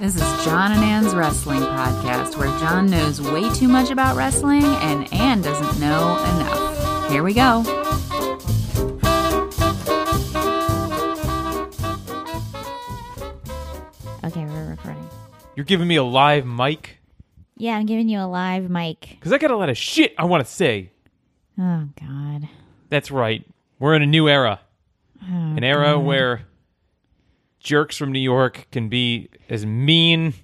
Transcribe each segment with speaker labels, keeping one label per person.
Speaker 1: This is John and Ann's Wrestling Podcast, where John knows way too much about wrestling and Ann doesn't know enough. Here we go.
Speaker 2: Okay, we're recording.
Speaker 3: You're giving me a live mic
Speaker 2: Yeah, I'm giving you a live mic.
Speaker 3: because I got a lot of shit I want to say.
Speaker 2: Oh God.
Speaker 3: That's right. We're in a new era,
Speaker 2: Oh,
Speaker 3: an era where jerks from New York can be as mean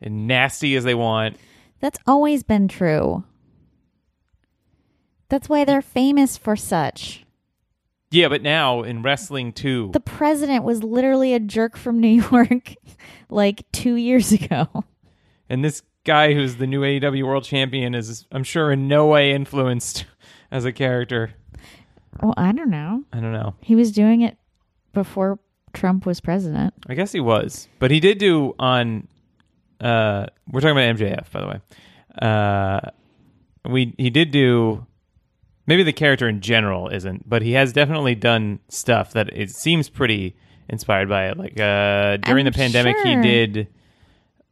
Speaker 3: and nasty as they want.
Speaker 2: That's always been true. That's why they're famous for such.
Speaker 3: Yeah, but now in wrestling too.
Speaker 2: The president was literally a jerk from New York like two years ago.
Speaker 3: And this guy who's the new AEW World Champion is, I'm sure, in no way influenced as a character.
Speaker 2: Well, I don't know.
Speaker 3: I don't know.
Speaker 2: He was doing it before Trump was president.
Speaker 3: I guess he was, but he did do on. Uh, we're talking about MJF, by the way. Uh, we he did do. Maybe the character in general isn't, but he has definitely done stuff that it seems pretty inspired by it. Like uh, during
Speaker 2: I'm
Speaker 3: the pandemic, he
Speaker 2: sure.
Speaker 3: did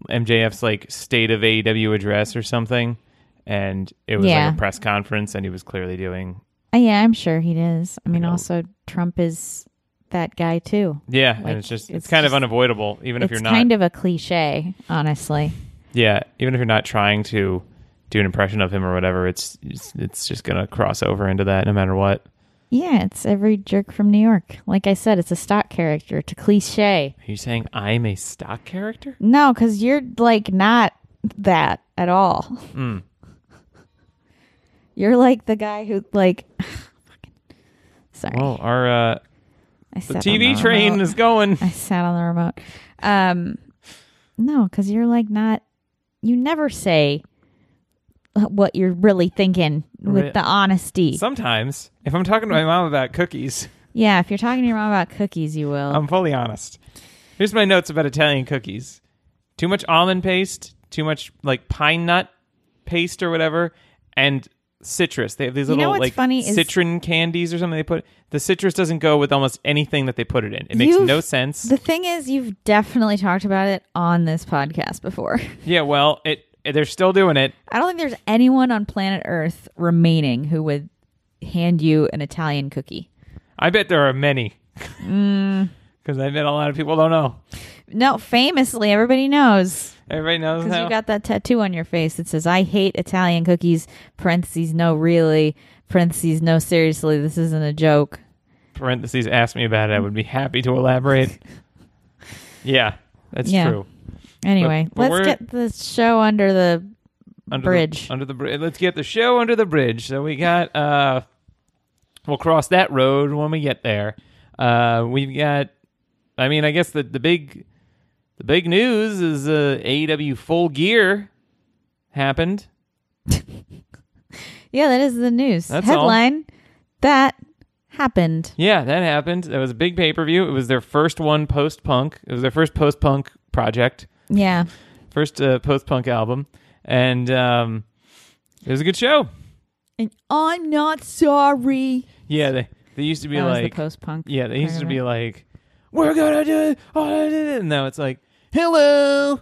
Speaker 3: MJF's like state of AEW address or something, and it was
Speaker 2: Yeah.
Speaker 3: like a press conference, and he was clearly doing.
Speaker 2: Uh, yeah, I'm sure he is. I mean,
Speaker 3: know.
Speaker 2: also Trump is that guy too.
Speaker 3: Yeah,
Speaker 2: Like,
Speaker 3: and it's just it's,
Speaker 2: it's
Speaker 3: kind
Speaker 2: just-
Speaker 3: of unavoidable, even if
Speaker 2: it's
Speaker 3: you're not
Speaker 2: kind of a cliche, honestly.
Speaker 3: Yeah, even if you're not trying to do an impression of him or whatever, it's it's, it's just gonna cross over into that no matter what.
Speaker 2: Yeah, it's every jerk from New York. Like I said, it's a stock character. It's a cliche.
Speaker 3: Are you saying I'm a stock character?
Speaker 2: No, because you're like not that at all. You're like the guy who like. fucking- Sorry,
Speaker 3: Well, our uh,
Speaker 2: I
Speaker 3: the
Speaker 2: sat on
Speaker 3: TV train
Speaker 2: remote.
Speaker 3: is going.
Speaker 2: I sat on the remote. Um, no, because you're like not. You never say what you're really thinking with
Speaker 3: Right.
Speaker 2: the honesty.
Speaker 3: Sometimes, if I'm talking to my mom about cookies,
Speaker 2: yeah, if you're talking to your mom about cookies, you will.
Speaker 3: I'm fully honest. Here's my notes about Italian cookies: too much almond paste, too much like pine nut paste or whatever, and citrus. They have these
Speaker 2: You know
Speaker 3: little
Speaker 2: what's
Speaker 3: like
Speaker 2: funny is-
Speaker 3: citron candies or something. They put the citrus doesn't go with almost anything that they put it in. It makes
Speaker 2: You've-
Speaker 3: no sense.
Speaker 2: The thing is, you've definitely talked about it on this podcast before.
Speaker 3: Yeah, well, it they're still doing it.
Speaker 2: I don't think there's anyone on planet Earth remaining who would hand you an Italian cookie.
Speaker 3: I bet there are many.
Speaker 2: Mm.
Speaker 3: Because I bet a lot of people don't know.
Speaker 2: No, famously, everybody knows
Speaker 3: Everybody knows
Speaker 2: because
Speaker 3: now.
Speaker 2: you got that tattoo on your face that says, I hate Italian cookies, parentheses, no, really, parentheses, no, seriously, this isn't a joke.
Speaker 3: Parentheses, ask me about it. I would be happy to elaborate. yeah, that's
Speaker 2: Yeah.
Speaker 3: true.
Speaker 2: Anyway,
Speaker 3: But- but
Speaker 2: let's
Speaker 3: we're-
Speaker 2: get the show under the.
Speaker 3: Under
Speaker 2: Bridge.
Speaker 3: The, under the bridge. Let's get the show under the bridge. So we got, uh, we'll cross that road when we get there. Uh, we've got, I mean, I guess the, the big, the big news is uh, AEW Full Gear happened.
Speaker 2: Yeah, that is the news.
Speaker 3: That's all.
Speaker 2: Headline that happened.
Speaker 3: Yeah, that happened. That was a big pay per view. It was their first one post punk. It was their first post punk project,
Speaker 2: Yeah.
Speaker 3: first uh, post punk album, and um, it was a good show.
Speaker 2: And I'm not sorry.
Speaker 3: Yeah, they they used to be
Speaker 2: that was
Speaker 3: like,
Speaker 2: the post punk.
Speaker 3: yeah, they used to be like, we're gonna do it. Oh, da- da- da," and now it's like, hello,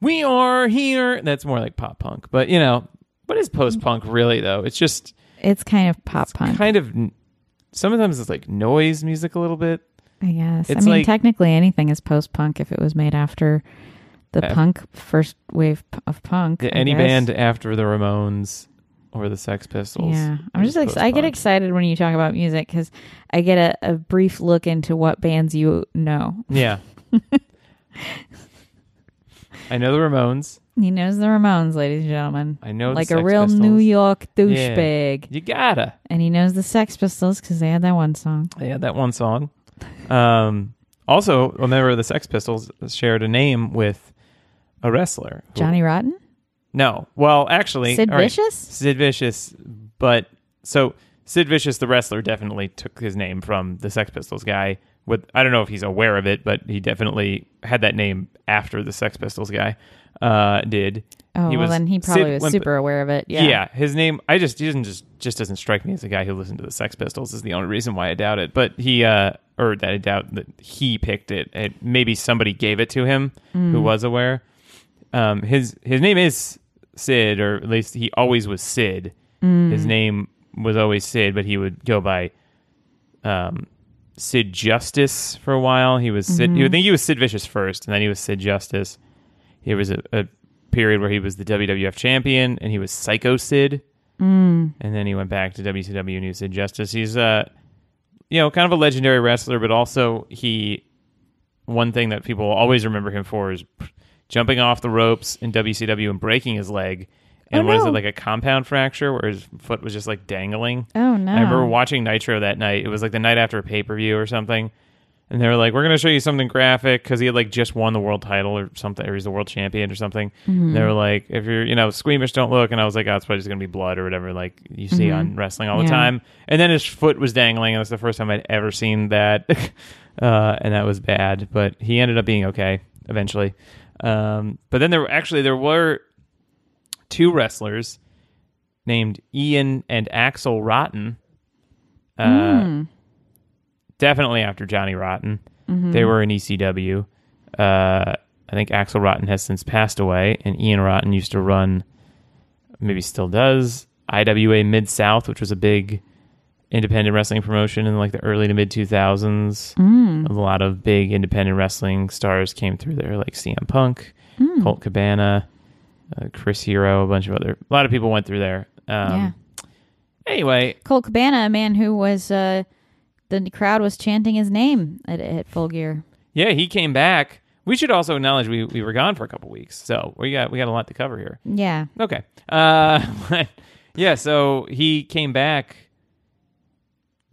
Speaker 3: we are here. That's more like pop punk, but you know, what is post punk really though? It's just
Speaker 2: It's kind of pop punk,
Speaker 3: kind of n- sometimes it's like noise music a little bit.
Speaker 2: I guess. I
Speaker 3: it's
Speaker 2: mean,
Speaker 3: like-
Speaker 2: technically, anything is post punk if it was made after the
Speaker 3: Yeah.
Speaker 2: punk first wave p- of punk.
Speaker 3: Yeah,
Speaker 2: I
Speaker 3: any
Speaker 2: guess.
Speaker 3: band after the Ramones or the Sex Pistols.
Speaker 2: Yeah, I'm just
Speaker 3: It's
Speaker 2: ex- I get
Speaker 3: post-punk.
Speaker 2: excited when you talk about music because I get a, a brief look into what bands you know.
Speaker 3: Yeah. I know the Ramones.
Speaker 2: He knows the Ramones, ladies and gentlemen,
Speaker 3: I know the
Speaker 2: like a
Speaker 3: Sex
Speaker 2: real
Speaker 3: Pistols.
Speaker 2: New York douchebag,
Speaker 3: You gotta.
Speaker 2: and he knows the Sex Pistols because they had that one song.
Speaker 3: They had that one song. Um, also, remember the Sex Pistols shared a name with a wrestler. who-
Speaker 2: Johnny Rotten,
Speaker 3: No. Well, actually,
Speaker 2: Sid
Speaker 3: all right.
Speaker 2: Vicious.
Speaker 3: Sid Vicious, but so Sid Vicious, the wrestler, definitely took his name from the Sex Pistols guy. With I don't know if he's aware of it, but he definitely had that name after the Sex Pistols guy uh, did.
Speaker 2: Oh,
Speaker 3: He
Speaker 2: well,
Speaker 3: was
Speaker 2: then he
Speaker 3: Sid
Speaker 2: probably was
Speaker 3: Wimp-
Speaker 2: super aware of it.
Speaker 3: Yeah. his name. I just he doesn't just just doesn't strike me as a guy who listened to the Sex Pistols. Is the only reason why I doubt it. But he uh, or that I doubt that he picked it. it maybe somebody gave it to him who was aware. Um, his his name is Sid, or at least he always was Sid. His name was always Sid, but he would go by um, Sid Justice for a while. He was Sid. You would think he was Sid Vicious first, and then he was Sid Justice. He was a, a period where he was the WWF champion, and he was Psycho Sid.
Speaker 2: Mm.
Speaker 3: And then he went back to WCW and he was Sid Justice. He's uh, you know, kind of a legendary wrestler, but also he one thing that people will always remember him for is jumping off the ropes in WCW and breaking his leg. And
Speaker 2: Oh,
Speaker 3: what is
Speaker 2: no.
Speaker 3: it like a compound fracture where his foot was just like dangling?
Speaker 2: Oh no.
Speaker 3: I remember watching Nitro that night. It was like the night after a pay per view or something. And they were like, "We're going to show you something graphic because he had like just won the world title or something, or he's the world champion or something." And they were like, "If you're, you know, squeamish, don't look." And I was like, "Oh, it's probably just going to be blood or whatever, like you see on wrestling all the
Speaker 2: Yeah.
Speaker 3: time." And then his foot was dangling, and that's the first time I'd ever seen that, uh, and that was bad. But he ended up being okay eventually. Um, but then there were actually there were two wrestlers named Ian and Axel Rotten. Uh, Definitely after Johnny Rotten. They were in ECW. Uh, I think Axel Rotten has since passed away, and Ian Rotten used to run, maybe still does, IWA Mid South, which was a big independent wrestling promotion in like the early to mid 2000s. A lot of big independent wrestling stars came through there, like CM Punk, Colt Cabana, uh, Chris Hero, a bunch of other. A lot of people went through there. Um, Anyway,
Speaker 2: Colt Cabana, a man who was uh, the crowd was chanting his name at, at Full Gear.
Speaker 3: yeah, he came back. We should also acknowledge we, we were gone for a couple weeks, so we got we got a lot to cover here.
Speaker 2: Yeah.
Speaker 3: Okay. Uh, yeah. So he came back.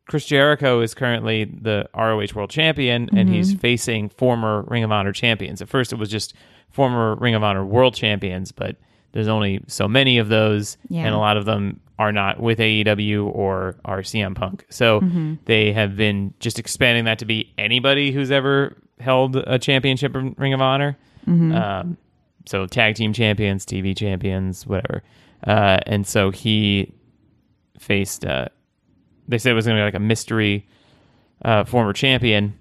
Speaker 3: Chris Jericho is currently the ROH World Champion, and he's facing former Ring of Honor champions. At first, it was just former Ring of Honor World Champions, but there's only so many of those,
Speaker 2: Yeah.
Speaker 3: and a lot of them are not with AEW or are CM Punk. So they have been just expanding that to be anybody who's ever held a championship in Ring of Honor. Um, so tag team champions, TV champions, whatever. Uh, and so he faced. Uh, they said it was going to be like a mystery uh, former champion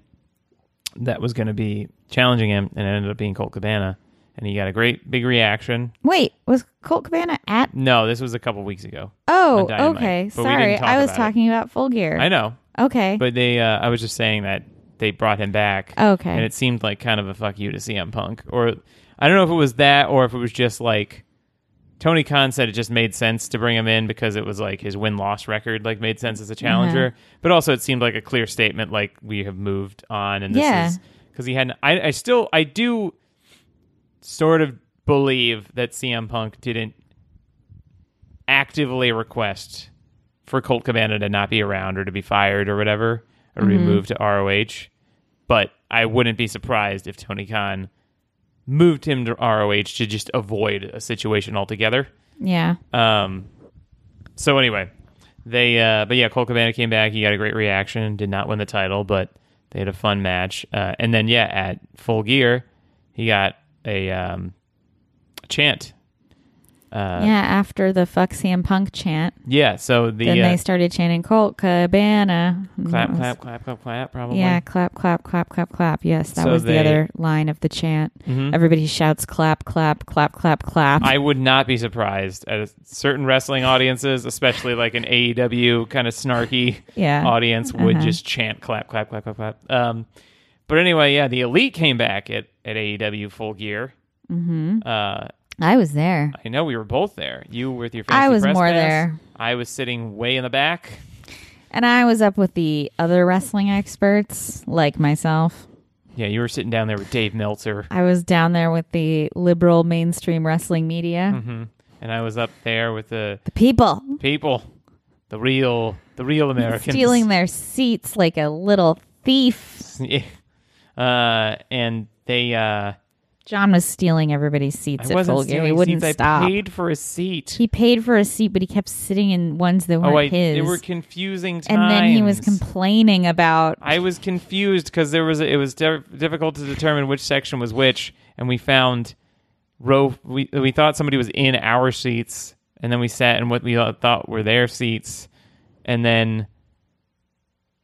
Speaker 3: that was going to be challenging him, and it ended up being Colt Cabana, and he got a great big reaction.
Speaker 2: Wait, was Colt Cabana at?
Speaker 3: No, this was a couple weeks ago.
Speaker 2: Oh,
Speaker 3: On Dynamite,
Speaker 2: okay.
Speaker 3: but we didn't
Speaker 2: Sorry,
Speaker 3: talk
Speaker 2: I was
Speaker 3: about it.
Speaker 2: talking about Full Gear.
Speaker 3: I know,
Speaker 2: Okay. Oh,
Speaker 3: but they. Uh, I was just saying that they brought him back.
Speaker 2: Okay.
Speaker 3: and it seemed like kind of a fuck you to CM Punk, or I don't know if it was that, or if it was just like. Tony Khan said it just made sense to bring him in because it was like his win loss record like made sense as a challenger,
Speaker 2: Mm-hmm.
Speaker 3: but also it seemed like a clear statement like we have moved on and this
Speaker 2: Yeah.
Speaker 3: is because he hadn't. I, I still I do sort of believe that CM Punk didn't actively request for Colt Cabana to not be around or to be fired or whatever or to be moved to ROH, but I wouldn't be surprised if Tony Khan moved him to ROH to just avoid a situation altogether.
Speaker 2: yeah.
Speaker 3: Um, so anyway, they uh, but yeah, Cole Cabana came back. He got a great reaction. Did not win the title, but they had a fun match. Uh, and then yeah, at Full Gear, he got a um, chant. Uh,
Speaker 2: yeah. After the "fuck CM Punk" chant,
Speaker 3: yeah, so the
Speaker 2: then
Speaker 3: uh,
Speaker 2: they started chanting Colt Cabana. And
Speaker 3: clap,
Speaker 2: that was-
Speaker 3: clap, clap, clap, clap, probably.
Speaker 2: Yeah, clap, clap, clap, clap, clap. Yes, that
Speaker 3: So
Speaker 2: was the
Speaker 3: they- Mm-hmm.
Speaker 2: other line of the chant. Everybody shouts clap, clap, clap, clap, clap.
Speaker 3: I would not be surprised at certain wrestling audiences, especially like an AEW kind of snarky
Speaker 2: Yeah.
Speaker 3: audience, would
Speaker 2: Uh-huh.
Speaker 3: just chant clap, clap, clap, clap, clap. Um, but anyway, yeah, the Elite came back at, at AEW Full Gear. Mm-hmm. Uh,
Speaker 2: I was there.
Speaker 3: I know we were both there. You with your fancy
Speaker 2: I was
Speaker 3: press
Speaker 2: more
Speaker 3: pass.
Speaker 2: there.
Speaker 3: I was sitting way in the back.
Speaker 2: And I was up with the other wrestling experts, like myself.
Speaker 3: Yeah, you were sitting down there with Dave Meltzer,
Speaker 2: I was down there with the liberal mainstream wrestling media.
Speaker 3: Mm-hmm. and I was up there with the
Speaker 2: The people
Speaker 3: people, the real, the real Americans.
Speaker 2: stealing their seats like a little thief.
Speaker 3: Yeah. uh, and they. Uh,
Speaker 2: John was stealing everybody's
Speaker 3: I
Speaker 2: seats at
Speaker 3: wasn't
Speaker 2: Full Gear. He
Speaker 3: stealing
Speaker 2: wouldn't
Speaker 3: seats.
Speaker 2: stop.
Speaker 3: I paid for a seat.
Speaker 2: he paid for a seat, but he kept sitting in ones that
Speaker 3: oh,
Speaker 2: weren't
Speaker 3: wait,
Speaker 2: his.
Speaker 3: they were confusing times.
Speaker 2: and then he was complaining about
Speaker 3: I was confused because there was a, it was di- difficult to determine which section was which, and we found row. We we thought somebody was in our seats, and then we sat in what we thought were their seats, and then.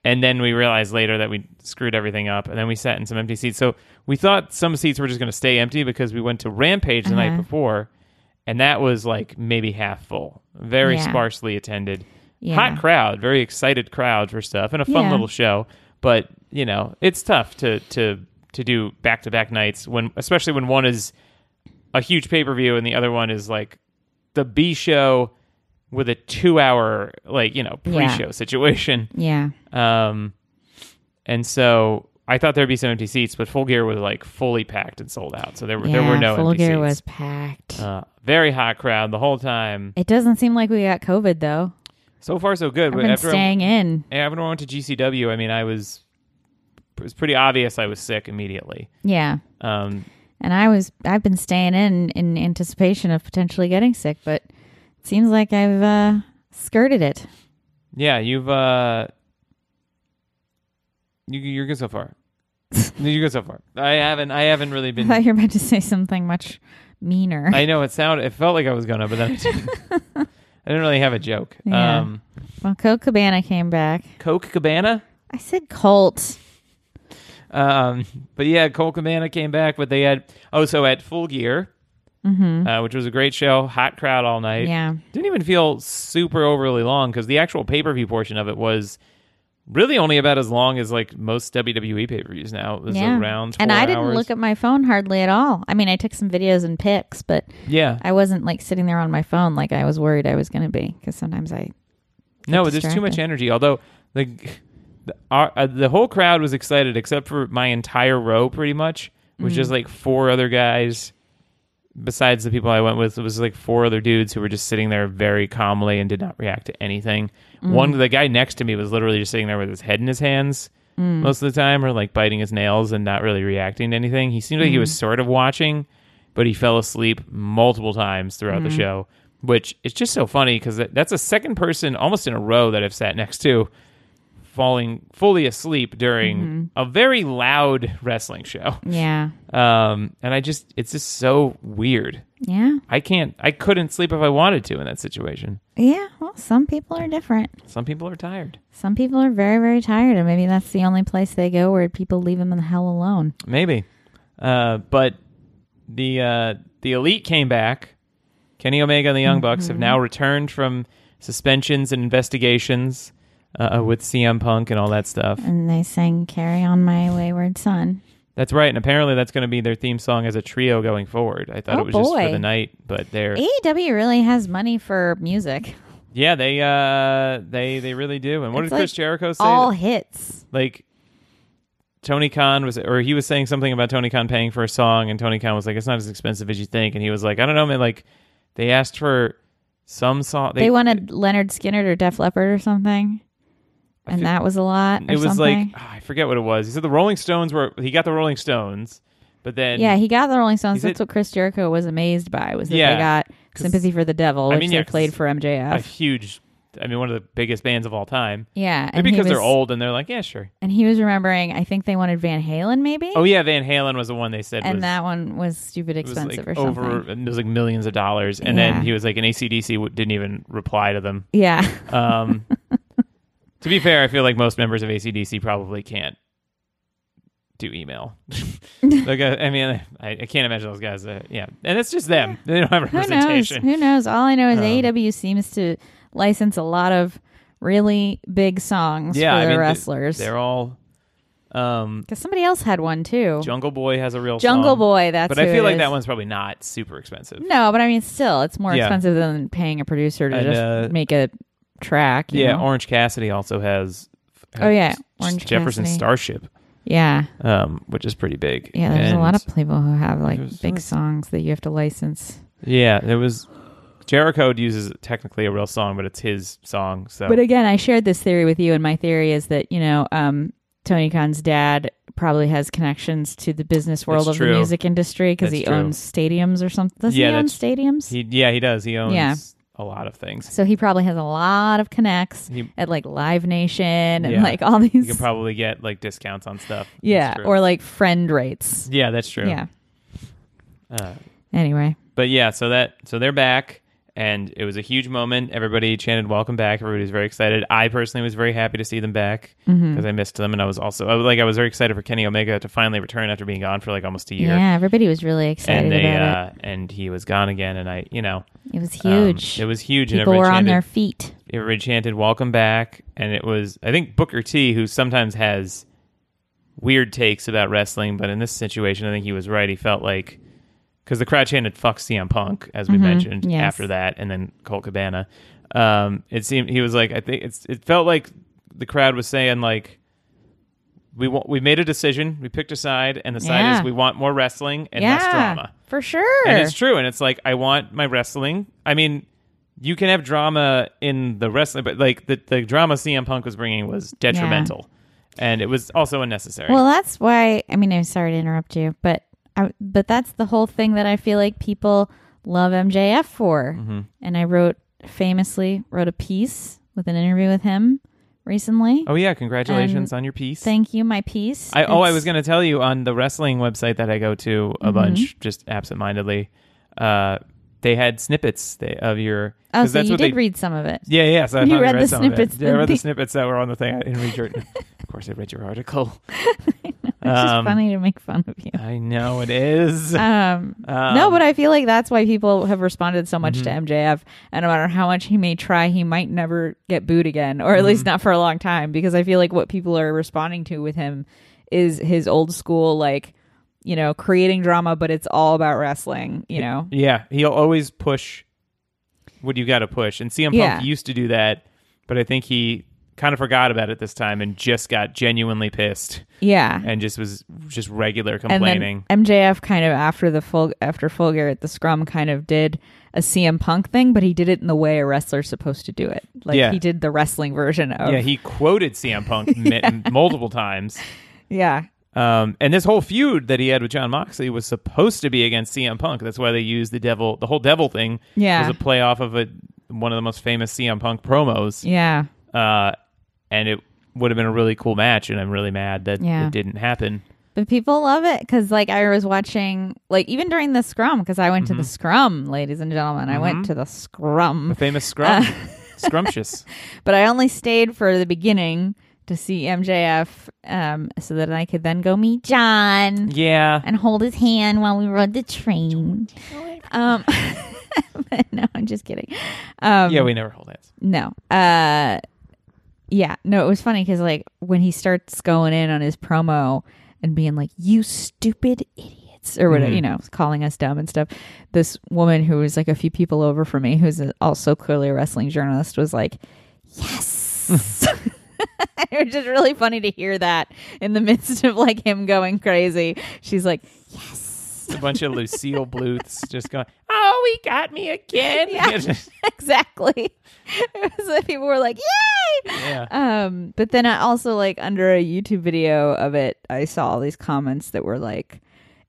Speaker 3: And then we realized later that we screwed everything up, and then we sat in some empty seats. So we thought some seats were just going to stay empty because we went to Rampage the night
Speaker 2: Uh-huh.
Speaker 3: before, and that was like maybe half full, very
Speaker 2: Yeah.
Speaker 3: sparsely attended.
Speaker 2: Yeah.
Speaker 3: Hot crowd, very excited crowd for stuff, and a fun
Speaker 2: Yeah.
Speaker 3: little show. But you know, it's tough to to to do back to back nights when, especially when one is a huge pay per view and the other one is like the B show with a two hour like you know pre
Speaker 2: Yeah.
Speaker 3: show situation.
Speaker 2: Yeah.
Speaker 3: Um, and so I thought there'd be some empty seats, but Full Gear was like fully packed and sold out. So there were there were
Speaker 2: Yeah,
Speaker 3: no
Speaker 2: Full
Speaker 3: empty
Speaker 2: gear was
Speaker 3: seats.
Speaker 2: packed.
Speaker 3: uh, very hot crowd the whole time.
Speaker 2: it doesn't seem like we got COVID though.
Speaker 3: So far so good.
Speaker 2: I've
Speaker 3: But
Speaker 2: been
Speaker 3: after I,
Speaker 2: staying in.
Speaker 3: after I went to GCW, I mean, I was it was pretty obvious I was sick immediately.
Speaker 2: Yeah.
Speaker 3: Um,
Speaker 2: And I was I've been staying in in anticipation of potentially getting sick, but it seems like I've uh skirted it.
Speaker 3: yeah, you've uh, you you're good so far. you're good so far. I haven't I haven't really
Speaker 2: I
Speaker 3: been.
Speaker 2: thought you were about to say something much meaner.
Speaker 3: I know it sounded. It felt like I was gonna, but then I didn't. I didn't really have a joke.
Speaker 2: Yeah.
Speaker 3: Um,
Speaker 2: well, Coke Cabana came back.
Speaker 3: Coke Cabana.
Speaker 2: I said cult.
Speaker 3: Um, but yeah, Cole Cabana came back, but they had oh, so at Full Gear, uh, which was a great show, hot crowd all night.
Speaker 2: Yeah.
Speaker 3: didn't even feel super overly long because the actual pay per view portion of it was really only about as long as like most WWE pay per views now. It was
Speaker 2: yeah.
Speaker 3: around
Speaker 2: and
Speaker 3: four
Speaker 2: I didn't
Speaker 3: hours.
Speaker 2: look at my phone hardly at all. I mean, I took some videos and pics, but
Speaker 3: Yeah,
Speaker 2: I wasn't like sitting there on my phone like I was worried I was going to be because sometimes I
Speaker 3: no, there's too much
Speaker 2: distracted.
Speaker 3: energy. Although the the, our, uh, the whole crowd was excited except for my entire row, pretty much, was
Speaker 2: Mm.
Speaker 3: just like four other guys. besides the people I went with, it was like four other dudes who were just sitting there very calmly and did not react to anything. One, the guy next to me was literally just sitting there with his head in his hands most of the time, or like biting his nails and not really reacting to anything. He seemed like he was sort of watching, but he fell asleep multiple times throughout the show, which is just so funny because that's a second person almost in a row that I've sat next to falling fully asleep during a very loud wrestling show.
Speaker 2: yeah.
Speaker 3: Um, and I just, it's just so weird.
Speaker 2: Yeah.
Speaker 3: I can't. I couldn't sleep if I wanted to in that situation.
Speaker 2: Yeah, well, some people are different.
Speaker 3: Some people are tired.
Speaker 2: Some people are very, very tired, and maybe that's the only place they go where people leave them in the hell alone.
Speaker 3: Maybe, uh, but the uh, the elite came back. Kenny Omega and the Young Bucks
Speaker 2: Mm-hmm.
Speaker 3: have now returned from suspensions and investigations uh, with CM Punk and all that stuff.
Speaker 2: And they sang "Carry On My Wayward Son."
Speaker 3: That's right, and apparently that's going to be their theme song as a trio going forward. I thought
Speaker 2: Oh,
Speaker 3: it was just for
Speaker 2: boy.
Speaker 3: the night, but they're
Speaker 2: AEW E really has money for music.
Speaker 3: yeah they uh, they they really do. And what
Speaker 2: It's
Speaker 3: did Chris
Speaker 2: like
Speaker 3: Jericho say?
Speaker 2: All hits.
Speaker 3: like Tony Khan was, or he was saying something about Tony Khan paying for a song, and Tony Khan was like, "It's not as expensive as you think," and he was like, "I don't know, man. Like, they asked for some song.
Speaker 2: They, wanted Leonard Skinner or Def Leppard or something, and that was a lot. Or
Speaker 3: It was like
Speaker 2: something.
Speaker 3: ah, I forget what it was. He said the Rolling Stones were. He got the Rolling Stones, but then
Speaker 2: yeah, he got the Rolling Stones.
Speaker 3: Is
Speaker 2: That's
Speaker 3: it-
Speaker 2: what Chris Jericho was amazed by was that
Speaker 3: Yeah,
Speaker 2: they got "Sympathy for the Devil,"
Speaker 3: I
Speaker 2: which
Speaker 3: mean, yeah,
Speaker 2: they
Speaker 3: 'cause
Speaker 2: played for MJF.
Speaker 3: a huge. I mean, one of the biggest bands of all time.
Speaker 2: yeah, and
Speaker 3: Maybe
Speaker 2: he
Speaker 3: because they're
Speaker 2: was-
Speaker 3: old and they're like, yeah, sure.
Speaker 2: And he was remembering. I think they wanted Van Halen, maybe.
Speaker 3: Oh yeah, Van Halen was the one they said
Speaker 2: and
Speaker 3: was,
Speaker 2: that one was stupid
Speaker 3: it was like
Speaker 2: expensive or something.
Speaker 3: over. It was like millions of dollars, and then
Speaker 2: Yeah.
Speaker 3: he was like, an ACDC w- didn't even reply to them.
Speaker 2: yeah,
Speaker 3: Um, to be fair, I feel like most members of ACDC probably can't do email. like, I, I mean, I, I can't imagine those guys. Uh, yeah, and it's just them. They don't have
Speaker 2: who knows?
Speaker 3: representation.
Speaker 2: Who knows? All I know is
Speaker 3: Um,
Speaker 2: AEW seems to license a lot of really big songs
Speaker 3: Yeah,
Speaker 2: for
Speaker 3: I
Speaker 2: their
Speaker 3: mean, th-
Speaker 2: wrestlers.
Speaker 3: They're all. Um,
Speaker 2: Because somebody else had one too.
Speaker 3: Jungle Boy has a real
Speaker 2: Jungle
Speaker 3: song,
Speaker 2: Boy. That's
Speaker 3: but
Speaker 2: who
Speaker 3: I feel
Speaker 2: it
Speaker 3: like
Speaker 2: is.
Speaker 3: that one's probably not super expensive.
Speaker 2: No, but I mean, still, it's more
Speaker 3: Yeah.
Speaker 2: expensive than paying a producer to
Speaker 3: And,
Speaker 2: just
Speaker 3: uh,
Speaker 2: make a track. you
Speaker 3: Yeah,
Speaker 2: know?
Speaker 3: Orange Cassidy also has.
Speaker 2: Oh, yeah, Orange
Speaker 3: Orange Jefferson
Speaker 2: Cassidy.
Speaker 3: Starship,
Speaker 2: yeah,
Speaker 3: um, which is pretty big.
Speaker 2: yeah. There's a
Speaker 3: And-
Speaker 2: lot of people who have like
Speaker 3: There's-
Speaker 2: big songs that you have to license.
Speaker 3: Yeah, there was Jericho uses technically a real song, but it's his song. So
Speaker 2: But again, I shared this theory with you, and my theory is that you know um, Tony Khan's dad probably has connections to the business world
Speaker 3: That's
Speaker 2: of
Speaker 3: true.
Speaker 2: the music industry because
Speaker 3: That's
Speaker 2: he
Speaker 3: true.
Speaker 2: owns stadiums or something. Does
Speaker 3: Yeah,
Speaker 2: he own stadiums?
Speaker 3: he, yeah, he does. He owns
Speaker 2: Yeah.
Speaker 3: a lot of things.
Speaker 2: so he probably has a lot of connects
Speaker 3: He-
Speaker 2: at like Live Nation and
Speaker 3: Yeah.
Speaker 2: like all
Speaker 3: You
Speaker 2: these,
Speaker 3: can probably get like discounts on stuff. That's
Speaker 2: yeah,
Speaker 3: true.
Speaker 2: or like friend rates.
Speaker 3: yeah, that's true.
Speaker 2: Yeah.
Speaker 3: Uh,
Speaker 2: Anyway,
Speaker 3: but yeah, so that so they're back, and it was a huge moment. Everybody chanted "Welcome back!" Everybody was very excited. I personally was very happy to see them back because
Speaker 2: Mm-hmm.
Speaker 3: I missed them, and I was also I was- like I was very excited for Kenny Omega to finally return after being gone for like almost a year.
Speaker 2: Yeah, everybody was really excited
Speaker 3: And they
Speaker 2: about
Speaker 3: uh, and he was gone again, and I you know
Speaker 2: it. It was
Speaker 3: um,
Speaker 2: huge.
Speaker 3: it was huge, and
Speaker 2: People
Speaker 3: everybody
Speaker 2: were on
Speaker 3: chanted,
Speaker 2: their feet.
Speaker 3: everybody chanted "Welcome back," and it was I think Booker T, who sometimes has weird takes about wrestling, but in this situation, I think he was right. He felt like because the crowd chanted "Fuck CM Punk" as we mentioned
Speaker 2: Mm-hmm. yes.
Speaker 3: after that, and then Colt Cabana. Um, it seemed he was like I think it's it felt like the crowd was saying like. We want, we made a decision. We picked a side, and the side
Speaker 2: Yeah.
Speaker 3: is we want more wrestling and less
Speaker 2: yeah,
Speaker 3: drama.
Speaker 2: for sure.
Speaker 3: And it's true. And it's like, I want my wrestling. I mean, you can have drama in the wrestling, but like the, the drama CM Punk was bringing was detrimental. And it was also unnecessary.
Speaker 2: Well, that's why. I mean, I'm sorry to interrupt you, but I, but that's the whole thing that I feel like people love MJF for.
Speaker 3: Mm-hmm.
Speaker 2: And I wrote famously wrote a piece with an interview with him recently.
Speaker 3: oh, yeah. Congratulations on your piece.
Speaker 2: Thank you, my piece.
Speaker 3: I, oh, I
Speaker 2: It's- Mm-hmm.
Speaker 3: was going to tell you on the wrestling website that I go to a bunch, just absentmindedly, uh, they had snippets they, of your.
Speaker 2: Oh,
Speaker 3: 'cause
Speaker 2: so you did
Speaker 3: they,
Speaker 2: read some of it.
Speaker 3: Yeah, yeah. So I
Speaker 2: You
Speaker 3: finally
Speaker 2: read the
Speaker 3: some of it.
Speaker 2: snippets
Speaker 3: Yeah, I
Speaker 2: that
Speaker 3: read the
Speaker 2: they-
Speaker 3: snippets that were on the thing. I didn't read your. of course, I read your article.
Speaker 2: It's
Speaker 3: Um,
Speaker 2: just funny to make fun of you.
Speaker 3: I know it is.
Speaker 2: Um,
Speaker 3: Um, mm-hmm.
Speaker 2: no, but I feel like that's why people have responded so much to MJF. And no matter how much he may try, he might never get booed again, or at least
Speaker 3: Mm-hmm.
Speaker 2: not for a long time, because I feel like what people are responding to with him is his old school, like, you know, creating drama, but it's all about wrestling, you know?
Speaker 3: Yeah, he'll always push what you got to push. And CM Punk
Speaker 2: Yeah.
Speaker 3: used to do that, but I think he kind of forgot about it this time and just got genuinely pissed
Speaker 2: Yeah.
Speaker 3: and just was just regular
Speaker 2: And
Speaker 3: complaining.
Speaker 2: then MJF kind of after the full after full gear at the scrum kind of did a CM Punk thing, but he did it in the way a wrestler's supposed to do it. Like
Speaker 3: Yeah.
Speaker 2: he did the wrestling version of
Speaker 3: yeah, he quoted CM Punk mi- multiple times.
Speaker 2: yeah.
Speaker 3: Um, and this whole feud that he had with John Moxley was supposed to be against CM Punk. That's why they used the devil, the whole devil thing.
Speaker 2: Yeah.
Speaker 3: was a play off of a one of the most famous CM Punk promos.
Speaker 2: Yeah.
Speaker 3: Uh, and it would have been a really cool match. And I'm really mad that
Speaker 2: Yeah.
Speaker 3: it didn't happen.
Speaker 2: But people love it because, like, I was watching, like, even during the scrum, because I went to the scrum, ladies and gentlemen. I went to
Speaker 3: The
Speaker 2: the scrum,
Speaker 3: famous scrum. Scrumptious.
Speaker 2: but I only stayed for the beginning to see MJF um, so that I could then go meet John
Speaker 3: Yeah.
Speaker 2: and hold his hand while we rode the train. Um, but no, I'm just kidding. Um,
Speaker 3: Yeah, we never hold hands.
Speaker 2: No. Uh yeah, no, it was funny cuz like when he starts going in on his promo and being like you stupid idiots or whatever, you know, calling us dumb and stuff. This woman who was like a few people over from me who's also clearly a wrestling journalist was like, "Yes." it was just really funny to hear that in the midst of like him going crazy. She's like,
Speaker 3: It's a bunch of Lucille Bluths just going, oh, he got me again. Yeah.
Speaker 2: "Exactly." it was like people were like, "Yay!" Um, but then I also like under a YouTube video of it, I saw all these comments that were like,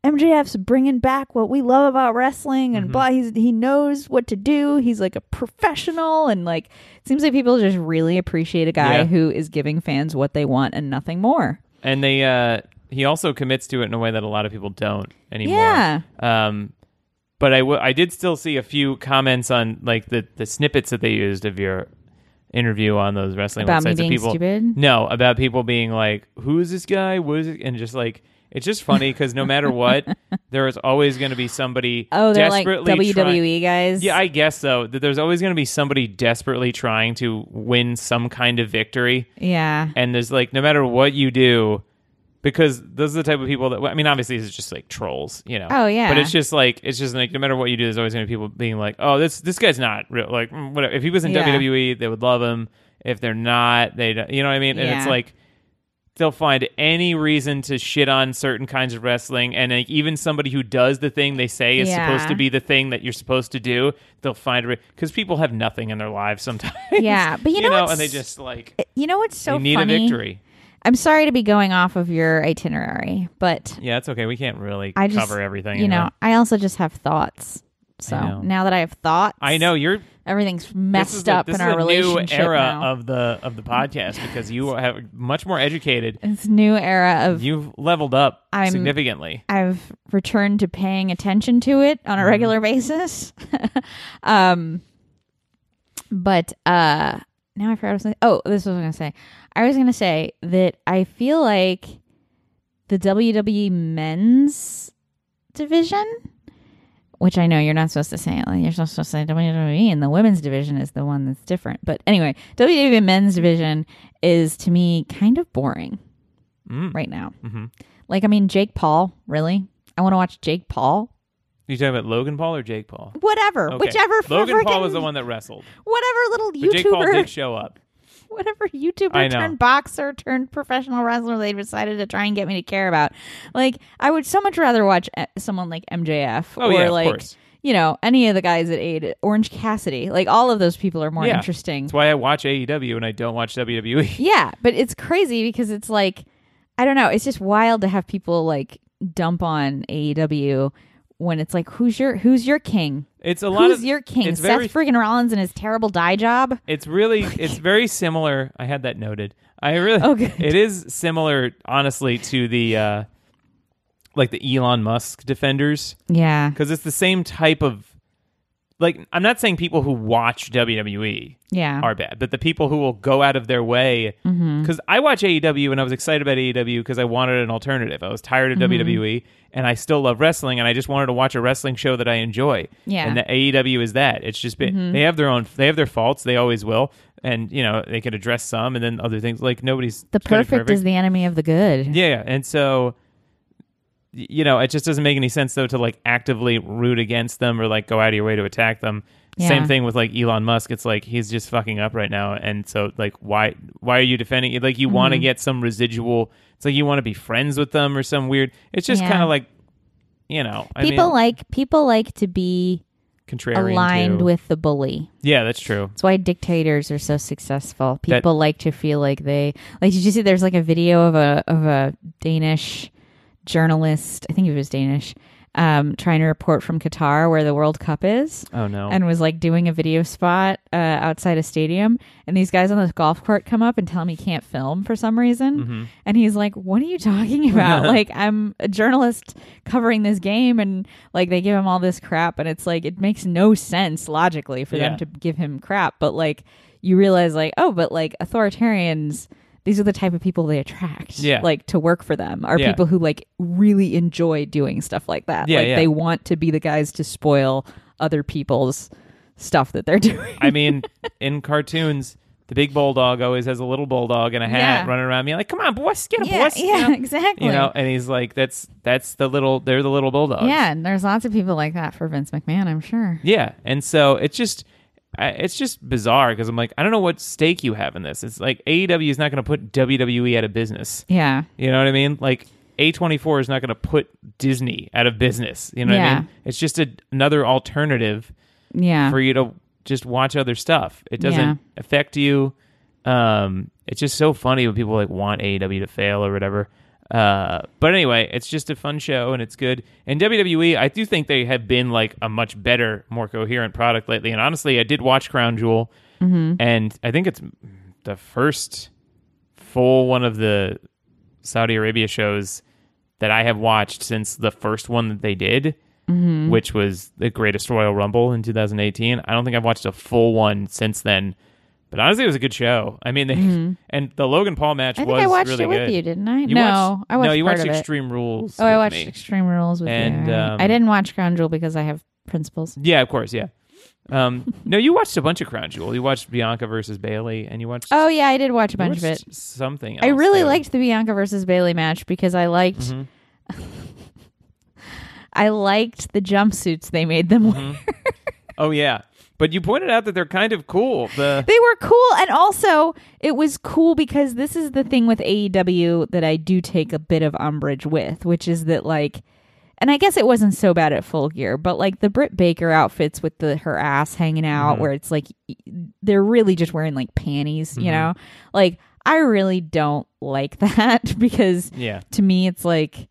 Speaker 2: "MJF's bringing back what we love about wrestling,"
Speaker 3: Mm-hmm.
Speaker 2: and blah. He's he knows what to do. He's like a professional, and like it seems like people just really appreciate a guy
Speaker 3: Yeah.
Speaker 2: who is giving fans what they want and nothing more.
Speaker 3: And they, uh, he also commits to it in a way that a lot of people don't anymore.
Speaker 2: Yeah.
Speaker 3: Um, but I, w- I did still see a few comments on like the, the snippets that they used of your interview on those wrestling
Speaker 2: About me
Speaker 3: websites. of
Speaker 2: being
Speaker 3: people,
Speaker 2: stupid?
Speaker 3: No, about people being like, "Who is this guy? What is it?" And just like, it's just funny because no matter what, there is always going to be somebody.
Speaker 2: Oh, they're like E
Speaker 3: desperately
Speaker 2: WWE
Speaker 3: trying-
Speaker 2: guys.
Speaker 3: Yeah, I guess so. That there's always going to be somebody desperately trying to win some kind of victory,
Speaker 2: yeah.
Speaker 3: and there's like no matter what you do, because those are the type of people that I mean. Obviously, it's just like trolls, you know.
Speaker 2: Oh, yeah.
Speaker 3: But it's just like it's just like no matter what you do, there's always going to be people being like, "Oh, this this guy's not real." Like mm, whatever. If he was in
Speaker 2: Yeah.
Speaker 3: WWE, they would love him. If they're not, they don't, you know what I mean. And it's
Speaker 2: Yeah.
Speaker 3: like they'll find any reason to shit on certain kinds of wrestling and like, even somebody who does the thing they say is
Speaker 2: Yeah.
Speaker 3: supposed to be the thing that you're supposed to do they'll find because people have nothing in their lives sometimes
Speaker 2: Yeah, but you know
Speaker 3: know
Speaker 2: what's-
Speaker 3: and they just like
Speaker 2: You know what's so
Speaker 3: they need
Speaker 2: funny?
Speaker 3: a victory
Speaker 2: I'm sorry to be going off of your itinerary, but
Speaker 3: yeah it's okay we can't really
Speaker 2: I just
Speaker 3: cover everything
Speaker 2: You know,
Speaker 3: anyway.
Speaker 2: I also just have thoughts.
Speaker 3: know.
Speaker 2: So now that I have thoughts,
Speaker 3: i know you're this
Speaker 2: everything's
Speaker 3: is
Speaker 2: messed
Speaker 3: the-
Speaker 2: up
Speaker 3: this
Speaker 2: in
Speaker 3: is
Speaker 2: our
Speaker 3: a new
Speaker 2: relationship
Speaker 3: era
Speaker 2: now.
Speaker 3: of the of the podcast because you are much more educated
Speaker 2: this new era of
Speaker 3: you've leveled up
Speaker 2: I'm-
Speaker 3: significantly
Speaker 2: I've returned to paying attention to it on a regular basis. um, But uh now I forgot what I was gonna, oh, this was what I was gonna say. I was gonna say that I feel like the WWE men's division, which I know you're not supposed to say it like you're supposed to say WWE and the women's division is the one that's different. But anyway, WWE men's division is to me kind of boring
Speaker 3: Mm.
Speaker 2: right now.
Speaker 3: Mm-hmm.
Speaker 2: Like I mean Jake Paul, really? I want to watch Jake Paul.
Speaker 3: You talking about Logan Paul or Jake Paul?
Speaker 2: Whatever,
Speaker 3: Okay.
Speaker 2: whichever.
Speaker 3: Logan Paul
Speaker 2: frickin-
Speaker 3: was the one that wrestled,
Speaker 2: Whatever little
Speaker 3: but Jake Paul
Speaker 2: YouTuber
Speaker 3: did show up.
Speaker 2: whatever
Speaker 3: I
Speaker 2: YouTuber
Speaker 3: know.
Speaker 2: turned boxer turned professional wrestler they decided to try and get me to care about. Like, I would so much rather watch eh, someone like MJF
Speaker 3: Oh,
Speaker 2: or
Speaker 3: yeah, of
Speaker 2: like
Speaker 3: course.
Speaker 2: you know any of the guys at Aid Orange Cassidy. Like, all of those people are more
Speaker 3: Yeah.
Speaker 2: interesting.
Speaker 3: That's why I watch AEW and I don't watch E. WWE.
Speaker 2: Yeah, but it's crazy because it's like I don't know. It's just wild to have people like dump on AEW when it's like who's your who's your king.
Speaker 3: It's a lot
Speaker 2: Who's
Speaker 3: of
Speaker 2: your king?
Speaker 3: It's
Speaker 2: Seth
Speaker 3: very
Speaker 2: friggin' Rollins and his terrible dye job.
Speaker 3: It's really it's very similar. I had that noted. I really
Speaker 2: Oh, good.
Speaker 3: it is similar honestly to the uh like the Elon Musk defenders
Speaker 2: Yeah,
Speaker 3: cuz it's the same type of like I'm not saying people who watch E WWE
Speaker 2: yeah. Mm-hmm.
Speaker 3: are bad, but the people who will go out of their way cuz I watch AEW and I was excited about AEW cuz I wanted an alternative. I was tired of
Speaker 2: Mm-hmm.
Speaker 3: WWE and I still love wrestling and I just wanted to watch a wrestling show that I enjoy.
Speaker 2: Yeah.
Speaker 3: And
Speaker 2: Mm-hmm.
Speaker 3: the AEW is that. It's just been they have their own they have their faults, they always will. And you know, they could address some and then other things like nobody's
Speaker 2: the
Speaker 3: it's gonna be
Speaker 2: perfect, is the enemy of the good.
Speaker 3: yeah, yeah. And so y- you know, it just doesn't make any sense though to like actively root against them or like go out of your way to attack them.
Speaker 2: Yeah.
Speaker 3: Same thing with like Elon Musk. It's like he's just fucking up right now, and so like why why are you defending? Like you want to
Speaker 2: Mm-hmm.
Speaker 3: get some residual. It's like you want to be friends with them or some weird. It's just
Speaker 2: Yeah.
Speaker 3: kind of like you know I
Speaker 2: people
Speaker 3: mean,
Speaker 2: like people like to be
Speaker 3: contrarian
Speaker 2: aligned
Speaker 3: too.
Speaker 2: with the bully.
Speaker 3: yeah that's true.
Speaker 2: That's why dictators are so successful. People like to feel like they like. Did you see? There's like a video of a of a Danish journalist. I think it was Danish. Um, trying to report from Qatar where the World Cup is.
Speaker 3: Oh no.
Speaker 2: and was like doing a video spot uh, outside a stadium and these guys on the golf cart come up and tell him he can't film for some reason
Speaker 3: Mm-hmm.
Speaker 2: and he's like what are you talking about like i'm a journalist covering this game and like they give him all this crap and it's like it makes no sense logically for
Speaker 3: Yeah.
Speaker 2: them to give him crap but like you realize like oh but like authoritarians these are the type of people they attract
Speaker 3: Yeah.
Speaker 2: like to work for them are
Speaker 3: Yeah.
Speaker 2: people who like really enjoy doing stuff like that
Speaker 3: Yeah,
Speaker 2: like
Speaker 3: yeah.
Speaker 2: they want to be the guys to spoil other people's stuff that they're doing.
Speaker 3: I mean, in cartoons, the big bulldog always has a little bulldog and a hat
Speaker 2: Yeah.
Speaker 3: running around me like, "Come on, boy, get a
Speaker 2: yeah,
Speaker 3: boy."
Speaker 2: yeah, exactly.
Speaker 3: you know and he's like that's that's the little they're the little bulldogs
Speaker 2: yeah, and there's lots of people like that for Vince McMahon, I'm sure.
Speaker 3: yeah and so it's just I- it's just bizarre because i'm like i don't know what stake you have in this it's like aew is not going to put wwe out of business
Speaker 2: Yeah,
Speaker 3: you know what i mean like a24 is not going to put disney out of business you know what
Speaker 2: Yeah.
Speaker 3: i mean it's just a, another alternative
Speaker 2: yeah,
Speaker 3: for you to just watch other stuff it doesn't
Speaker 2: Yeah.
Speaker 3: affect you um it's just so funny when people like want AEW to fail or whatever. Uh, but anyway, it's just a fun show and it's good. And WWE, I do think they have been like a much better, more coherent product lately. And honestly, I did watch Crown Jewel,
Speaker 2: Mm-hmm.
Speaker 3: and I think it's the first full one of the Saudi Arabia shows that I have watched since the first one that they did.
Speaker 2: Mm-hmm.
Speaker 3: Which was the greatest Royal Rumble in 2018. I don't think I've watched a full one since then, but honestly, it was a good show. I mean, they, and the Logan Paul match
Speaker 2: Mm-hmm. I think
Speaker 3: was
Speaker 2: I watched
Speaker 3: really
Speaker 2: it with
Speaker 3: good.
Speaker 2: you, didn't I?
Speaker 3: You
Speaker 2: no,
Speaker 3: watched-
Speaker 2: I watched
Speaker 3: no, you
Speaker 2: part
Speaker 3: watched
Speaker 2: of it.
Speaker 3: Extreme Rules.
Speaker 2: Oh, I
Speaker 3: with
Speaker 2: watched
Speaker 3: me.
Speaker 2: Extreme Rules with
Speaker 3: And,
Speaker 2: you. right?
Speaker 3: um,
Speaker 2: I didn't watch Crown Jewel because I have principles.
Speaker 3: Yeah, of course. Yeah. Um, no, you watched a bunch of Crown Jewel. You watched Bianca versus Bailey, and you watched
Speaker 2: Oh yeah, I did watch a
Speaker 3: you
Speaker 2: bunch of it.
Speaker 3: watched Something. Else
Speaker 2: I really
Speaker 3: there. Mm-hmm.
Speaker 2: liked the Bianca versus Bailey match because I liked I liked the jumpsuits they made
Speaker 3: Mm-hmm.
Speaker 2: them wear.
Speaker 3: Oh yeah, but you pointed out that they're kind of cool. The
Speaker 2: They were cool and also it was cool because this is the thing with AEW that I do take a bit of umbrage with, which is that like and I guess it wasn't so bad at full gear, but like the Britt Baker outfits with the her ass hanging out where it's like y- they're really just wearing like panties, you know? Like I really don't like that because
Speaker 3: yeah,
Speaker 2: to me it's like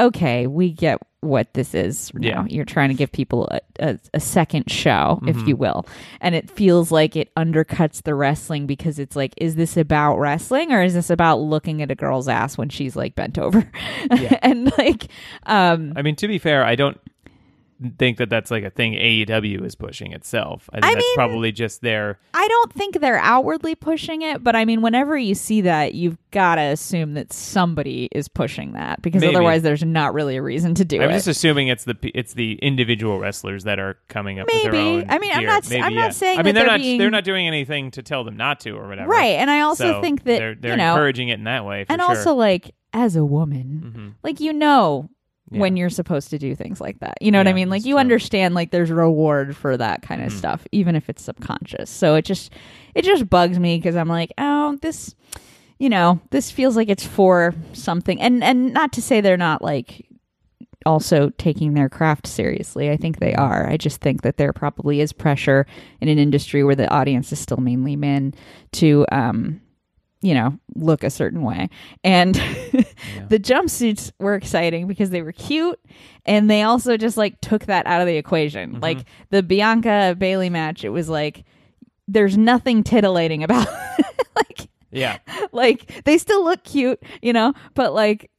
Speaker 2: okay we get what this is now.
Speaker 3: Yeah.
Speaker 2: you're trying to give people a, a, a second show
Speaker 3: Mm-hmm.
Speaker 2: if you will and it feels like it undercuts the wrestling because it's like is this about wrestling or is this about looking at a girl's ass when she's like bent over and like um
Speaker 3: I mean to be fair, I don't think that that's like a thing AEW is pushing itself. I think
Speaker 2: I
Speaker 3: that's
Speaker 2: mean-
Speaker 3: probably just their
Speaker 2: I don't think they're outwardly pushing it, but I mean, whenever you see that, you've got to assume that somebody is pushing that because
Speaker 3: Maybe.
Speaker 2: otherwise, there's not really a reason to do
Speaker 3: I'm
Speaker 2: it.
Speaker 3: just assuming it's the p- it's the individual wrestlers that are coming up. with their
Speaker 2: Maybe.
Speaker 3: own
Speaker 2: I mean, I'm
Speaker 3: gear.
Speaker 2: not s-
Speaker 3: Maybe,
Speaker 2: I'm not
Speaker 3: yeah.
Speaker 2: saying
Speaker 3: I mean,
Speaker 2: that
Speaker 3: they're
Speaker 2: they're
Speaker 3: not
Speaker 2: being-
Speaker 3: they're not doing anything to tell them not to or whatever.
Speaker 2: right, and I also
Speaker 3: So
Speaker 2: think that
Speaker 3: they're, they're
Speaker 2: you know,
Speaker 3: encouraging it in that way. For
Speaker 2: and
Speaker 3: sure.
Speaker 2: also like as a woman,
Speaker 3: Mhm.
Speaker 2: like you know
Speaker 3: Yeah.
Speaker 2: when you're supposed to do things like that. You know what
Speaker 3: Yeah,
Speaker 2: I mean? Like
Speaker 3: that's
Speaker 2: you
Speaker 3: true. Mm-hmm.
Speaker 2: understand like there's reward for that kind of stuff even if it's subconscious. So it just it just bugs me cuz I'm like, "Oh, this you know, this feels like it's for something." And and not to say they're not like also taking their craft seriously. I think they are. I just think that there probably is pressure in an industry where the audience is still mainly men to um you know, look a certain way. And the jumpsuits were exciting because they were cute and they also just like took that out of the equation.
Speaker 3: Mm-hmm.
Speaker 2: Like the Bianca Bailey match, it was like there's nothing titillating about like
Speaker 3: yeah,
Speaker 2: like they still look cute, you know, but like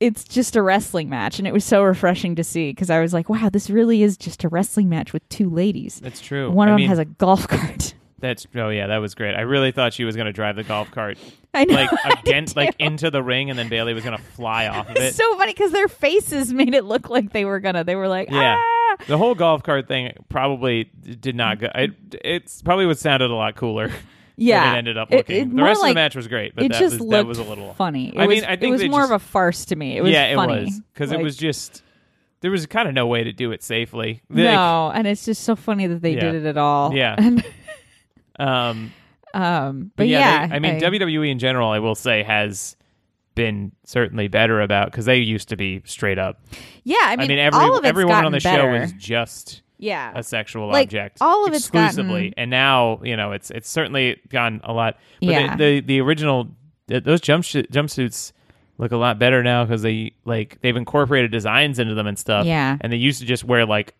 Speaker 2: it's just a wrestling match and it was so refreshing to see because I was like, wow, this really is just a wrestling match with two ladies.
Speaker 3: that's true.
Speaker 2: One
Speaker 3: I
Speaker 2: of them
Speaker 3: mean,
Speaker 2: has a golf cart.
Speaker 3: That's oh yeah, that was great. I really thought she was going to drive the golf cart
Speaker 2: I know.
Speaker 3: like against like into the ring, and then Bailey was going to fly off of it.
Speaker 2: It's so funny because their faces made it look like they were gonna. They were like,
Speaker 3: Yeah.
Speaker 2: ah.
Speaker 3: the whole golf cart thing probably d- did not go. It it's probably would sounded a lot cooler.
Speaker 2: yeah.
Speaker 3: than it ended up
Speaker 2: It-
Speaker 3: looking.
Speaker 2: it
Speaker 3: the
Speaker 2: more
Speaker 3: rest of
Speaker 2: like-
Speaker 3: the match was great, but
Speaker 2: it
Speaker 3: that
Speaker 2: just
Speaker 3: was
Speaker 2: looked
Speaker 3: that was a little
Speaker 2: funny. It
Speaker 3: I mean,
Speaker 2: was,
Speaker 3: I think
Speaker 2: it was
Speaker 3: they
Speaker 2: more
Speaker 3: just-
Speaker 2: of a farce to me. It was
Speaker 3: yeah,
Speaker 2: funny.
Speaker 3: it was because
Speaker 2: Like,
Speaker 3: it was just there was kind of no way to do it safely. Like,
Speaker 2: no, and it's just so funny that they
Speaker 3: Yeah.
Speaker 2: did it at all.
Speaker 3: Yeah.
Speaker 2: And,
Speaker 3: um,
Speaker 2: um, but
Speaker 3: but
Speaker 2: yeah,
Speaker 3: yeah, they- I mean WWE in general, I will say has been certainly better about because they used to be straight up.
Speaker 2: Yeah, I
Speaker 3: I
Speaker 2: mean,
Speaker 3: mean, every
Speaker 2: all of it's
Speaker 3: everyone on
Speaker 2: gotten
Speaker 3: the
Speaker 2: better.
Speaker 3: show is just
Speaker 2: yeah,
Speaker 3: a sexual
Speaker 2: Like,
Speaker 3: object.
Speaker 2: all of it's
Speaker 3: exclusively,
Speaker 2: gotten-
Speaker 3: and now you know it's it's certainly gone a lot. But
Speaker 2: Yeah.
Speaker 3: the, the the original th- those jump jumpsuits look a lot better now because they like they've incorporated designs into them and stuff.
Speaker 2: Yeah.
Speaker 3: and they used to just wear like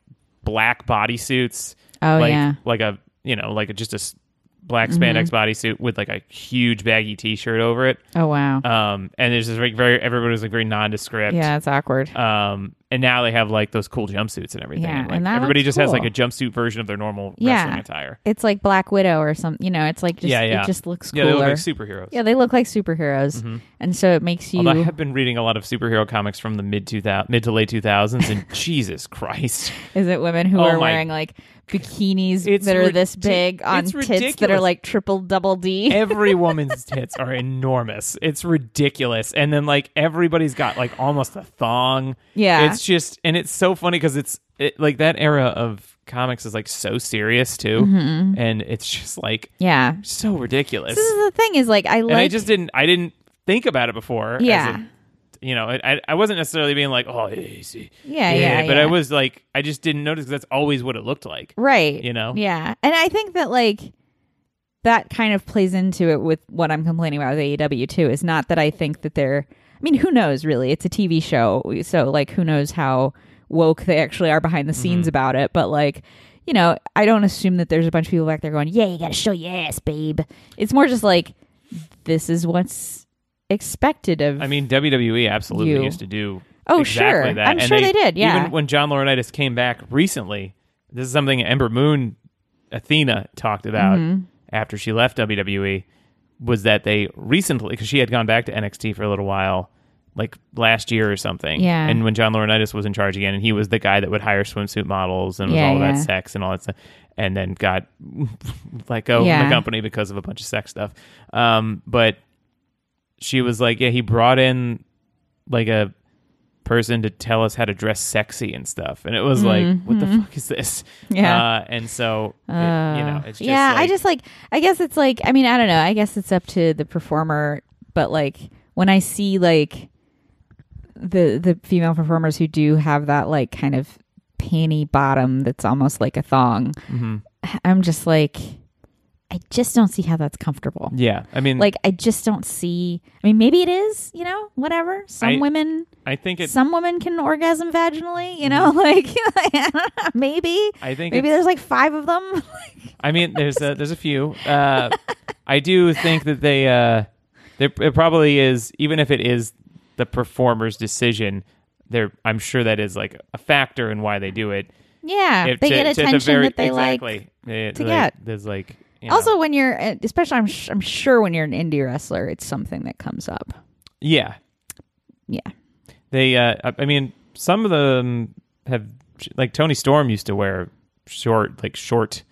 Speaker 3: black bodysuits.
Speaker 2: Oh,
Speaker 3: like,
Speaker 2: yeah. Mm-hmm.
Speaker 3: like a you know like a, just a s- black spandex bodysuit with like a huge baggy T-shirt over it.
Speaker 2: oh wow,
Speaker 3: Um, and there's just like very everybody was like very nondescript.
Speaker 2: yeah, it's awkward.
Speaker 3: Um, and now they have like those cool jumpsuits and everything.
Speaker 2: Yeah,
Speaker 3: and, like,
Speaker 2: and that
Speaker 3: everybody
Speaker 2: looks
Speaker 3: just has like
Speaker 2: cool.
Speaker 3: a jumpsuit version of their normal
Speaker 2: Yeah.
Speaker 3: wrestling attire.
Speaker 2: it's like Black Widow or something. You know, it's like just
Speaker 3: yeah, yeah.
Speaker 2: it just looks
Speaker 3: yeah.
Speaker 2: cooler.
Speaker 3: They look like superheroes.
Speaker 2: yeah, they look like superheroes, and so it makes you.
Speaker 3: Although I have been reading a lot of superhero comics from the mid two thousand mid to late two thousands, and Jesus Christ,
Speaker 2: Is it women who
Speaker 3: Oh
Speaker 2: are
Speaker 3: my-
Speaker 2: wearing like bikinis
Speaker 3: It's
Speaker 2: that are this
Speaker 3: ridic-
Speaker 2: big on
Speaker 3: it's
Speaker 2: tits that are
Speaker 3: ridiculous.
Speaker 2: like triple double D?
Speaker 3: every woman's tits are enormous. It's ridiculous, and then like everybody's got like almost a thong.
Speaker 2: Yeah.
Speaker 3: it's just and it's so funny because it's it, like that era of comics is like so serious too, and it's just like
Speaker 2: Yeah.
Speaker 3: so ridiculous.
Speaker 2: Mm-hmm. This is the thing is like I like
Speaker 3: and I just didn't I didn't think about it before. as a-
Speaker 2: Yeah.
Speaker 3: you know, I I wasn't necessarily being like, oh, yeah, see,
Speaker 2: Yeah, yeah,
Speaker 3: but
Speaker 2: yeah.
Speaker 3: I was like, I just didn't notice 'cause that's always what it looked like.
Speaker 2: right.
Speaker 3: you know?
Speaker 2: Yeah. And I think that like that kind of plays into it with what I'm complaining about with AEW too. Is not that I think that they're I mean, who knows really? It's a TV show. So like who knows how woke they actually are behind the scenes about it, but like you know, I don't assume that there's a bunch of people back there going, "Yeah, you got to show your ass, babe." It's more just like this is what's expected of
Speaker 3: I mean, WWE absolutely
Speaker 2: You.
Speaker 3: used to do.
Speaker 2: Oh,
Speaker 3: exactly
Speaker 2: sure.
Speaker 3: That.
Speaker 2: I'm
Speaker 3: And
Speaker 2: sure they did, yeah.
Speaker 3: Even when John Laurinaitis came back recently, this is something Ember Moon, Athena talked about
Speaker 2: Mm-hmm.
Speaker 3: after she left WWE, was that they recently because she had gone back to NXT for a little while, like last year or something.
Speaker 2: Yeah.
Speaker 3: And when John Laurinaitis was in charge again, and he was the guy that would hire swimsuit models and was
Speaker 2: Yeah,
Speaker 3: all
Speaker 2: yeah.
Speaker 3: that sex and all that stuff, and then got let go from
Speaker 2: Yeah.
Speaker 3: the oh, company because of a bunch of sex stuff. Um, but she was like, yeah, he brought in like a person to tell us how to dress sexy and stuff, and it was like, what the fuck is this?
Speaker 2: Mm-hmm. Yeah.
Speaker 3: uh, and so it- you know,
Speaker 2: Oh.
Speaker 3: it's just
Speaker 2: yeah, I
Speaker 3: like-
Speaker 2: just like I guess it's like I mean I don't know I guess it's up to the performer, but like when I see like the the female performers who do have that like kind of panty bottom that's almost like a thong,
Speaker 3: Mm-hmm.
Speaker 2: I'm just like I just don't see how that's comfortable.
Speaker 3: yeah. I mean,
Speaker 2: Like I just don't see. I mean, maybe it is, you know, whatever. Some
Speaker 3: I-
Speaker 2: women,
Speaker 3: I think it.
Speaker 2: some women can orgasm vaginally, you know, like I don't know, maybe,
Speaker 3: Mm-hmm. I think
Speaker 2: maybe
Speaker 3: it's-
Speaker 2: there's like five of them.
Speaker 3: I mean, there's a, there's a few. Uh, I do think that they uh, there it probably is even if it is the performer's decision. There, I'm sure that is like a factor in why they do it.
Speaker 2: Yeah,
Speaker 3: If
Speaker 2: they
Speaker 3: to-
Speaker 2: get
Speaker 3: to the
Speaker 2: attention
Speaker 3: very-
Speaker 2: that they
Speaker 3: exactly.
Speaker 2: like.
Speaker 3: They-
Speaker 2: to
Speaker 3: like,
Speaker 2: get.
Speaker 3: There's like you know.
Speaker 2: Also, when you're, uh, especially, I'm sh- I'm sure when you're an indie wrestler, it's something that comes up.
Speaker 3: yeah.
Speaker 2: Yeah.
Speaker 3: They, uh, I- I mean, some of them have, like Tony Storm used to wear short, like short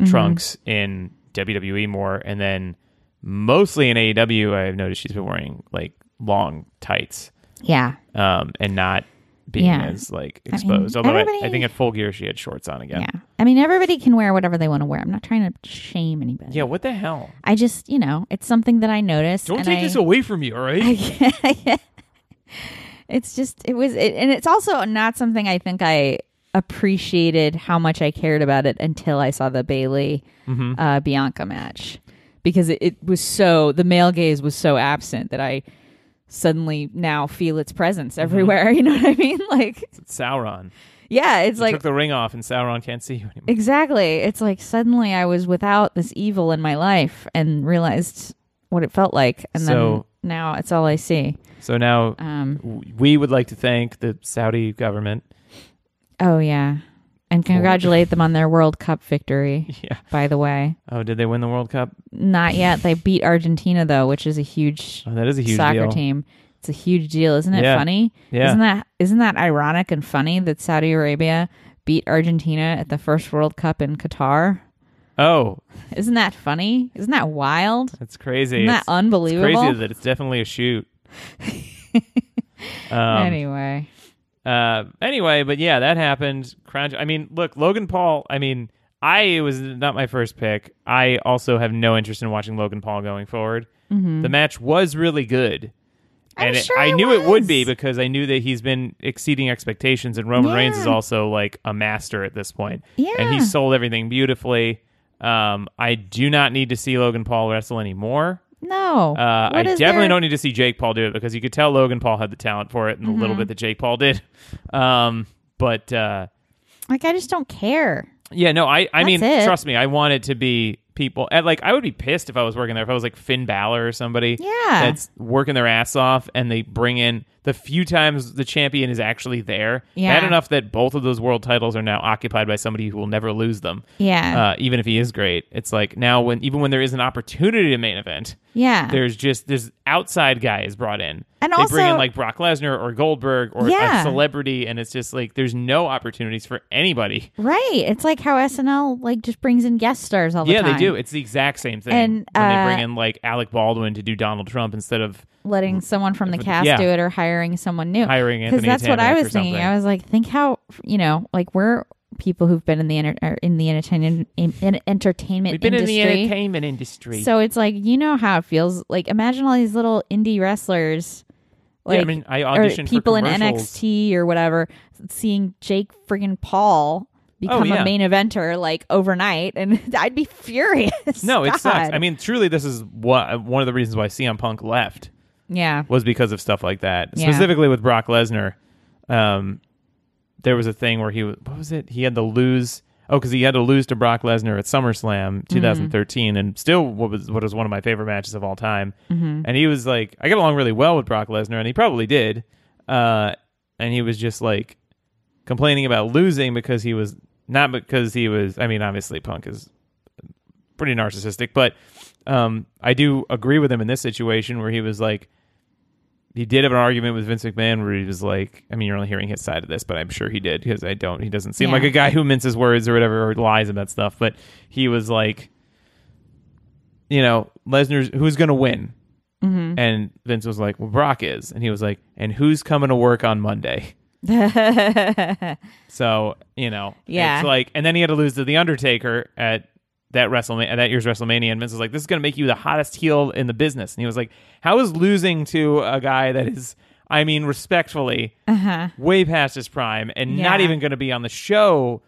Speaker 2: Mm-hmm.
Speaker 3: trunks in WWE more, and then mostly in AEW, I've noticed she's been wearing like long tights,
Speaker 2: Yeah.
Speaker 3: um, and not being
Speaker 2: Yeah.
Speaker 3: as like
Speaker 2: mean,
Speaker 3: exposed. Although I, I
Speaker 2: everybody-
Speaker 3: think at Full Gear she had shorts on again.
Speaker 2: Yeah. I mean, everybody can wear whatever they want to wear. I'm not trying to shame anybody.
Speaker 3: Yeah, what the hell?
Speaker 2: I just, you know, it's something that I noticed.
Speaker 3: Don't
Speaker 2: and
Speaker 3: take
Speaker 2: I,
Speaker 3: this away from me, all right?
Speaker 2: It's just, it was, it, and it's also not something I think I appreciated how much I cared about it until I saw the Bailey
Speaker 3: Mm-hmm.
Speaker 2: uh, Bianca match because it, it was so, the male gaze was so absent that I suddenly now feel its presence
Speaker 3: Mm-hmm.
Speaker 2: everywhere. You know what I mean? Like,
Speaker 3: Sauron.
Speaker 2: yeah, it's
Speaker 3: Like,
Speaker 2: like,
Speaker 3: took the ring off, and Sauron can't see you anymore.
Speaker 2: Exactly. It's like suddenly I was without this evil in my life and realized what it felt like. And
Speaker 3: So-
Speaker 2: then now it's all I see.
Speaker 3: So now
Speaker 2: Um,
Speaker 3: w- we would like to thank the Saudi government.
Speaker 2: oh, yeah. And congratulate them on their World Cup victory,
Speaker 3: Yeah.
Speaker 2: by the way.
Speaker 3: Oh, did they win the World Cup?
Speaker 2: Not yet. They beat Argentina, though, which is a huge,
Speaker 3: Oh, that is a huge
Speaker 2: soccer
Speaker 3: deal.
Speaker 2: team. It's a huge deal. Isn't it
Speaker 3: Yeah.
Speaker 2: funny?
Speaker 3: Yeah.
Speaker 2: Isn't that isn't that ironic and funny that Saudi Arabia beat Argentina at the first World Cup in Qatar?
Speaker 3: Oh,
Speaker 2: Isn't that funny? Isn't that wild?
Speaker 3: that's crazy.
Speaker 2: Isn't that
Speaker 3: It's-
Speaker 2: unbelievable?
Speaker 3: It's crazy that it's definitely a shoot. um, anyway.
Speaker 2: anyway,
Speaker 3: Uh, anyway, but yeah, that happened. Crown. I mean, look, Logan Paul. I mean, I it was not my first pick. I also have no interest in watching Logan Paul going forward. The match was really good.
Speaker 2: Mm-hmm. I'm
Speaker 3: and it-
Speaker 2: sure
Speaker 3: I
Speaker 2: it
Speaker 3: knew it would be
Speaker 2: was.
Speaker 3: because I knew that he's been exceeding expectations, and Roman Reigns is
Speaker 2: Yeah.
Speaker 3: also like a master at this point. and
Speaker 2: Yeah.
Speaker 3: he sold everything beautifully. Um, I do not need to see Logan Paul wrestle anymore.
Speaker 2: no.
Speaker 3: Uh, I
Speaker 2: What is
Speaker 3: definitely
Speaker 2: there-
Speaker 3: don't need to see Jake Paul do it because you could tell Logan Paul had the talent for it and the
Speaker 2: Mm-hmm.
Speaker 3: little bit that Jake Paul did. Um, but uh,
Speaker 2: Like, I just don't care.
Speaker 3: yeah, no, I, I mean,
Speaker 2: it.
Speaker 3: trust me, I want it to be people. And, like, I would be pissed if I was working there if I was like Finn Balor or somebody
Speaker 2: Yeah.
Speaker 3: that's working their ass off and they bring in the few times the champion is actually there.
Speaker 2: Yeah.
Speaker 3: Bad enough that both of those world titles are now occupied by somebody who will never lose them.
Speaker 2: Yeah.
Speaker 3: Uh, even if he is great, it's like now when even when there is an opportunity to main event,
Speaker 2: yeah.
Speaker 3: there's just there's outside guy is brought in.
Speaker 2: And
Speaker 3: they bring in
Speaker 2: also-
Speaker 3: like Brock Lesnar or Goldberg or a
Speaker 2: Yeah.
Speaker 3: celebrity, and it's just like there's no opportunities for anybody.
Speaker 2: right. It's like how SNL like just brings in guest stars all the
Speaker 3: yeah,
Speaker 2: time.
Speaker 3: they do. It's the exact same thing.
Speaker 2: And,
Speaker 3: when they
Speaker 2: uh,
Speaker 3: bring in like Alec Baldwin to do Donald Trump instead of
Speaker 2: Letting someone from the cast
Speaker 3: yeah.
Speaker 2: do it or hiring someone new.
Speaker 3: Hiring Anthony
Speaker 2: that's what I
Speaker 3: Tamanick or
Speaker 2: was thinking.
Speaker 3: something.
Speaker 2: I was like, think how you know, like we're people who've been in the enter- or in the entertainment in, in entertainment
Speaker 3: we've been
Speaker 2: industry.
Speaker 3: in the entertainment industry.
Speaker 2: so it's like you know how it feels. Like imagine all these little indie wrestlers.
Speaker 3: Yeah,
Speaker 2: Like
Speaker 3: I mean, I
Speaker 2: or
Speaker 3: auditioned
Speaker 2: people
Speaker 3: for
Speaker 2: in
Speaker 3: commercials.
Speaker 2: NXT or whatever seeing Jake friggin' Paul become
Speaker 3: Oh, yeah.
Speaker 2: a main eventer like overnight, and I'd be furious.
Speaker 3: No, it sucks.
Speaker 2: God.
Speaker 3: I mean, truly, this is what one of the reasons why CM Punk left.
Speaker 2: yeah,
Speaker 3: was because of stuff like that.
Speaker 2: Yeah.
Speaker 3: Specifically with Brock Lesnar, um, there was a thing where he was, what was it? He had to lose. Oh, because he had to lose to Brock Lesnar at SummerSlam
Speaker 2: Mm-hmm.
Speaker 3: 2013, and still what was what was one of my favorite matches of all time.
Speaker 2: Mm-hmm.
Speaker 3: And he was like, I got along really well with Brock Lesnar, and he probably did. Uh, and he was just like complaining about losing because he was not because he was. I mean, obviously, Punk is pretty narcissistic, but um, I do agree with him in this situation where he was like, he did have an argument with Vince McMahon where he was like, I mean, you're only hearing his side of this, but I'm sure he did because I don't, he doesn't seem
Speaker 2: Yeah.
Speaker 3: like a guy who minces words or whatever or lies about stuff, but he was like, you know, Lesnar's who's going to win? And Vince was like, well, Brock is. And he was like, and who's coming to work on Monday?
Speaker 2: Uh-huh.
Speaker 3: So you know,
Speaker 2: Yeah.
Speaker 3: it's like, and then he had to lose to the Undertaker at that WrestleMania, at that year's WrestleMania, and Vince was like, "This is going to make you the hottest heel in the business," and he was like, "How is losing to a guy that is, I mean, respectfully, way past his prime, and not
Speaker 2: Yeah.
Speaker 3: even going to be on the show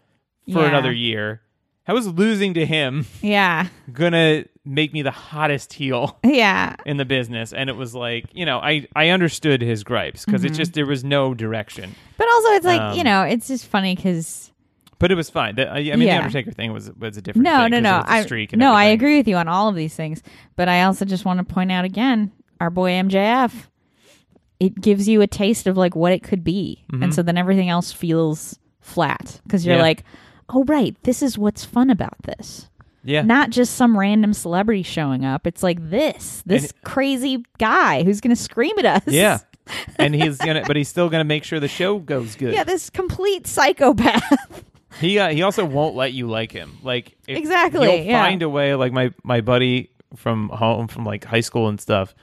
Speaker 3: for
Speaker 2: Yeah.
Speaker 3: another year? How is losing to him
Speaker 2: yeah,
Speaker 3: going to make me the hottest heel?"
Speaker 2: yeah,
Speaker 3: in the business and it was like you know i i understood his gripes because
Speaker 2: Mm-hmm.
Speaker 3: it just there was no direction
Speaker 2: but also it's like
Speaker 3: Um,
Speaker 2: you know, it's just funny because
Speaker 3: But it was fine. The, I I mean, the
Speaker 2: Yeah.
Speaker 3: Undertaker thing was was a different.
Speaker 2: no,
Speaker 3: thing 'cause
Speaker 2: no, no,
Speaker 3: it was a
Speaker 2: I
Speaker 3: streak and
Speaker 2: no, I
Speaker 3: everything.
Speaker 2: agree with you on all of these things, but I also just want to point out again, our boy MJF. It gives you a taste of like what it could be, and so then everything else feels flat because you're
Speaker 3: Mm-hmm. Yeah.
Speaker 2: like, oh right, this is what's fun about this.
Speaker 3: Yeah.
Speaker 2: Not just some random celebrity showing up. It's like this, this crazy guy who's going to scream at us.
Speaker 3: yeah. and he's gonna, but he's still gonna make sure the show goes good.
Speaker 2: Yeah, this complete psychopath.
Speaker 3: He uh, he also won't let you like him. Like if-
Speaker 2: Exactly,
Speaker 3: He'll
Speaker 2: yeah.
Speaker 3: find a way. Like my my buddy from home from like high school and stuff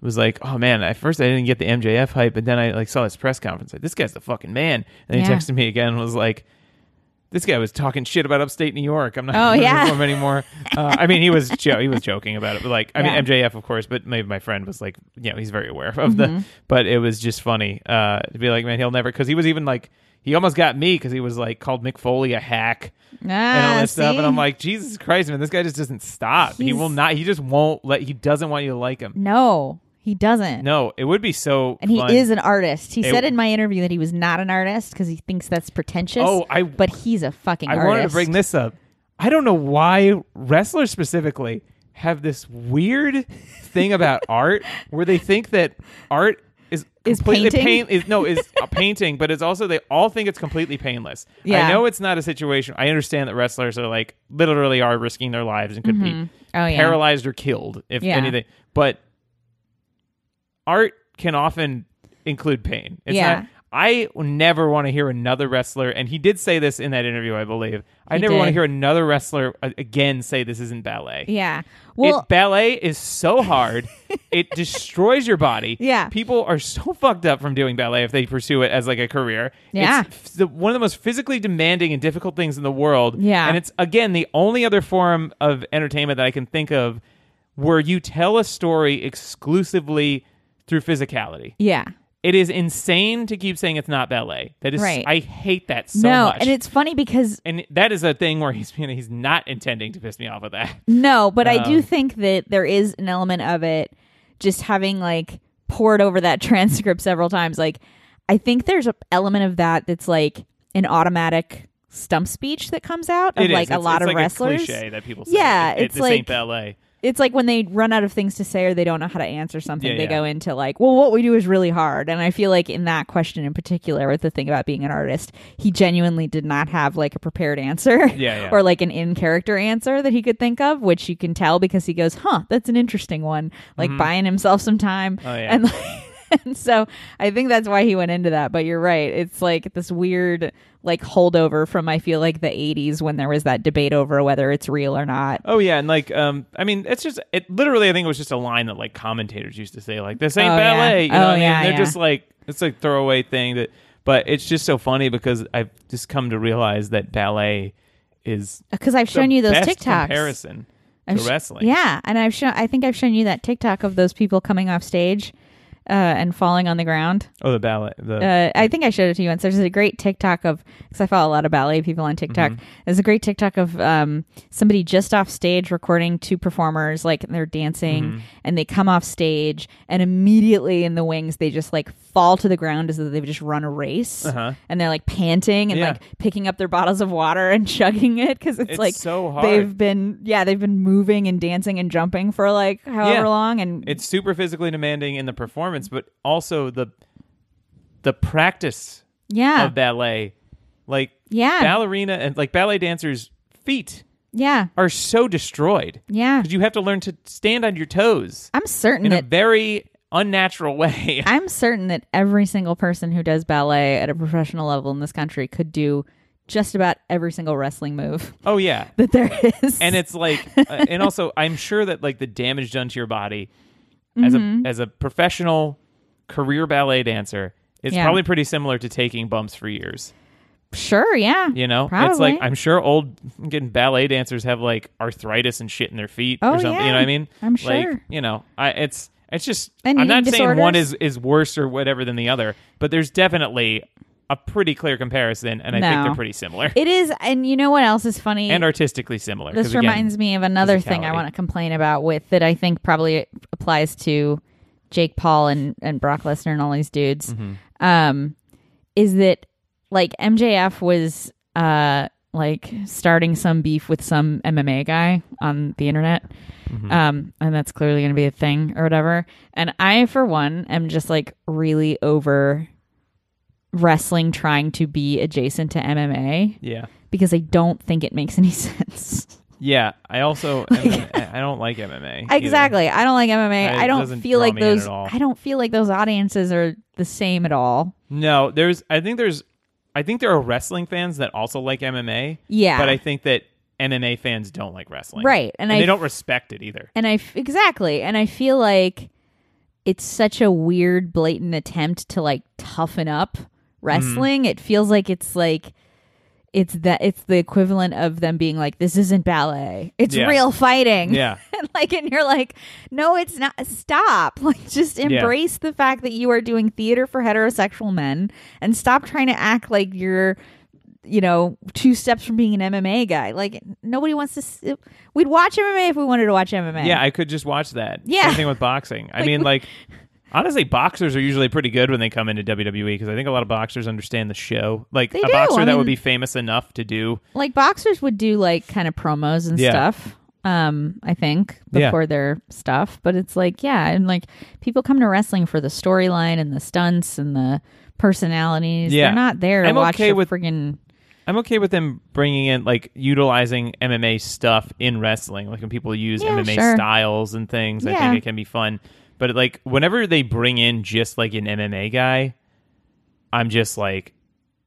Speaker 3: was like, oh man. At first I didn't get the MJF hype, but then I like saw his press conference. Like this guy's the fucking man. And he
Speaker 2: Yeah.
Speaker 3: texted me again and was like. This guy was talking shit about upstate New York. I'm not
Speaker 2: Oh,
Speaker 3: gonna
Speaker 2: yeah.
Speaker 3: perform anymore. Uh, I mean, he was jo- he was joking about it, but like, I
Speaker 2: Yeah.
Speaker 3: mean, MJF, of course, but maybe my friend was like, you know, he's very aware of
Speaker 2: Mm-hmm.
Speaker 3: the. But it was just funny uh, to be like, man, he'll never because he was even like he almost got me because he was like called Mick Foley a hack and all
Speaker 2: Ah,
Speaker 3: that stuff, and
Speaker 2: see?
Speaker 3: I'm like, Jesus Christ, man, this guy just doesn't stop. He
Speaker 2: He's-
Speaker 3: will not. He just won't let. He doesn't want you to like him.
Speaker 2: no, he doesn't.
Speaker 3: No, it would be so.
Speaker 2: And he
Speaker 3: fun.
Speaker 2: is an artist. He
Speaker 3: It-
Speaker 2: said in my interview that he was not an artist because he thinks that's pretentious.
Speaker 3: Oh, I-
Speaker 2: but he's a fucking
Speaker 3: I
Speaker 2: artist.
Speaker 3: wanted to bring this up. I don't know why wrestlers specifically have this weird thing about art where they think that art is
Speaker 2: Is
Speaker 3: completely
Speaker 2: painting?
Speaker 3: pain is no is a painting, but it's also they all think it's completely painless.
Speaker 2: Yeah.
Speaker 3: I know it's not a situation. I understand that wrestlers are like literally are risking their lives and could be
Speaker 2: Oh, yeah.
Speaker 3: paralyzed or killed if
Speaker 2: Yeah.
Speaker 3: anything. But art can often include pain. It's
Speaker 2: Yeah.
Speaker 3: not, I never want to hear another wrestler, and he did say this in that interview, I believe. I
Speaker 2: He
Speaker 3: never want to
Speaker 2: did.
Speaker 3: hear another wrestler a- again say this isn't ballet.
Speaker 2: Yeah. Well,
Speaker 3: it, ballet is so hard; it destroys your body.
Speaker 2: Yeah.
Speaker 3: people are so fucked up from doing ballet if they pursue it as like a career.
Speaker 2: Yeah.
Speaker 3: it's f- the, one of the most physically demanding and difficult things in the world.
Speaker 2: Yeah.
Speaker 3: and it's again the only other form of entertainment that I can think of where you tell a story exclusively through physicality.
Speaker 2: yeah.
Speaker 3: It is insane to keep saying it's not ballet. That is,
Speaker 2: Right.
Speaker 3: I hate that so
Speaker 2: no,
Speaker 3: much.
Speaker 2: and it's funny because
Speaker 3: and that is a thing where he's he's not intending to piss me off with that.
Speaker 2: no, but I do think that there is an element of it just having like poured over that transcript several times. Like, I think there's an element of that that's like an automatic stump speech that comes out of
Speaker 3: It is.
Speaker 2: like a
Speaker 3: It's-
Speaker 2: lot
Speaker 3: it's
Speaker 2: of
Speaker 3: like
Speaker 2: wrestlers.
Speaker 3: A cliche that people say.
Speaker 2: Yeah,
Speaker 3: It- it-
Speaker 2: it's
Speaker 3: this ain't
Speaker 2: like-
Speaker 3: ballet.
Speaker 2: It's like when they run out of things to say or they don't know how to answer something,
Speaker 3: Yeah,
Speaker 2: they
Speaker 3: yeah.
Speaker 2: go into like, well, what we do is really hard. And I feel like in that question in particular, with the thing about being an artist, he genuinely did not have like a prepared answer
Speaker 3: Yeah, yeah.
Speaker 2: or like an in character answer that he could think of, which you can tell because he goes, huh, that's an interesting one, like buying himself some time.
Speaker 3: Mm-hmm. Oh, yeah.
Speaker 2: And, and so I think that's why he went into that. But you're right. It's like this weird like holdover from I feel like the 80s when there was that debate over whether it's real or not.
Speaker 3: Oh yeah, and like um, I mean, it's just it. Literally, I think it was just a line that like commentators used to say, like "this ain't
Speaker 2: Oh, yeah.
Speaker 3: ballet." You know,
Speaker 2: Oh,
Speaker 3: what I mean,
Speaker 2: yeah,
Speaker 3: they're
Speaker 2: yeah.
Speaker 3: just like it's like throwaway thing that. But it's just so funny because I've just come to realize that ballet is
Speaker 2: because I've
Speaker 3: the
Speaker 2: shown you those
Speaker 3: best
Speaker 2: TikToks.
Speaker 3: comparison
Speaker 2: I've
Speaker 3: to
Speaker 2: sh-
Speaker 3: wrestling.
Speaker 2: Yeah, and I've shown. I think I've shown you that TikTok of those people coming off stage uh, and falling on the ground.
Speaker 3: Oh, the ballet. The
Speaker 2: Uh, I think I showed it to you once. There's a great TikTok of because I follow a lot of ballet people on TikTok.
Speaker 3: Mm-hmm.
Speaker 2: There's a great TikTok of um, somebody just off stage recording two performers like they're dancing
Speaker 3: Mm-hmm.
Speaker 2: and they come off stage and immediately in the wings they just like fall to the ground as though they've just run a race
Speaker 3: Uh-huh.
Speaker 2: and they're like panting and
Speaker 3: Yeah.
Speaker 2: like picking up their bottles of water and chugging it because it's,
Speaker 3: It's
Speaker 2: like
Speaker 3: so hard.
Speaker 2: they've been yeah they've been moving and dancing and jumping for like however
Speaker 3: Yeah.
Speaker 2: long and
Speaker 3: it's super physically demanding in the performance, but also the the practice
Speaker 2: yeah
Speaker 3: of ballet, like
Speaker 2: Yeah.
Speaker 3: ballerina and like ballet dancers' feet
Speaker 2: yeah
Speaker 3: are so destroyed
Speaker 2: yeah.
Speaker 3: because you have to learn to stand on your toes
Speaker 2: I'm certain
Speaker 3: in a
Speaker 2: that
Speaker 3: very unnatural way.
Speaker 2: I'm certain that every single person who does ballet at a professional level in this country could do just about every single wrestling move
Speaker 3: oh yeah,
Speaker 2: that there is.
Speaker 3: and it's like, uh, and also I'm sure that like the damage done to your body as a
Speaker 2: Mm-hmm.
Speaker 3: as a professional career ballet dancer is
Speaker 2: Yeah.
Speaker 3: probably pretty similar to taking bumps for years.
Speaker 2: sure, yeah.
Speaker 3: You know, it's
Speaker 2: Probably.
Speaker 3: like I'm sure old getting ballet dancers have like arthritis and shit in their feet
Speaker 2: Oh,
Speaker 3: or something.
Speaker 2: yeah.
Speaker 3: You know what I mean?
Speaker 2: I'm
Speaker 3: Like,
Speaker 2: sure.
Speaker 3: you know, I it's it's just
Speaker 2: And
Speaker 3: I'm not
Speaker 2: eating
Speaker 3: saying one
Speaker 2: disorders?
Speaker 3: is is worse or whatever than the other, but there's definitely a pretty clear comparison, and I
Speaker 2: No.
Speaker 3: think they're pretty similar
Speaker 2: It is and you know what else is funny?
Speaker 3: and artistically similar.
Speaker 2: this
Speaker 3: 'cause again,
Speaker 2: reminds me of another thing I
Speaker 3: physicality.
Speaker 2: want to complain about with that I think probably applies to Jake Paul and, and Brock Lesnar and all these dudes.
Speaker 3: Mm-hmm.
Speaker 2: Um, is that like MJF was uh like starting some beef with some MMA guy on the internet.
Speaker 3: Mm-hmm.
Speaker 2: Um, and that's clearly gonna be a thing or whatever. And I for one am just like really over wrestling trying to be adjacent to MMA
Speaker 3: Yeah.
Speaker 2: because I don't think it makes any sense.
Speaker 3: Yeah. I also am- I don't like MMA. either.
Speaker 2: Oh, Exactly. I don't like MMA.
Speaker 3: I-
Speaker 2: I,
Speaker 3: it
Speaker 2: don't
Speaker 3: doesn't
Speaker 2: feel
Speaker 3: draw
Speaker 2: like
Speaker 3: me in
Speaker 2: those
Speaker 3: at all.
Speaker 2: I don't feel like those audiences are the same at all.
Speaker 3: No, there's I think there's I think there are wrestling fans that also like MMA.
Speaker 2: Yeah.
Speaker 3: But I think that MMA fans don't like wrestling.
Speaker 2: Right, and
Speaker 3: And, they
Speaker 2: I-
Speaker 3: don't respect it either.
Speaker 2: And I f- exactly, and I feel like it's such a weird, blatant attempt to like toughen up
Speaker 3: Mm-hmm.
Speaker 2: wrestling. It feels like it's like it's that it's the equivalent of them being like, "This isn't ballet; it's
Speaker 3: Yeah.
Speaker 2: real fighting."
Speaker 3: Yeah.
Speaker 2: and like, and you're like, "No, it's not. Stop! Like, just embrace the fact that you are doing theater for heterosexual men, and stop trying to act like you're." you know, two steps from being an MMA guy. Like nobody wants to. s- We'd watch MMA if we wanted to watch MMA.
Speaker 3: Yeah, I could just watch that.
Speaker 2: Yeah.
Speaker 3: Same thing with boxing. I mean, like, honestly, boxers are usually pretty good when they come into WWE because I think a lot of boxers understand the show. Like,
Speaker 2: They
Speaker 3: a
Speaker 2: do.
Speaker 3: boxer
Speaker 2: I
Speaker 3: that would
Speaker 2: mean-
Speaker 3: be famous enough to do.
Speaker 2: like boxers would do like kind of promos and
Speaker 3: Yeah.
Speaker 2: stuff. Um, I think
Speaker 3: Yeah.
Speaker 2: before their stuff, but it's like yeah, and like people come to wrestling for the storyline and the stunts and the personalities.
Speaker 3: Yeah.
Speaker 2: they're not there to
Speaker 3: I'm
Speaker 2: watch
Speaker 3: okay
Speaker 2: the
Speaker 3: with-
Speaker 2: friggin'
Speaker 3: I'm okay with them bringing in, like, utilizing MMA stuff in wrestling. Like, when people use
Speaker 2: Yeah,
Speaker 3: MMA
Speaker 2: sure.
Speaker 3: styles and things, I
Speaker 2: Yeah.
Speaker 3: think it can be fun. But, like, whenever they bring in just, like, an MMA guy, I'm just, like,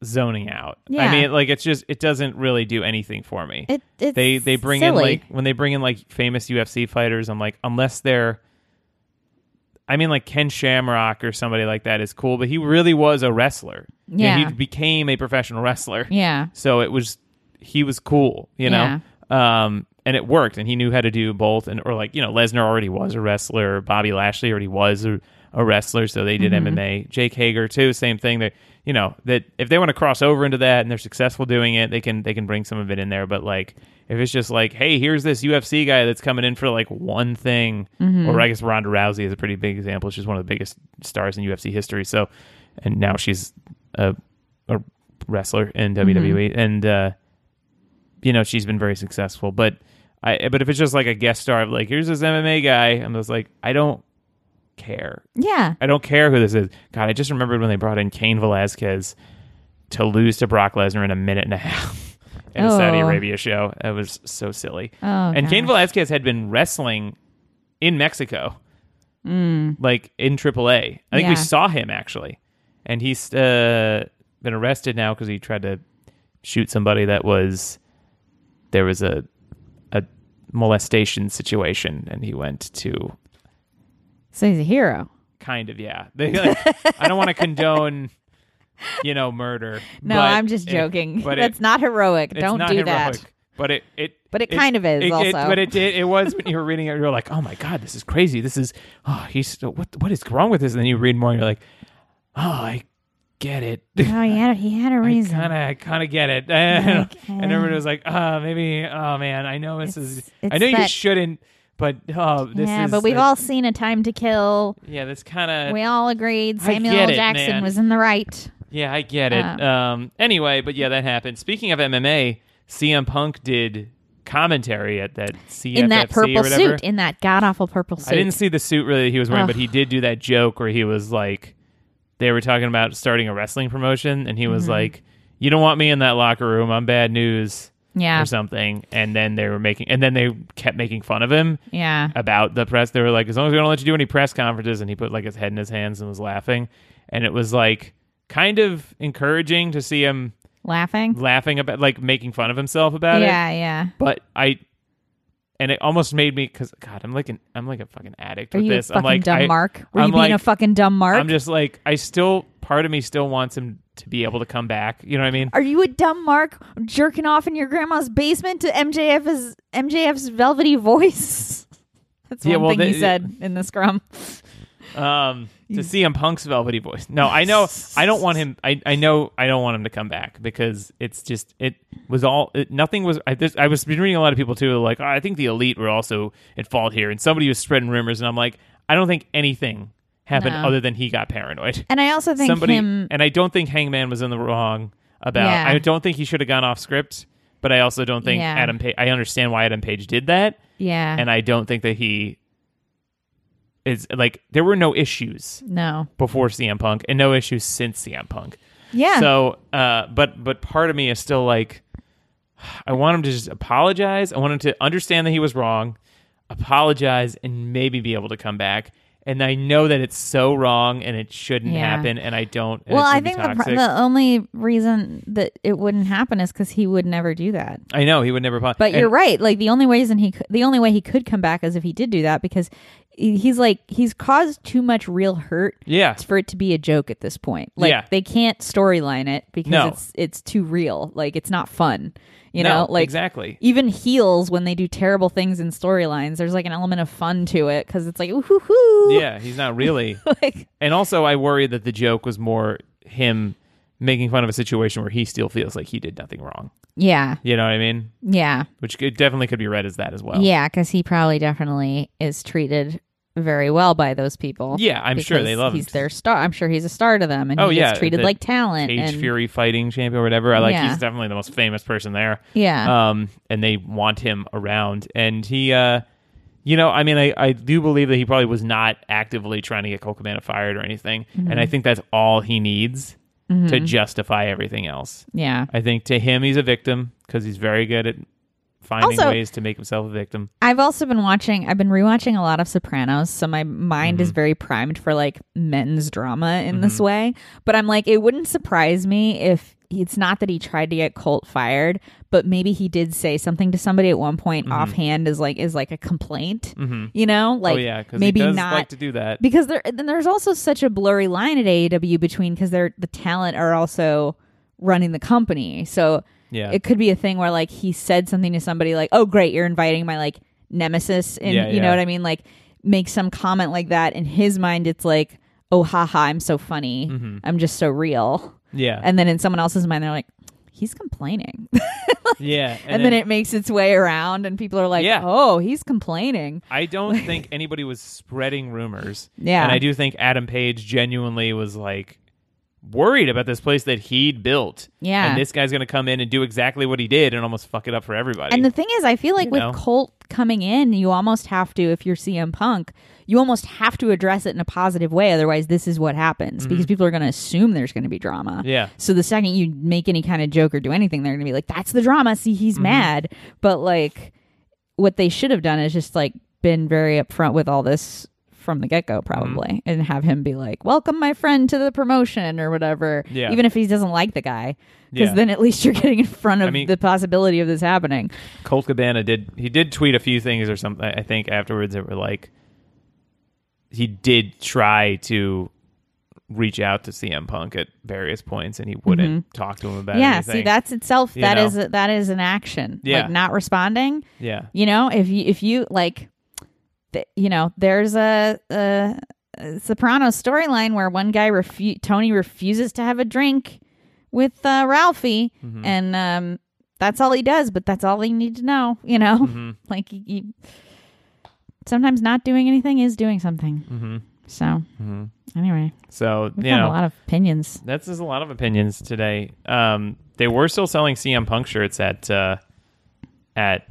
Speaker 3: zoning out. I
Speaker 2: Yeah.
Speaker 3: mean, like, it's just, it doesn't really do anything for me.
Speaker 2: it. It's
Speaker 3: they they bring in
Speaker 2: silly.
Speaker 3: like when they bring in like famous UFC fighters, I'm like unless they're I mean like Ken Shamrock or somebody like that is cool, but he really was a wrestler. You know,
Speaker 2: Yeah.
Speaker 3: he became a professional wrestler.
Speaker 2: yeah,
Speaker 3: So it was he was cool, you know. Um and it worked and he knew how to do both and or like, you know, Lesnar already was a wrestler, Bobby Lashley already was a, a wrestler, so they did MMA. Jake Hager too, same thing. They you know, that if they want to cross over into that and they're successful doing it, they can they can bring some of it in there, but like if it's just like, hey, here's this UFC guy that's coming in for like one thing, or I guess Ronda Rousey is a pretty big example. She's one of the biggest stars in UFC history. So, and now she's a, a wrestler in WWE, and uh, you know she's been very successful. But I, but if it's just like a guest star, of like here's this MMA guy, I'm just like, I don't care.
Speaker 2: yeah.
Speaker 3: I don't care who this is. God, I just remembered when they brought in Kane Velasquez to lose to Brock Lesnar in a minute and a half in a Saudi
Speaker 2: Oh.
Speaker 3: Arabia show. That was so silly.
Speaker 2: Oh,
Speaker 3: and Cain Kane
Speaker 2: gosh.
Speaker 3: Velasquez had been wrestling in Mexico, like in AAA. I think
Speaker 2: Mm. Yeah.
Speaker 3: we saw him actually, and he's uh, been arrested now because he tried to shoot somebody that was there was a a molestation situation, and he went to
Speaker 2: So he's a hero.
Speaker 3: kind of yeah they, like, i don't want to condone you know murder
Speaker 2: No,
Speaker 3: but
Speaker 2: I'm just
Speaker 3: it-
Speaker 2: joking.
Speaker 3: but
Speaker 2: That's
Speaker 3: it,
Speaker 2: not heroic.
Speaker 3: it's
Speaker 2: Don't
Speaker 3: not
Speaker 2: do
Speaker 3: heroic,
Speaker 2: that.
Speaker 3: but it, it
Speaker 2: But it kind of is
Speaker 3: it- it-
Speaker 2: also.
Speaker 3: but it did it was when you were reading it you were like oh my god this is crazy this is oh he's what what is wrong with this and then you read more and you're like oh i get it
Speaker 2: No, Oh, he had he had a
Speaker 3: I
Speaker 2: reason.
Speaker 3: kind of, I kind of get it, and
Speaker 2: Like,
Speaker 3: everybody was like, "Uh, maybe, oh man, I know this
Speaker 2: It's-
Speaker 3: is,
Speaker 2: it's
Speaker 3: I know you
Speaker 2: that-
Speaker 3: shouldn't, but oh, this
Speaker 2: yeah,
Speaker 3: is,
Speaker 2: but we've
Speaker 3: uh,
Speaker 2: all seen a time to kill.
Speaker 3: yeah, this kind of,
Speaker 2: We all agreed
Speaker 3: I
Speaker 2: Samuel
Speaker 3: get
Speaker 2: L.
Speaker 3: it,
Speaker 2: Jackson
Speaker 3: man.
Speaker 2: was in the right.
Speaker 3: Yeah, I get it.
Speaker 2: Um,
Speaker 3: um, anyway, but yeah, that happened. Speaking of MMA, CM Punk did commentary at that CFFC
Speaker 2: in that
Speaker 3: or
Speaker 2: purple
Speaker 3: whatever.
Speaker 2: suit, in that god awful purple suit.
Speaker 3: I didn't see the suit really that he was wearing, but
Speaker 2: Ugh.
Speaker 3: he did do that joke where he was like, they were talking about starting a wrestling promotion, and he
Speaker 2: Mm-hmm.
Speaker 3: was like, "You don't want me in that locker room. I'm bad news."
Speaker 2: yeah.
Speaker 3: Or something, and then they were making, and then they kept making fun of him
Speaker 2: Yeah.
Speaker 3: about the press. They were like, as long as we don't let you do any press conferences, and he put like his head in his hands and was laughing, and it was like kind of encouraging to see him
Speaker 2: Laughing.
Speaker 3: laughing about like making fun of himself about it.
Speaker 2: Yeah, yeah.
Speaker 3: But I and it almost made me because God, I'm like an I'm like a fucking addict
Speaker 2: Are
Speaker 3: with
Speaker 2: you
Speaker 3: this.
Speaker 2: a fucking
Speaker 3: I'm like
Speaker 2: dumb
Speaker 3: I,
Speaker 2: mark? Were
Speaker 3: I'm
Speaker 2: you being
Speaker 3: like-
Speaker 2: a fucking dumb mark?
Speaker 3: I'm just like I still part of me still wants him to be able to come back. You know what I mean?
Speaker 2: Are you a dumb mark jerking off in your grandma's basement to MJF's MJF's velvety voice? That's
Speaker 3: Yeah,
Speaker 2: one
Speaker 3: well,
Speaker 2: thing he
Speaker 3: the-
Speaker 2: said in the scrum.
Speaker 3: Um, to CM Punk's velvety voice. No, I know I don't want him. I, I know I don't want him to come back because it's just it was all it, nothing was. I, this, I was been reading a lot of people too. Like "Oh, I think the elite were also at fault here, and somebody was spreading rumors, and I'm like, I don't think anything happened
Speaker 2: No.
Speaker 3: other than he got paranoid.
Speaker 2: And I also think
Speaker 3: somebody
Speaker 2: him
Speaker 3: and I don't think Hangman was in the wrong about.
Speaker 2: Yeah.
Speaker 3: I don't think he should have gone off script, but I also don't think
Speaker 2: Yeah.
Speaker 3: Adam. Pa- I understand why Adam Page did that,
Speaker 2: Yeah.
Speaker 3: and I don't think that he is like there were no issues
Speaker 2: no.
Speaker 3: before CM Punk and no issues since CM Punk.
Speaker 2: Mm-hmm. Yeah.
Speaker 3: So, uh, but but part of me is still like, I want him to just apologize. I want him to understand that he was wrong, apologize, and maybe be able to come back. And I know that it's so wrong and it shouldn't
Speaker 2: Yeah.
Speaker 3: happen. And I don't. and
Speaker 2: well,
Speaker 3: it's
Speaker 2: I
Speaker 3: gonna be
Speaker 2: think the, pro-
Speaker 3: toxic.
Speaker 2: the only reason that it wouldn't happen is because he would never do that.
Speaker 3: I know he would never. Apologize.
Speaker 2: But you're right. Like the only reason he could, the only way he could come back is if he did do that because he- he's like he's caused too much real hurt
Speaker 3: Yeah.
Speaker 2: for it to be a joke at this point. Like
Speaker 3: Yeah.
Speaker 2: they can't storyline it because
Speaker 3: No.
Speaker 2: it's it's too real. Like it's not fun. You
Speaker 3: No,
Speaker 2: know, like
Speaker 3: exactly.
Speaker 2: Even heels when they do terrible things in storylines, there's like an element of fun to it because it's like ooh hoo hoo.
Speaker 3: Yeah, he's not really.
Speaker 2: like
Speaker 3: And also, I worry that the joke was more him making fun of a situation where he still feels like he did nothing wrong.
Speaker 2: yeah,
Speaker 3: You know what I mean?
Speaker 2: yeah,
Speaker 3: Which could, definitely could be read as that as well.
Speaker 2: yeah. Because he probably definitely is treated very well by those people.
Speaker 3: Yeah, I'm sure they
Speaker 2: because
Speaker 3: love him.
Speaker 2: He's their star. I'm sure he's a star to them, and
Speaker 3: Oh,
Speaker 2: he gets
Speaker 3: yeah,
Speaker 2: treated
Speaker 3: the
Speaker 2: like talent.
Speaker 3: Cage
Speaker 2: and
Speaker 3: Fury fighting champion or whatever. I like
Speaker 2: Yeah.
Speaker 3: he's definitely the most famous person there.
Speaker 2: yeah,
Speaker 3: Um, and they want him around. And he, uh, you know, I mean, I, I do believe that he probably was not actively trying to get Cole Cabana fired or anything. And
Speaker 2: Mm-hmm.
Speaker 3: I think that's all he needs to justify everything else.
Speaker 2: yeah.
Speaker 3: I think to him, he's a victim because he's very good at finding
Speaker 2: Also-
Speaker 3: ways to make himself a victim.
Speaker 2: I've also been watching. I've been rewatching a lot of Sopranos, so my mind
Speaker 3: Mm-hmm.
Speaker 2: is very primed for like men's drama in this way. But I'm like, it wouldn't surprise me if it's not that he tried to get Colt fired, but maybe he did say something to somebody at one point offhand, is like is like a complaint. You know, like
Speaker 3: Mm-hmm. oh yeah, because
Speaker 2: maybe
Speaker 3: he does
Speaker 2: not
Speaker 3: like to do that.
Speaker 2: because there then there's also such a blurry line at AEW between because they're the talent are also running the company. So
Speaker 3: Yeah.
Speaker 2: it could be a thing where like he said something to somebody like, "Oh great, you're inviting my like nemesis," and
Speaker 3: Yeah,
Speaker 2: you know
Speaker 3: yeah.
Speaker 2: what I mean, like make some comment like that. In his mind, it's like, "Oh haha, I'm so funny, I'm just so real,"
Speaker 3: Mm-hmm. yeah,
Speaker 2: and then in someone else's mind, they're like. He's complaining, and,
Speaker 3: yeah, and,
Speaker 2: then, it makes its way around, and people are like,
Speaker 3: Yeah.
Speaker 2: "Oh, he's complaining."
Speaker 3: I don't think anybody was spreading rumors.
Speaker 2: Yeah.
Speaker 3: And I do think Adam Page genuinely was like worried about this place that he'd built.
Speaker 2: Yeah.
Speaker 3: And this guy's going to come in and do exactly what he did and almost fuck it up for everybody.
Speaker 2: And the thing is, I feel like
Speaker 3: You
Speaker 2: with
Speaker 3: know?
Speaker 2: Colt coming in, you almost have to, if you're CM Punk, you almost have to address it in a positive way. Otherwise, this is what happens because people are going to assume there's going to be drama.
Speaker 3: Mm-hmm. yeah.
Speaker 2: So the second you make any kind of joke or do anything, they're going to be like, that's the drama. See, he's
Speaker 3: Mm-hmm.
Speaker 2: mad. But like, what they should have done is just like been very upfront with all this from the get go,
Speaker 3: Mm-hmm.
Speaker 2: probably, and have him be like, welcome my friend to the promotion or whatever.
Speaker 3: Yeah.
Speaker 2: Even if he doesn't like the guy. Because
Speaker 3: Yeah.
Speaker 2: then at least you're getting in front of
Speaker 3: I mean-
Speaker 2: the possibility of this happening.
Speaker 3: Colt Cabana did, he did tweet a few things or something, I think, afterwards that were like, he did try to reach out to CM Punk at various points and he wouldn't talk to him about
Speaker 2: Mm-hmm. yeah
Speaker 3: anything.
Speaker 2: see that's itself
Speaker 3: You
Speaker 2: that
Speaker 3: know?
Speaker 2: is a, that is an action
Speaker 3: Yeah.
Speaker 2: like not responding
Speaker 3: Yeah.
Speaker 2: you know if you if you like th- you know there's a, a, a soprano storyline where one guy refu- tony refuses to have a drink with uh, ralphie
Speaker 3: Mm-hmm.
Speaker 2: and um that's all he does but that's all they need to know you know
Speaker 3: Mm-hmm.
Speaker 2: like you, you- sometimes not doing anything is doing something
Speaker 3: Mhm.
Speaker 2: so anyway
Speaker 3: So,
Speaker 2: we've
Speaker 3: you
Speaker 2: got
Speaker 3: know.
Speaker 2: a lot of opinions
Speaker 3: That's just a lot of opinions today. Um, they were still selling CM Punk shirts at uh, at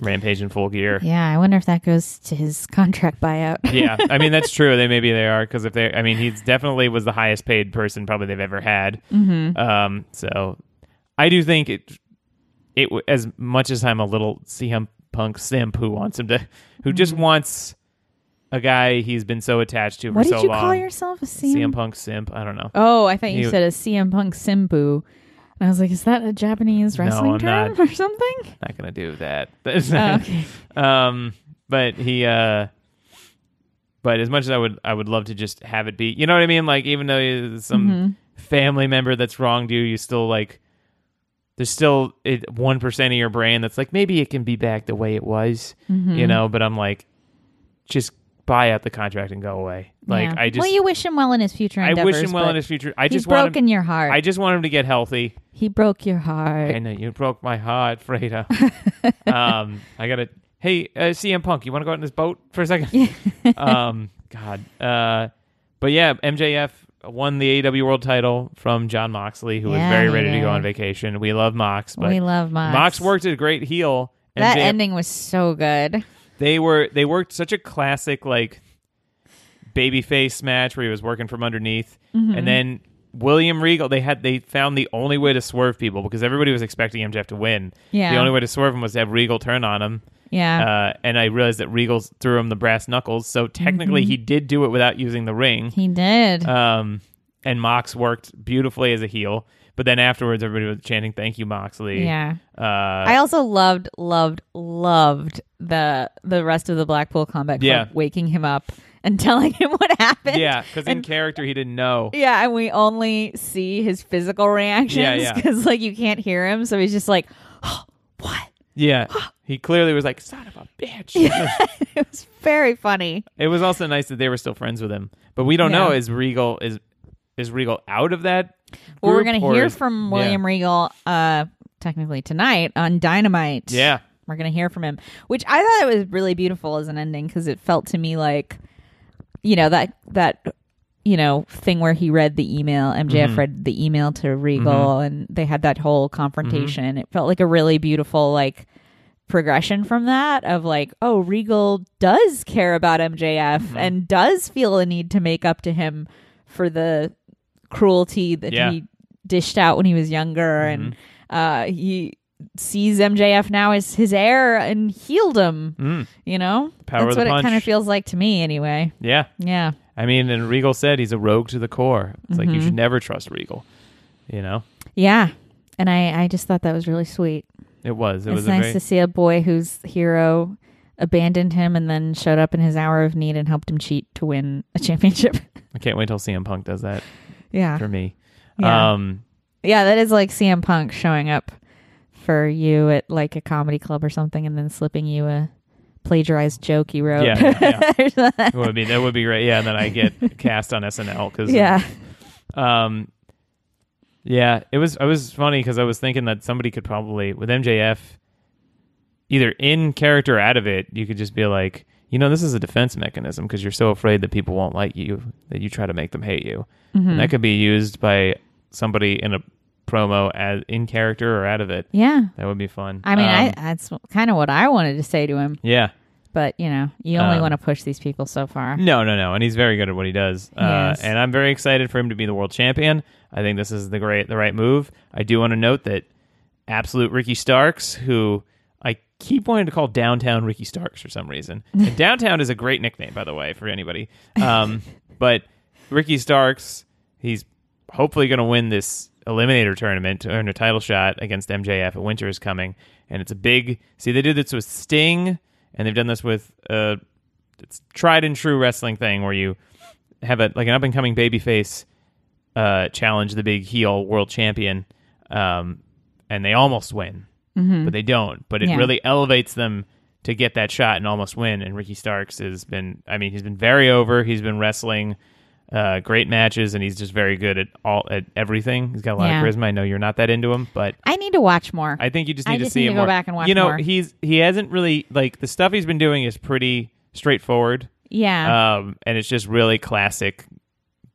Speaker 3: Rampage and Full Gear.
Speaker 2: yeah i wonder if that goes to his contract buyout
Speaker 3: yeah, I mean that's true. They maybe they are because if they, I mean, he's definitely was the highest paid person probably they've ever had.
Speaker 2: Mm-hmm.
Speaker 3: Um, so I do think it it w- as much as I'm a little CM Punk simp who wants him to who
Speaker 2: Mm-hmm.
Speaker 3: just wants a guy he's been so attached to for
Speaker 2: What
Speaker 3: so
Speaker 2: did you
Speaker 3: long.
Speaker 2: call yourself? A CM?
Speaker 3: CM Punk simp? I don't know.
Speaker 2: Oh, I thought you
Speaker 3: You-
Speaker 2: said a CM Punk simbu. And I was like, is that a Japanese wrestling
Speaker 3: I'm
Speaker 2: term
Speaker 3: not.
Speaker 2: or something?
Speaker 3: Not gonna do that. That's
Speaker 2: Oh,
Speaker 3: not-
Speaker 2: okay.
Speaker 3: um but he uh but as much as i would i would love to just have it be you know what i mean like even though you- some
Speaker 2: Mm-hmm.
Speaker 3: family member that's wronged you you still like there's still it, 1% of your brain that's like maybe it can be back the way it was
Speaker 2: Mm-hmm.
Speaker 3: you know but i'm like just buy out the contract and go away like
Speaker 2: Yeah.
Speaker 3: i just
Speaker 2: Well, you wish him well in his future
Speaker 3: i
Speaker 2: endeavors.
Speaker 3: wish him well
Speaker 2: but
Speaker 3: in his future i
Speaker 2: He's
Speaker 3: just want him
Speaker 2: broken your heart.
Speaker 3: i just want him to get healthy
Speaker 2: he broke your heart.
Speaker 3: I know uh, you broke my heart, Freda. um, I gotta. Hey, uh, CM Punk, you want to go out in this boat for a second? um, God. Uh, but yeah, MJF won the AEW World Title from John Moxley, who
Speaker 2: Yeah,
Speaker 3: was very
Speaker 2: he
Speaker 3: ready to
Speaker 2: did.
Speaker 3: go on vacation. We love Mox, but
Speaker 2: we love Mox.
Speaker 3: Mox worked a great heel.
Speaker 2: That
Speaker 3: MJF
Speaker 2: ending was so good.
Speaker 3: they were they worked such a
Speaker 2: Mm-hmm.
Speaker 3: classic like babyface match where he was working from underneath, and then William Regal, they had they found the only way to swerve people because everybody was expecting MJF to win.
Speaker 2: Yeah.
Speaker 3: The only way to swerve him was to have Regal turn on him.
Speaker 2: Yeah.
Speaker 3: Uh, and I realized that Regal threw him the brass knuckles, so technically
Speaker 2: Mm-hmm.
Speaker 3: he did do it without using the ring.
Speaker 2: he did.
Speaker 3: Um, and Mox worked beautifully as a heel, but then afterwards everybody was chanting "Thank you, Moxley."
Speaker 2: yeah.
Speaker 3: Uh,
Speaker 2: I also loved, loved, loved the the rest of the Blackpool Combat Club
Speaker 3: Yeah.
Speaker 2: waking him up and telling him what happened.
Speaker 3: yeah, because in character he didn't know.
Speaker 2: Yeah, and we only see his physical reactions
Speaker 3: yeah.
Speaker 2: because like you can't hear him, so he's just like, "What?"
Speaker 3: Yeah, he clearly was like "son of a bitch."
Speaker 2: it was very funny.
Speaker 3: It was also nice that they were still friends with him, but we don't
Speaker 2: Yeah.
Speaker 3: know is Regal is is Regal out of that.
Speaker 2: Well, we're
Speaker 3: group,
Speaker 2: gonna
Speaker 3: or
Speaker 2: hear
Speaker 3: is-
Speaker 2: from
Speaker 3: yeah.
Speaker 2: William Regal, uh, technically tonight on Dynamite.
Speaker 3: Yeah.
Speaker 2: we're gonna hear from him, which I thought it was really beautiful as an ending because it felt to me like, you know that that you know thing where he read the email, MJF read the email to Regal, and they had that whole confrontation. It felt like a really beautiful like progression from that of like, oh, Regal does care about MJF and does feel a need to make up to him for the cruelty that
Speaker 3: Yeah.
Speaker 2: he dished out when he was younger and uh he sees MJF now as his heir and healed him.
Speaker 3: Mm.
Speaker 2: You know?
Speaker 3: Power of
Speaker 2: That's
Speaker 3: the
Speaker 2: what it
Speaker 3: punch.
Speaker 2: kind of feels like to me anyway.
Speaker 3: Yeah,
Speaker 2: Yeah.
Speaker 3: I mean, and Regal said he's a rogue to the core. It's like you
Speaker 2: Mm-hmm.
Speaker 3: should never trust Regal. You know,
Speaker 2: Yeah. And I, I just thought that was really sweet.
Speaker 3: it was it
Speaker 2: it's
Speaker 3: was
Speaker 2: nice
Speaker 3: a
Speaker 2: to
Speaker 3: very,
Speaker 2: see a boy whose hero abandoned him and then showed up in his hour of need and helped him cheat to win a championship.
Speaker 3: I can't wait till CM Punk does that
Speaker 2: yeah.
Speaker 3: for me.
Speaker 2: Yeah.
Speaker 3: Um,
Speaker 2: yeah, that is like CM Punk showing up for you at like a comedy club or something and then slipping you a plagiarized joke he wrote.
Speaker 3: Yeah, it would be that would be great. Yeah, and then I get cast on SNL because
Speaker 2: yeah.
Speaker 3: um, yeah, it was it was funny because I was thinking that somebody could probably with MJF, either in character or out of it, you could just be like, you know, this is a defense mechanism because you're so afraid that people won't like you that you try to make them hate you, and
Speaker 2: Mm-hmm.
Speaker 3: that could be used by somebody in a promo as in character or out of it.
Speaker 2: Yeah.
Speaker 3: That would be fun.
Speaker 2: I mean, I,
Speaker 3: Um,
Speaker 2: that's kind of what I wanted to say to him,
Speaker 3: yeah.
Speaker 2: but you know, you only
Speaker 3: Um,
Speaker 2: want to push these people so far.
Speaker 3: No, no, no, and he's very good at what he does. Uh,
Speaker 2: Yes.
Speaker 3: and I'm very excited for him to be the world champion. I think this is the great, the right move. I do want to note that absolute Ricky Starks, who I keep wanting to call downtown Ricky Starks for some reason. And downtown is a great nickname, by the way, for anybody. Um, but Ricky Starks, he's hopefully going to win this eliminator tournament to earn a title shot against MJF. At Winter is coming, and it's a big. See, they did this with Sting, and they've done this with uh, it's tried and true wrestling thing where you have a like an up and coming baby face uh, challenge the big heel world champion, um, and they almost win, but they don't. But it
Speaker 2: Mm-hmm. Yeah.
Speaker 3: really elevates them to get that shot and almost win. And Ricky Starks has been, I mean, he's been very over. He's been wrestling uh, great matches, and he's just very good at all at everything. He's got a lot
Speaker 2: Yeah.
Speaker 3: of charisma. I know you're not that into him, but
Speaker 2: I need to watch more.
Speaker 3: I think you just
Speaker 2: I
Speaker 3: need to
Speaker 2: just
Speaker 3: see
Speaker 2: need
Speaker 3: him
Speaker 2: to go
Speaker 3: more.
Speaker 2: back and watch
Speaker 3: You know,
Speaker 2: more.
Speaker 3: he's he hasn't really like the stuff he's been doing is pretty straightforward
Speaker 2: yeah.
Speaker 3: um, and it's just really classic,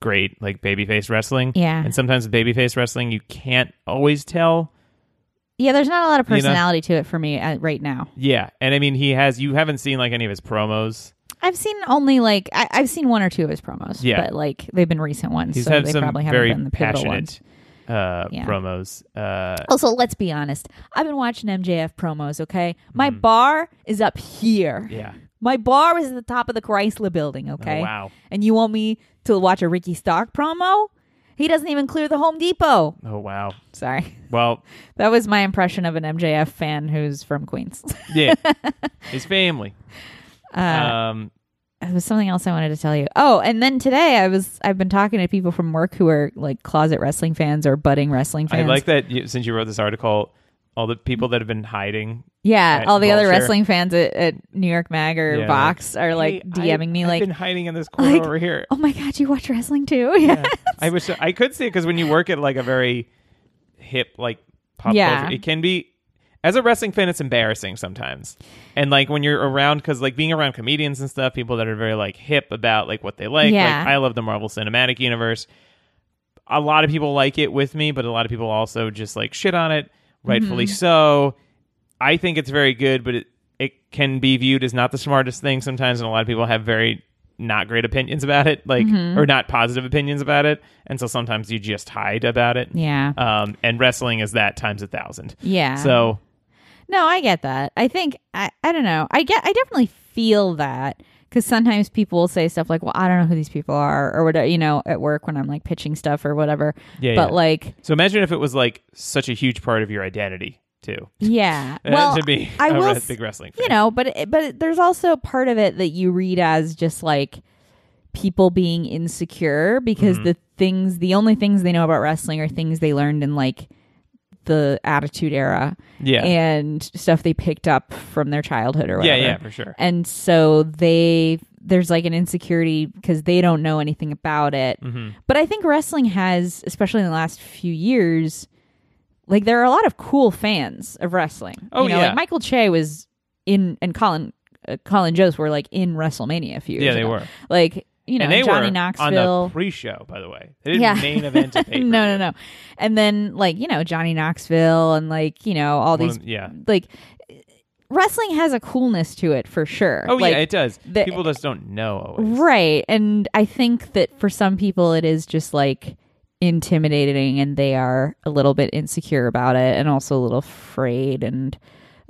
Speaker 3: great like babyface wrestling.
Speaker 2: Yeah.
Speaker 3: and sometimes with babyface wrestling, you can't always tell.
Speaker 2: yeah, there's not a lot of
Speaker 3: you know-
Speaker 2: personality to it for me uh, right now.
Speaker 3: Yeah, and I mean he has. You haven't seen like any of his promos.
Speaker 2: I've seen only like I, I've seen one or two of his promos,
Speaker 3: Yeah.
Speaker 2: but like they've been recent ones,
Speaker 3: He's
Speaker 2: so
Speaker 3: had
Speaker 2: they
Speaker 3: some
Speaker 2: probably haven't
Speaker 3: very
Speaker 2: been the pivotal ones.
Speaker 3: passionate uh,
Speaker 2: Yeah.
Speaker 3: promos. Uh,
Speaker 2: Also, let's be honest. I've been watching MJF promos. Okay, my bar is up here.
Speaker 3: Mm. yeah.
Speaker 2: My bar is at the top of the Chrysler Building. Okay.
Speaker 3: Oh, wow.
Speaker 2: And you want me to watch a Ricky Stark promo? He doesn't even clear the Home Depot.
Speaker 3: Oh wow.
Speaker 2: Sorry.
Speaker 3: Well,
Speaker 2: That was my impression of an MJF fan who's from Queens.
Speaker 3: yeah. his family.
Speaker 2: Uh,
Speaker 3: um.
Speaker 2: It was something else I wanted to tell you. Oh, and then today I was I've been talking to people from work who are like closet wrestling fans or budding wrestling
Speaker 3: I
Speaker 2: fans.
Speaker 3: like that you, since you wrote this article, all the people that have been hiding.
Speaker 2: yeah,
Speaker 3: Right,
Speaker 2: all the
Speaker 3: well,
Speaker 2: other
Speaker 3: sure.
Speaker 2: wrestling fans at, at New York Mag or
Speaker 3: Yeah,
Speaker 2: Vox are like
Speaker 3: "Hey, I-
Speaker 2: DMing me
Speaker 3: I've
Speaker 2: like,
Speaker 3: been hiding in this corner
Speaker 2: like-
Speaker 3: over here.
Speaker 2: "Oh my god, you watch wrestling too?" Yeah.
Speaker 3: I wish I could see it because when you work at like a very hip like pop
Speaker 2: Yeah.
Speaker 3: culture, it can be. As a wrestling fan, it's embarrassing sometimes, and like when you're around, because like being around comedians and stuff, people that are very like hip about like what they like.
Speaker 2: Yeah.
Speaker 3: Like I love the Marvel Cinematic Universe. A lot of people like it with me, but a lot of people also just like shit on it, rightfully
Speaker 2: Mm-hmm.
Speaker 3: so. I think it's very good, but it it can be viewed as not the smartest thing sometimes, and a lot of people have very not great opinions about it, like
Speaker 2: Mm-hmm.
Speaker 3: or not positive opinions about it, and so sometimes you just hide about it.
Speaker 2: Yeah.
Speaker 3: Um, and wrestling is that times a thousand.
Speaker 2: Yeah.
Speaker 3: So
Speaker 2: No, I get that. I think I, I don't know. I get I definitely feel that because sometimes people will say stuff like, "Well, I don't know who these people are," or whatever. You know, at work when I'm like pitching stuff or whatever.
Speaker 3: Yeah,
Speaker 2: But
Speaker 3: yeah.
Speaker 2: like,
Speaker 3: so imagine if it was like such a huge part of your identity too.
Speaker 2: yeah. well,
Speaker 3: to be
Speaker 2: I
Speaker 3: a
Speaker 2: will.
Speaker 3: re-
Speaker 2: s-
Speaker 3: big wrestling fan.
Speaker 2: you know, but it, but it- there's also part of it that you read as just like people being insecure because
Speaker 3: Mm-hmm.
Speaker 2: the things, the only things they know about wrestling are things they learned in like the Attitude Era
Speaker 3: yeah.
Speaker 2: and stuff they picked up from their childhood or
Speaker 3: yeah,
Speaker 2: whatever.
Speaker 3: yeah, for sure.
Speaker 2: and so they there's like an insecurity because they don't know anything about it
Speaker 3: Mm-hmm.
Speaker 2: but i think wrestling has especially in the last few years like there are a lot of cool fans of wrestling
Speaker 3: Oh,
Speaker 2: you know,
Speaker 3: yeah.
Speaker 2: like michael che was in and colin uh, colin jost were like in wrestlemania a few years
Speaker 3: Yeah, they
Speaker 2: ago.
Speaker 3: were.
Speaker 2: like you know
Speaker 3: and they
Speaker 2: johnny
Speaker 3: were
Speaker 2: knoxville
Speaker 3: on the pre-show, by the way. They didn't
Speaker 2: Yeah.
Speaker 3: main event. A pay-per-view.
Speaker 2: no no no and then like you know johnny knoxville and like you know all
Speaker 3: One
Speaker 2: these
Speaker 3: of- yeah.
Speaker 2: like wrestling has a coolness to it for sure
Speaker 3: Oh
Speaker 2: like,
Speaker 3: yeah, it does.
Speaker 2: the-
Speaker 3: People just don't know. always.
Speaker 2: Right. And I think that for some people, it is just like intimidating and they are a little bit insecure about it and also a little afraid. And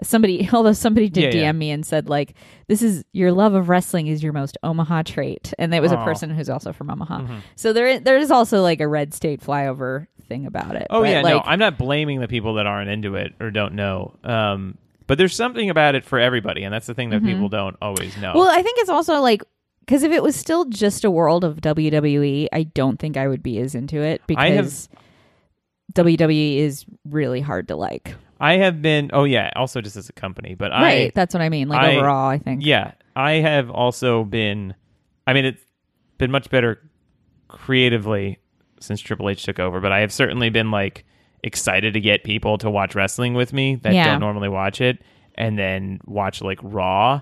Speaker 2: somebody, although somebody did
Speaker 3: Yeah,
Speaker 2: DM
Speaker 3: yeah.
Speaker 2: me and said, like, this is your love of wrestling is your most Omaha trait. And it was
Speaker 3: Aw.
Speaker 2: a person who's also from Omaha.
Speaker 3: Mm-hmm.
Speaker 2: So there, there is also like a red state flyover thing about it.
Speaker 3: Oh
Speaker 2: but,
Speaker 3: yeah, no,
Speaker 2: like,
Speaker 3: I'm not blaming the people that aren't into it or don't know. Um, but there's something about it for everybody, and that's the thing that people don't always know.
Speaker 2: Mm-hmm. Well, I think it's also like because if it was still just a world of WWE, I don't think I would be as into it
Speaker 3: I have-
Speaker 2: because WWE is really hard to like.
Speaker 3: I have been. Oh yeah, also just as a company, but I
Speaker 2: right, that's what I mean. Like
Speaker 3: I-
Speaker 2: overall, I think.
Speaker 3: yeah, I have also been. I mean, it's been much better creatively since Triple H took over, but I have certainly been like excited to get people to watch wrestling with me that
Speaker 2: Yeah.
Speaker 3: don't normally watch it, and then watch like Raw,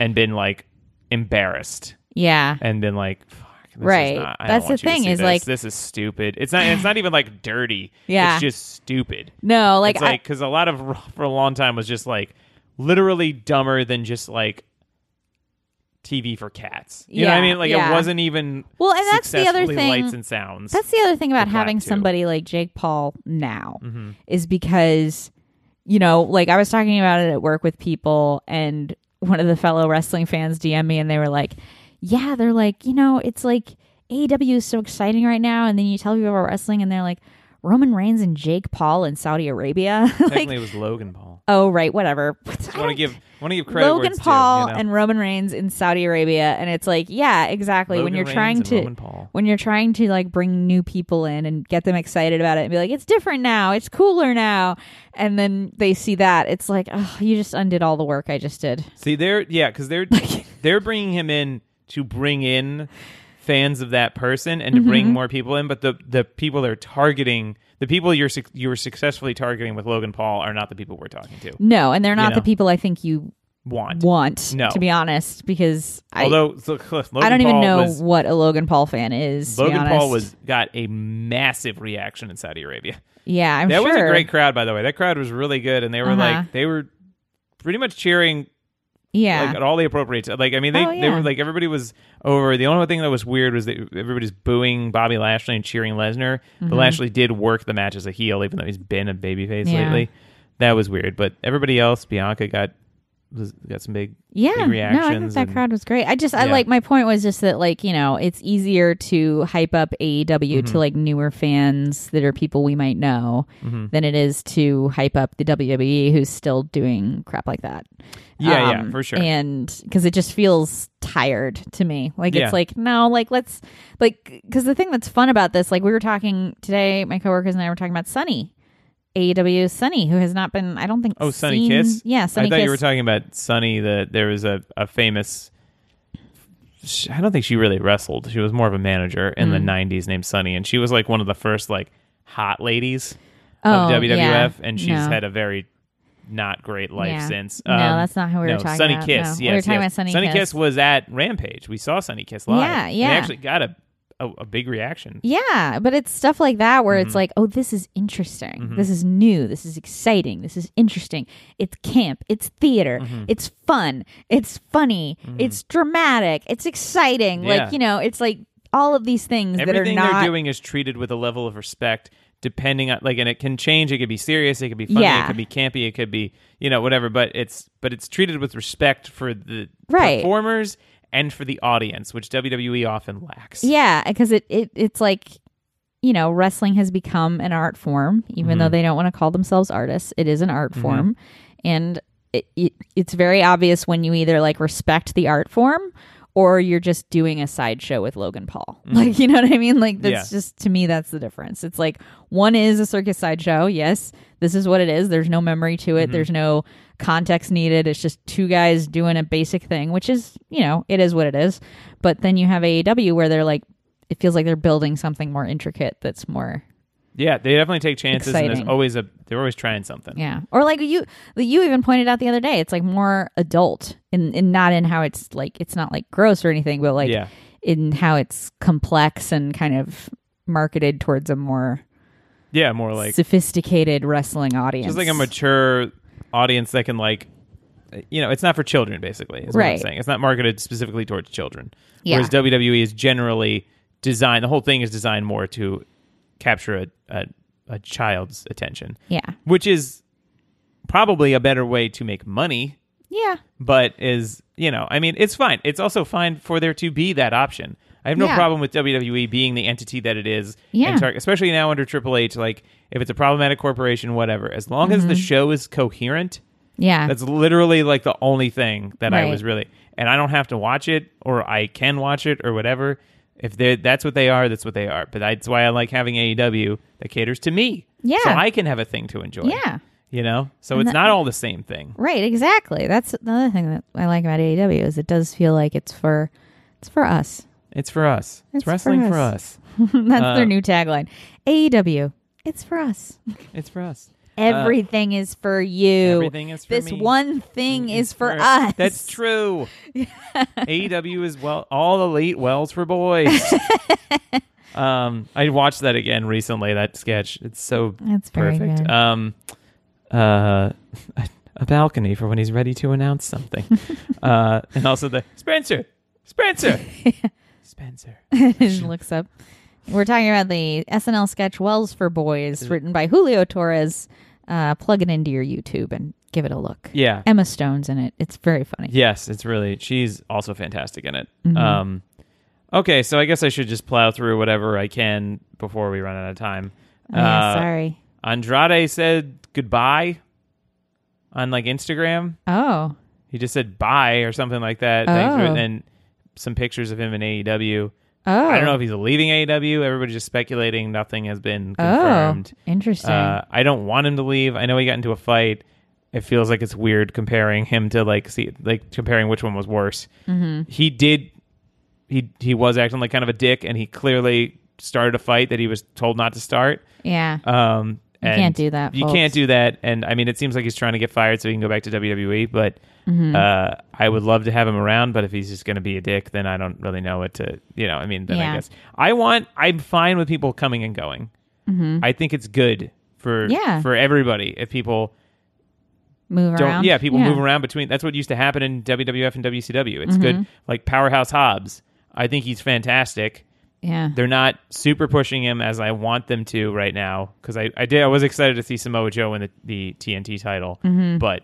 Speaker 3: and been like embarrassed
Speaker 2: yeah,
Speaker 3: and been like, fuck, this
Speaker 2: Right.
Speaker 3: Is not, I
Speaker 2: That's
Speaker 3: don't want
Speaker 2: the
Speaker 3: you to
Speaker 2: thing
Speaker 3: see
Speaker 2: is,
Speaker 3: this.
Speaker 2: like-
Speaker 3: this is stupid. It's not. It's not even like dirty.
Speaker 2: Yeah.
Speaker 3: it's just stupid.
Speaker 2: no, like,
Speaker 3: it's
Speaker 2: I-
Speaker 3: like because a lot of Raw for a long time was just like literally dumber than just like TV for cats. You know what I
Speaker 2: Yeah,
Speaker 3: mean? Like
Speaker 2: yeah.
Speaker 3: it wasn't even
Speaker 2: Well, and that's the other
Speaker 3: successfully
Speaker 2: thing-
Speaker 3: Lights and sounds.
Speaker 2: that's the other thing about
Speaker 3: the Mm-hmm. clap
Speaker 2: having
Speaker 3: too.
Speaker 2: somebody like Jake Paul now is because you know, like I was talking about it at work with people, and one of the fellow wrestling fans DM me, and they were like, "Yeah, they're like, you know, it's like AEW is so exciting right now," and then you tell people about wrestling, and they're like, "Roman Reigns and Jake Paul in Saudi Arabia," like,
Speaker 3: Technically, it was Logan Paul.
Speaker 2: oh right, whatever.
Speaker 3: I want to give want to give credit where
Speaker 2: Logan
Speaker 3: it's due,
Speaker 2: Paul
Speaker 3: you know?
Speaker 2: and Roman Reigns in Saudi Arabia, and it's like, yeah, exactly. when
Speaker 3: Logan
Speaker 2: you're
Speaker 3: Reigns
Speaker 2: trying
Speaker 3: and
Speaker 2: to
Speaker 3: Roman Paul.
Speaker 2: when you're trying to like bring new people in and get them excited about it and be like, it's different now, it's cooler now, and then they see that, it's like, oh, you just undid all the work I just did.
Speaker 3: See, they're yeah, because they're they're bringing him in to bring in fans of that person and to
Speaker 2: Mm-hmm.
Speaker 3: bring more people in. But the the people they're targeting, the people you're suc- you were successfully targeting with Logan Paul, are not the people we're talking to.
Speaker 2: No, and they're not
Speaker 3: know.
Speaker 2: the people I think you
Speaker 3: Want,
Speaker 2: want,
Speaker 3: No.
Speaker 2: to be honest, because I
Speaker 3: although so, Logan
Speaker 2: I don't
Speaker 3: Paul
Speaker 2: even know
Speaker 3: was-
Speaker 2: what a Logan Paul fan is. to be
Speaker 3: Logan Paul
Speaker 2: honest.
Speaker 3: was got a massive reaction in Saudi Arabia.
Speaker 2: yeah, I'm
Speaker 3: that
Speaker 2: sure
Speaker 3: was a great crowd, by the way. That crowd was really good, and they were
Speaker 2: Uh-huh.
Speaker 3: like they were pretty much cheering
Speaker 2: yeah.
Speaker 3: like at all the appropriate like i mean they,
Speaker 2: Oh,
Speaker 3: they
Speaker 2: yeah.
Speaker 3: were like everybody was over the only thing that was weird was that everybody's booing bobby lashley and cheering lesnar
Speaker 2: Mm-hmm.
Speaker 3: but lashley did work the match as a heel even though he's been a babyface
Speaker 2: Yeah.
Speaker 3: lately that was weird but everybody else bianca got was, got some big
Speaker 2: yeah no i think
Speaker 3: reactions
Speaker 2: that
Speaker 3: and-
Speaker 2: crowd was great i just i
Speaker 3: Yeah.
Speaker 2: like my point was just that like you know it's easier to hype up aew
Speaker 3: Mm-hmm.
Speaker 2: to like newer fans that are people we might know
Speaker 3: Mm-hmm.
Speaker 2: than it is to hype up the wwe who's still doing crap like that Um,
Speaker 3: Yeah, yeah, for sure.
Speaker 2: and because it just feels tired to me like
Speaker 3: Yeah.
Speaker 2: it's like no like let's like because the thing that's fun about this like we were talking today my coworkers and i were talking about sunny AEW Sunny, who has not been, I don't think.
Speaker 3: oh sunny
Speaker 2: seen-
Speaker 3: kiss
Speaker 2: yeah. Sunny
Speaker 3: i thought
Speaker 2: Kiss.
Speaker 3: you were talking about sunny that there was a, a famous sh- I don't think she really wrestled. She was more of a manager in
Speaker 2: Hmm.
Speaker 3: the '90s, named Sunny, and she was like one of the first like hot ladies. of
Speaker 2: Oh,
Speaker 3: WWF,
Speaker 2: yeah.
Speaker 3: and she's
Speaker 2: No.
Speaker 3: had a very not great life
Speaker 2: Yeah.
Speaker 3: since. Um,
Speaker 2: No, that's not who we were
Speaker 3: no,
Speaker 2: talking
Speaker 3: Sunny
Speaker 2: about.
Speaker 3: Kiss.
Speaker 2: No. We
Speaker 3: Yes,
Speaker 2: were talking
Speaker 3: yes.
Speaker 2: about Sunny
Speaker 3: Sunny
Speaker 2: Kiss.
Speaker 3: was at Rampage. We saw Sunny Kiss live.
Speaker 2: Yeah,
Speaker 3: And
Speaker 2: yeah.
Speaker 3: They actually got a a, a big reaction.
Speaker 2: Yeah, but it's stuff like that where
Speaker 3: Mm-hmm.
Speaker 2: it's like, oh, this is interesting. This is new. This is exciting. This is interesting. It's camp. It's theater.
Speaker 3: Mm-hmm.
Speaker 2: It's fun. It's funny. It's dramatic. It's exciting.
Speaker 3: Yeah.
Speaker 2: Like, you know, it's like all of these things
Speaker 3: Everything
Speaker 2: that are not
Speaker 3: they're doing is treated with a level of respect, depending on like, and it can change. It could be serious. It could be funny.
Speaker 2: Yeah.
Speaker 3: It could be campy. It could be you know whatever. But it's but it's treated with respect for the
Speaker 2: Right.
Speaker 3: performers and for the audience, which WWE often lacks.
Speaker 2: Yeah, because it, it it's like you know, wrestling has become an art form, even though they don't want to call themselves artists. It is an art form, and it, it it's very obvious when you either like respect the art form or you're just doing a sideshow with Logan Paul. Like, you know what I mean? Like that's
Speaker 3: Yeah.
Speaker 2: just to me that's the difference. It's like one is a circus sideshow. Yes, this is what it is. There's no memory to it. There's no context needed. It's just two guys doing a basic thing, which is, you know, it is what it is. But then you have AEW where they're like it feels like they're building something more intricate that's more
Speaker 3: Yeah, they definitely take chances, and
Speaker 2: Exciting.
Speaker 3: there's always a they're always trying something.
Speaker 2: yeah. Or like you you even pointed out the other day, it's like more adult in, in not in how it's like it's not like gross or anything, but like
Speaker 3: Yeah.
Speaker 2: in how it's complex and kind of marketed towards a more
Speaker 3: Yeah, more like
Speaker 2: sophisticated wrestling audience.
Speaker 3: just like a mature audience that can like you know it's not for children basically is what i'm
Speaker 2: Right.
Speaker 3: saying it's not marketed specifically towards children
Speaker 2: Yeah.
Speaker 3: whereas wwe is generally designed the whole thing is designed more to capture a, a, a child's attention
Speaker 2: Yeah.
Speaker 3: which is probably a better way to make money
Speaker 2: Yeah.
Speaker 3: but is you know i mean it's fine it's also fine for there to be that option i have no
Speaker 2: Yeah.
Speaker 3: problem with wwe being the entity that it is
Speaker 2: Yeah.
Speaker 3: and tar- especially now under triple h like if it's a problematic corporation whatever as long as the show is coherent
Speaker 2: Mm-hmm. Yeah.
Speaker 3: that's literally like the only thing that i
Speaker 2: Right.
Speaker 3: was really and i don't have to watch it or i can watch it or whatever if they that's what they are that's what they are but that's why i like having aew that caters to me
Speaker 2: Yeah.
Speaker 3: so i can have a thing to enjoy
Speaker 2: yeah.
Speaker 3: you know so it's not all the same thing
Speaker 2: Right, exactly. That's another thing that I like about AEW is it does feel like it's for it's for us.
Speaker 3: it's for us it's,
Speaker 2: It's for
Speaker 3: wrestling for
Speaker 2: us.
Speaker 3: us.
Speaker 2: that's
Speaker 3: Uh,
Speaker 2: their new tagline. AEW, it's for us.
Speaker 3: It's for us.
Speaker 2: Everything is for you.
Speaker 3: Everything is for
Speaker 2: this
Speaker 3: me.
Speaker 2: one thing is for
Speaker 3: Right.
Speaker 2: us.
Speaker 3: That's true. AEW is well all elite wells for boys. um, I watched that again recently. That sketch. It's so
Speaker 2: That's very
Speaker 3: perfect.
Speaker 2: good.
Speaker 3: Um, uh, a balcony for when he's ready to announce something. uh, and also the Spencer, Spencer, Spencer.
Speaker 2: She looks up. We're talking about the SNL sketch Wells for Boys, written by Julio Torres. Uh, plug it into your YouTube and give it a look.
Speaker 3: Yeah.
Speaker 2: Emma Stone's in it. It's very funny.
Speaker 3: Yes, it's really she's also fantastic in it.
Speaker 2: Mm-hmm.
Speaker 3: Um Okay, so I guess I should just plow through whatever I can before we run out of time.
Speaker 2: Oh, yeah,
Speaker 3: Uh,
Speaker 2: sorry.
Speaker 3: Andrade said goodbye on like Instagram.
Speaker 2: Oh,
Speaker 3: He just said bye or something like that. Thanks for-
Speaker 2: Oh.
Speaker 3: and then some pictures of him in AEW.
Speaker 2: oh,
Speaker 3: I don't know if he's leaving AEW. Everybody's just speculating. Nothing has been
Speaker 2: oh,
Speaker 3: confirmed.
Speaker 2: interesting.
Speaker 3: Uh, I don't want him to leave. I know he got into a fight. It feels like it's weird comparing him to like see like comparing which one was worse. He did he he was acting like kind of a dick, and he clearly started a fight that he was told not to start.
Speaker 2: yeah,
Speaker 3: Um, you
Speaker 2: can't do that,
Speaker 3: You
Speaker 2: folks.
Speaker 3: can't do that. And I mean, it seems like he's trying to get fired so he can go back to WWE. But
Speaker 2: Mm-hmm.
Speaker 3: uh, I would love to have him around. But if he's just going to be a dick, then I don't really know what to. You know, I mean, then
Speaker 2: Yeah.
Speaker 3: I guess I want. I'm fine with people coming and going. I think it's good for
Speaker 2: Mm-hmm. Yeah.
Speaker 3: for everybody if people
Speaker 2: move
Speaker 3: don't.
Speaker 2: around.
Speaker 3: Yeah, people move around between. That's what used to happen in WWF and WCW.
Speaker 2: Mm-hmm.
Speaker 3: It's good. Like Powerhouse Hobbs, I think he's fantastic
Speaker 2: Yeah,
Speaker 3: they're not super pushing him as I want them to right now because I, I did I was excited to see Samoa Joe win the, the TNT title, but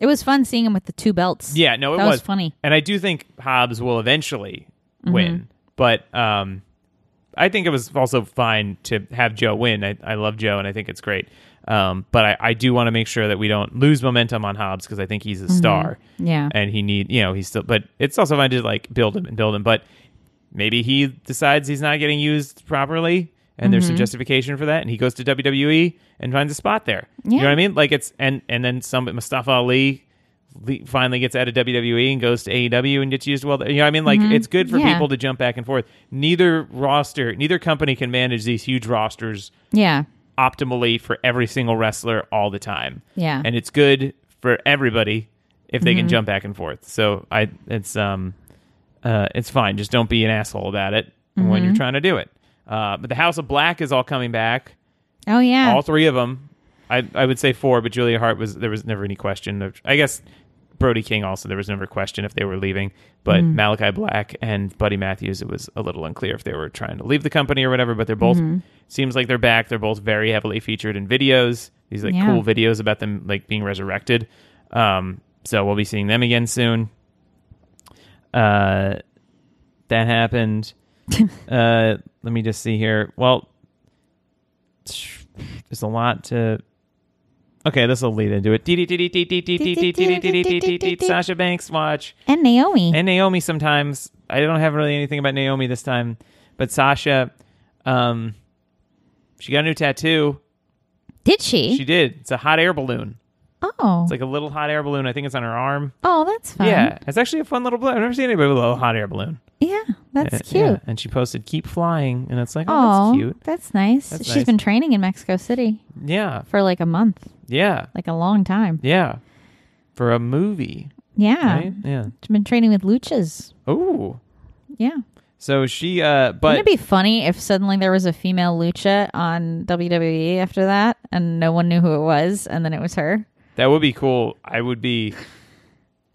Speaker 2: it was fun seeing him with the two belts.
Speaker 3: yeah, no, it
Speaker 2: Mm-hmm. That was funny. Mm-hmm.
Speaker 3: and I do think Hobbs will eventually win, but um, I think it was also fine to have Joe win. I, I love Joe and I think it's great, um, but I, I do want to make sure that we don't lose momentum on Hobbs because I think he's a star
Speaker 2: Mm-hmm. yeah,
Speaker 3: and he need you know he's still but it's also fine to like build him and build him but maybe he decides he's not getting used properly and there's
Speaker 2: Mm-hmm.
Speaker 3: some justification for that and he goes to WWE and finds a spot there you
Speaker 2: Yeah.
Speaker 3: know what I mean like it's and and then some Mustafa Ali le- finally gets out of WWE and goes to AEW and gets used well there. you know what I mean like it's good for
Speaker 2: Mm-hmm. Yeah.
Speaker 3: people to jump back and forth neither roster neither company can manage these huge rosters
Speaker 2: yeah,
Speaker 3: optimally for every single wrestler all the time.
Speaker 2: Yeah.
Speaker 3: And it's good for everybody if they can jump back and forth. So I it's um uh it's fine. Just don't be an asshole about it. when you're trying to do it. Uh, but the House of Black is all coming back.
Speaker 2: Oh yeah.
Speaker 3: All three of them. I I would say four, but Julia Hart was there was never any question. Of, I guess Brody King also there was never a question if they were leaving. But
Speaker 2: Mm-hmm.
Speaker 3: Malachi Black and Buddy Matthews, it was a little unclear if they were trying to leave the company or whatever. But they're both
Speaker 2: Mm-hmm.
Speaker 3: seems like they're back. They're both very heavily featured in videos. These like
Speaker 2: Yeah.
Speaker 3: cool videos about them like being resurrected. Um, so we'll be seeing them again soon. Uh, that happened. uh, let me just see here. Well, there's a lot to. Okay, this will lead into it. Sasha Banks watch
Speaker 2: and Naomi.
Speaker 3: and Naomi. Sometimes I don't have really anything about Naomi this time, but Sasha, um, she got a new tattoo.
Speaker 2: Did she?
Speaker 3: She did. It's a hot air balloon.
Speaker 2: oh.
Speaker 3: It's like a little hot air balloon. I think it's on her arm.
Speaker 2: oh, that's fun.
Speaker 3: Yeah, it's actually a fun little balloon. I've never seen anybody with a little hot air balloon.
Speaker 2: Yeah, that's
Speaker 3: Uh, yeah.
Speaker 2: cute.
Speaker 3: And she posted "Keep flying," and it's like, oh,
Speaker 2: Oh,
Speaker 3: that's cute.
Speaker 2: nice.
Speaker 3: That's
Speaker 2: She's
Speaker 3: nice.
Speaker 2: been training in Mexico City
Speaker 3: Yeah,
Speaker 2: for like a month,
Speaker 3: yeah,
Speaker 2: like a long time.
Speaker 3: yeah. For a movie,
Speaker 2: Yeah.
Speaker 3: right? Yeah.
Speaker 2: She's been training with luchas.
Speaker 3: Oh,
Speaker 2: Yeah.
Speaker 3: so she. Uh, but
Speaker 2: Wouldn't it be funny if suddenly there was a female lucha on WWE after that and no one knew who it was and then it was her?
Speaker 3: that would be cool. I would be.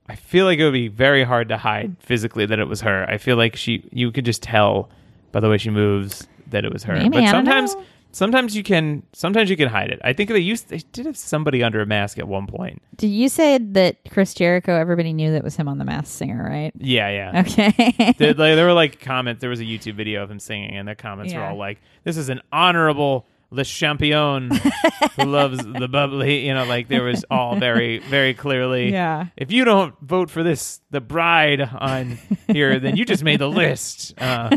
Speaker 3: I feel like it would be very hard to hide physically that it was her. I feel like she. You could just tell by the way she moves that it was her.
Speaker 2: Maybe,
Speaker 3: but
Speaker 2: I don't
Speaker 3: sometimes.
Speaker 2: know.
Speaker 3: Sometimes you can sometimes you can hide it. I think they used they did have somebody under a mask at one point.
Speaker 2: Did you say that Chris Jericho, everybody knew that was him on The Masked Singer, right?
Speaker 3: Yeah, yeah.
Speaker 2: Okay.
Speaker 3: There- like, there were like comments. There was a YouTube video of him singing, and the comments were
Speaker 2: Yeah.
Speaker 3: all like, "This is an honorable Le Champion who loves the bubbly." You know, like there was all very, very clearly.
Speaker 2: Yeah.
Speaker 3: If you don't vote for this, the bride on here, then you just made the list. Uh,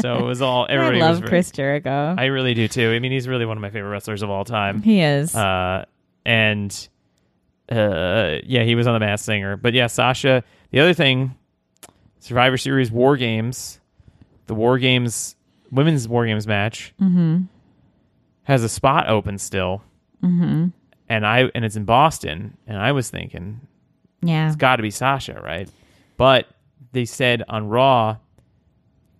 Speaker 3: so it was all
Speaker 2: I
Speaker 3: everybody. was
Speaker 2: love
Speaker 3: very-
Speaker 2: Chris Jericho.
Speaker 3: I really do too. I mean, he's really one of my favorite wrestlers of all time.
Speaker 2: he is.
Speaker 3: Uh, and uh, yeah, he was on the Mass Singer. But yeah, Sasha. The other thing, Survivor Series War Games, the War Games women's War Games match has a spot open still, and I and it's in Boston. And I was thinking
Speaker 2: yeah.
Speaker 3: it's got to be Sasha, right? But they said on Raw.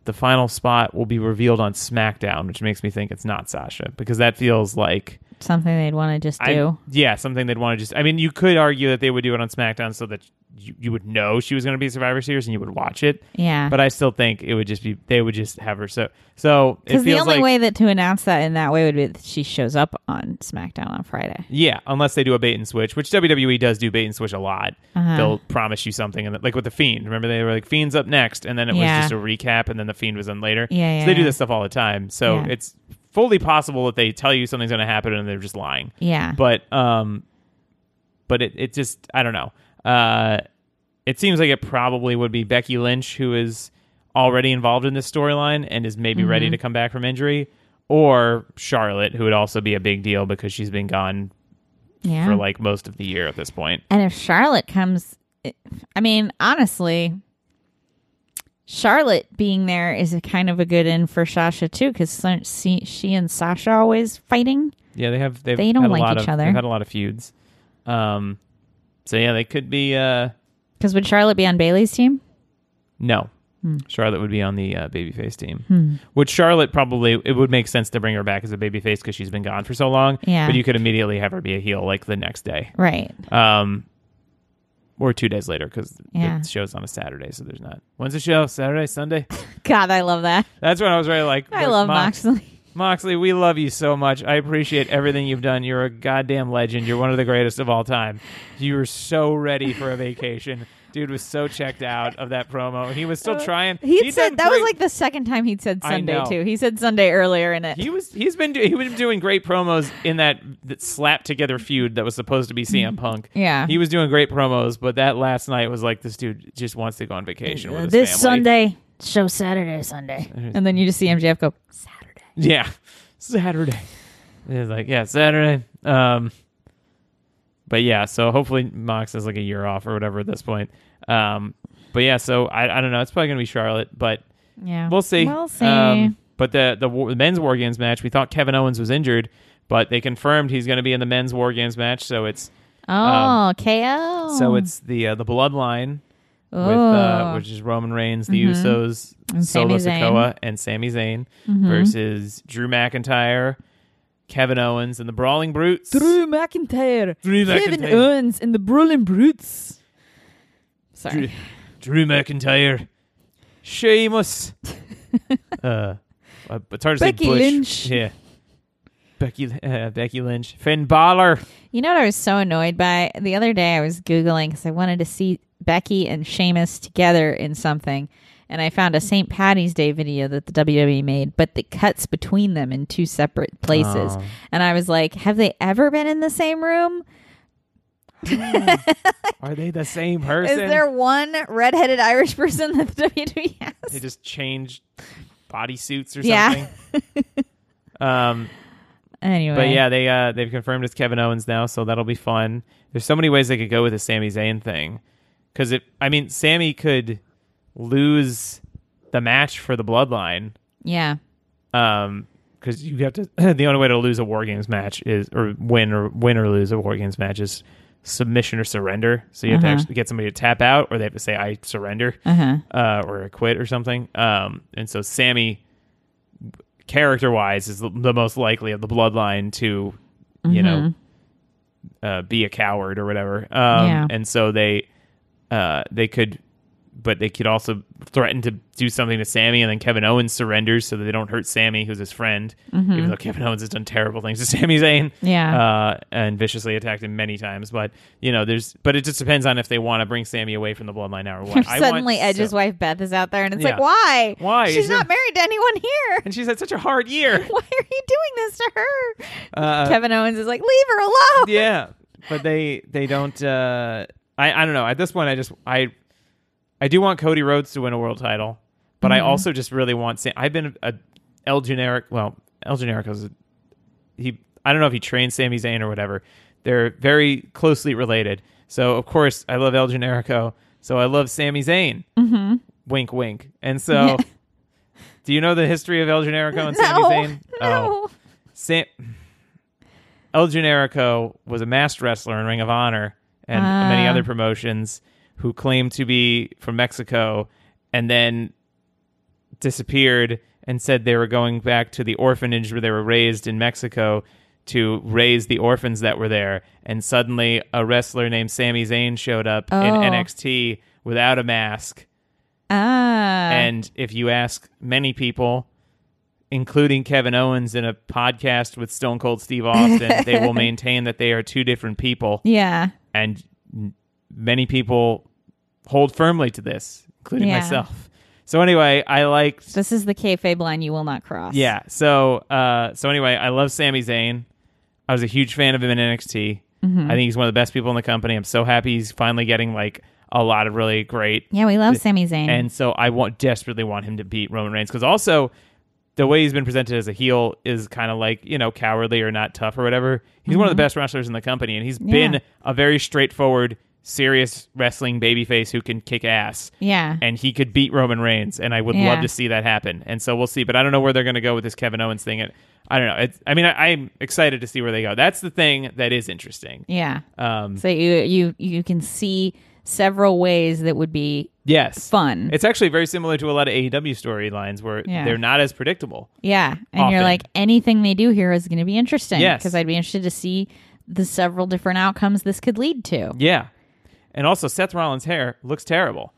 Speaker 3: The final spot will be revealed on SmackDown, which makes me think it's not Sasha because that feels like
Speaker 2: Something they'd want to just
Speaker 3: I-
Speaker 2: do.
Speaker 3: yeah, something they'd want to just. I mean, you could argue that they would do it on SmackDown so that you, you would know she was going to be Survivor Series and you would watch it.
Speaker 2: yeah.
Speaker 3: But I still think it would just be they would just have her. So so it
Speaker 2: Because
Speaker 3: feels
Speaker 2: the only
Speaker 3: like
Speaker 2: way that to announce that in that way would be that she shows up on SmackDown on Friday.
Speaker 3: yeah, unless they do a bait and switch, which WWE does do bait and switch a lot.
Speaker 2: Uh-huh.
Speaker 3: They'll promise you something and then- like with the Fiend. Remember they were like Fiend's up next, and then it
Speaker 2: Yeah.
Speaker 3: was just a recap, and then the Fiend was in later. so
Speaker 2: Yeah, yeah,
Speaker 3: they do
Speaker 2: yeah.
Speaker 3: this stuff all the time. So
Speaker 2: Yeah.
Speaker 3: it's fully possible that they tell you something's going to happen and they're just lying.
Speaker 2: Yeah.
Speaker 3: but um but it, it just i don't know uh it seems like it probably would be becky lynch who is already involved in this storyline and is maybe ready to come back from injury or charlotte who would also be a big deal because she's been gone
Speaker 2: yeah.
Speaker 3: for like most of the year at this point
Speaker 2: and if Charlotte comes, I mean, honestly, Charlotte being there is a kind of a good in for Sasha too, because she, she and Sasha are always fighting.
Speaker 3: yeah they have they've
Speaker 2: They don't
Speaker 3: had a
Speaker 2: like
Speaker 3: lot
Speaker 2: each
Speaker 3: of,
Speaker 2: other.
Speaker 3: they've had a lot of feuds um so yeah they could be uh
Speaker 2: Because would Charlotte be on Bailey's team?
Speaker 3: No.
Speaker 2: Hmm.
Speaker 3: Charlotte would be on the uh, babyface team, which Charlotte probably it would make sense to bring her back as a babyface because she's been gone for so long.
Speaker 2: Yeah.
Speaker 3: but you could immediately have her be a heel like the next day,
Speaker 2: Right.
Speaker 3: um, or two days later because
Speaker 2: Yeah.
Speaker 3: the show's on a Saturday, so there's not. When's the show? Saturday, Sunday.
Speaker 2: God, I love that.
Speaker 3: That's when I was really like,
Speaker 2: I
Speaker 3: "Look,
Speaker 2: love
Speaker 3: Mox-
Speaker 2: Moxley.
Speaker 3: Moxley, we love you so much. I appreciate everything you've done. You're a goddamn legend. You're one of the greatest of all time. You were so ready for a vacation. Dude was so checked out of that promo. He was still trying.
Speaker 2: Uh, He
Speaker 3: He'd done
Speaker 2: said that was
Speaker 3: great-
Speaker 2: like the second time he'd said
Speaker 3: I
Speaker 2: Sunday
Speaker 3: know.
Speaker 2: too. He said Sunday earlier in it.
Speaker 3: he was he's been do- he was doing great promos in that, that slapped together feud that was supposed to be CM Punk.
Speaker 2: Mm-hmm. Yeah.
Speaker 3: He was doing great promos, but that last night was like this dude just wants to go on vacation with his
Speaker 2: this
Speaker 3: family.
Speaker 2: Sunday, show Saturday, Sunday. And then you just see MJF go, Saturday.
Speaker 3: Yeah. Saturday. It's like, yeah, Saturday. Um But yeah, so hopefully Mox is like a year off or whatever at this point. Um but yeah, so I I don't know, it's probably gonna be Charlotte, but
Speaker 2: Yeah.
Speaker 3: we'll see.
Speaker 2: We'll see.
Speaker 3: Um, but the the war, the men's war games match, we thought Kevin Owens was injured, but they confirmed he's gonna be in the men's war games match, so it's
Speaker 2: oh, KO.
Speaker 3: so it's the uh, the bloodline with uh,
Speaker 2: Oh.
Speaker 3: which is Roman Reigns, the Usos,
Speaker 2: Mm-hmm. And
Speaker 3: Solo
Speaker 2: Sami Zayn. Mm-hmm.
Speaker 3: Sikoa, and Sami Zayn versus Drew McIntyre, Kevin Owens, and the Brawling Brutes.
Speaker 2: Drew McIntyre,
Speaker 3: Drew
Speaker 2: Kevin
Speaker 3: McIntyre.
Speaker 2: Owens, and the Brolin Brutes.
Speaker 3: Drew,
Speaker 2: Sorry,
Speaker 3: Drew McIntyre, Sheamus. uh, uh, it's hard to
Speaker 2: Becky
Speaker 3: say Bush.
Speaker 2: Lynch.
Speaker 3: Yeah, Becky uh, Becky Lynch, Finn Balor.
Speaker 2: you know what I was so annoyed by the other day? I was googling because I wanted to see Becky and Sheamus together in something, and I found a St. Patty's Day video that the WWE made, but the cuts between them in two separate places,
Speaker 3: Oh.
Speaker 2: and I was like, have they ever been in the same room?
Speaker 3: Are they the same person?
Speaker 2: Is there one redheaded Irish person that the WWE
Speaker 3: they
Speaker 2: has?
Speaker 3: just changed bodysuits or
Speaker 2: Yeah.
Speaker 3: something. um,
Speaker 2: Anyway,
Speaker 3: but yeah, they uh, they've confirmed it's Kevin Owens now, so that'll be fun. There's so many ways they could go with the Sami Zayn thing, because it. I mean, Sammy could lose the match for the Bloodline,
Speaker 2: yeah.
Speaker 3: um, because you have to. the only way to lose a War Games match is, or win or win or lose a War Games match is submission or surrender. So you have
Speaker 2: Uh-huh.
Speaker 3: to actually get somebody to tap out, or they have to say, "I surrender."
Speaker 2: Uh huh.
Speaker 3: uh, or quit or something. Um, and so Sammy, character wise, is the, the most likely of the bloodline to,
Speaker 2: Mm-hmm.
Speaker 3: you know, uh, be a coward or whatever. Um,
Speaker 2: Yeah.
Speaker 3: And so they, uh, they could, but they could also threaten to do something to Sammy, and then Kevin Owens surrenders so that they don't hurt Sammy, who's his friend, even though Kevin Owens has done terrible things to Sami Zayn.
Speaker 2: Mm-hmm. Yeah.
Speaker 3: Uh, and viciously attacked him many times, but you know, there's, but it just depends on if they want to bring Sammy away from the bloodline now or what. I want
Speaker 2: Suddenly, Edge's
Speaker 3: so-
Speaker 2: wife Beth is out there, and it's
Speaker 3: Yeah.
Speaker 2: like, why?
Speaker 3: Why?
Speaker 2: She's
Speaker 3: Is
Speaker 2: not
Speaker 3: it-
Speaker 2: married to anyone here.
Speaker 3: and she's had such a hard year.
Speaker 2: Why are you doing this to her?
Speaker 3: Uh,
Speaker 2: Kevin Owens is like, leave her alone.
Speaker 3: yeah, but they they don't. Uh, I I don't know. At this point, I just I I do want Cody Rhodes to win a world title, but I also just really want. Sam- I've been a El Generic. Well, El Generico's a, he. I don't know if he trained Sami Zayn or whatever. They're very closely related. So of course, I love El Generico. So I love Sami Zayn. Mm-hmm. Wink, wink. And so, do you know the history of El Generico and Sami
Speaker 2: no,
Speaker 3: Zayn? Oh.
Speaker 2: no.
Speaker 3: Sam El Generico was a masked wrestler in Ring of Honor and
Speaker 2: Ah.
Speaker 3: many other promotions who claimed to be from Mexico and then disappeared and said they were going back to the orphanage where they were raised in Mexico to raise the orphans that were there. And suddenly a wrestler named Sami Zayn showed up in
Speaker 2: Oh.
Speaker 3: NXT without a mask.
Speaker 2: Ah,
Speaker 3: And if you ask many people, including Kevin Owens in a podcast with Stone Cold Steve Austin, they will maintain that they are two different people.
Speaker 2: yeah,
Speaker 3: And n- many people hold firmly to this, including
Speaker 2: Yeah.
Speaker 3: myself. So anyway, I liked
Speaker 2: this is the kayfabe line you will not cross.
Speaker 3: yeah. So uh, so anyway, I love Sami Zayn. I was a huge fan of him in NXT. I think he's one of the best people in the company. I'm so happy he's finally getting like a lot of really great
Speaker 2: yeah, we love Sami Zayn.
Speaker 3: and so I want desperately want him to beat Roman Reigns because also the way he's been presented as a heel is kind of like you know cowardly or not tough or whatever. He's one of the
Speaker 2: Mm-hmm.
Speaker 3: best wrestlers in the company, and he's been a very straightforward, serious wrestling babyface who can kick ass.
Speaker 2: yeah,
Speaker 3: And he could beat Roman Reigns, and I would
Speaker 2: Yeah.
Speaker 3: love to see that happen. And so we'll see, but I don't know where they're going to go with this Kevin Owens thing. It- I don't know. It's, I mean, I, I'm excited to see where they go. That's the thing that is interesting.
Speaker 2: yeah.
Speaker 3: Um,
Speaker 2: so you you you can see several ways that would be
Speaker 3: yes,
Speaker 2: fun.
Speaker 3: It's actually very similar to a lot of AEW storylines where
Speaker 2: Yeah.
Speaker 3: they're not as predictable.
Speaker 2: yeah, and
Speaker 3: often.
Speaker 2: you're like, anything they do here is going to be interesting.
Speaker 3: Yes.
Speaker 2: because I'd be interested to see the several different outcomes this could lead to.
Speaker 3: Yeah. And also, Seth Rollins' hair looks terrible.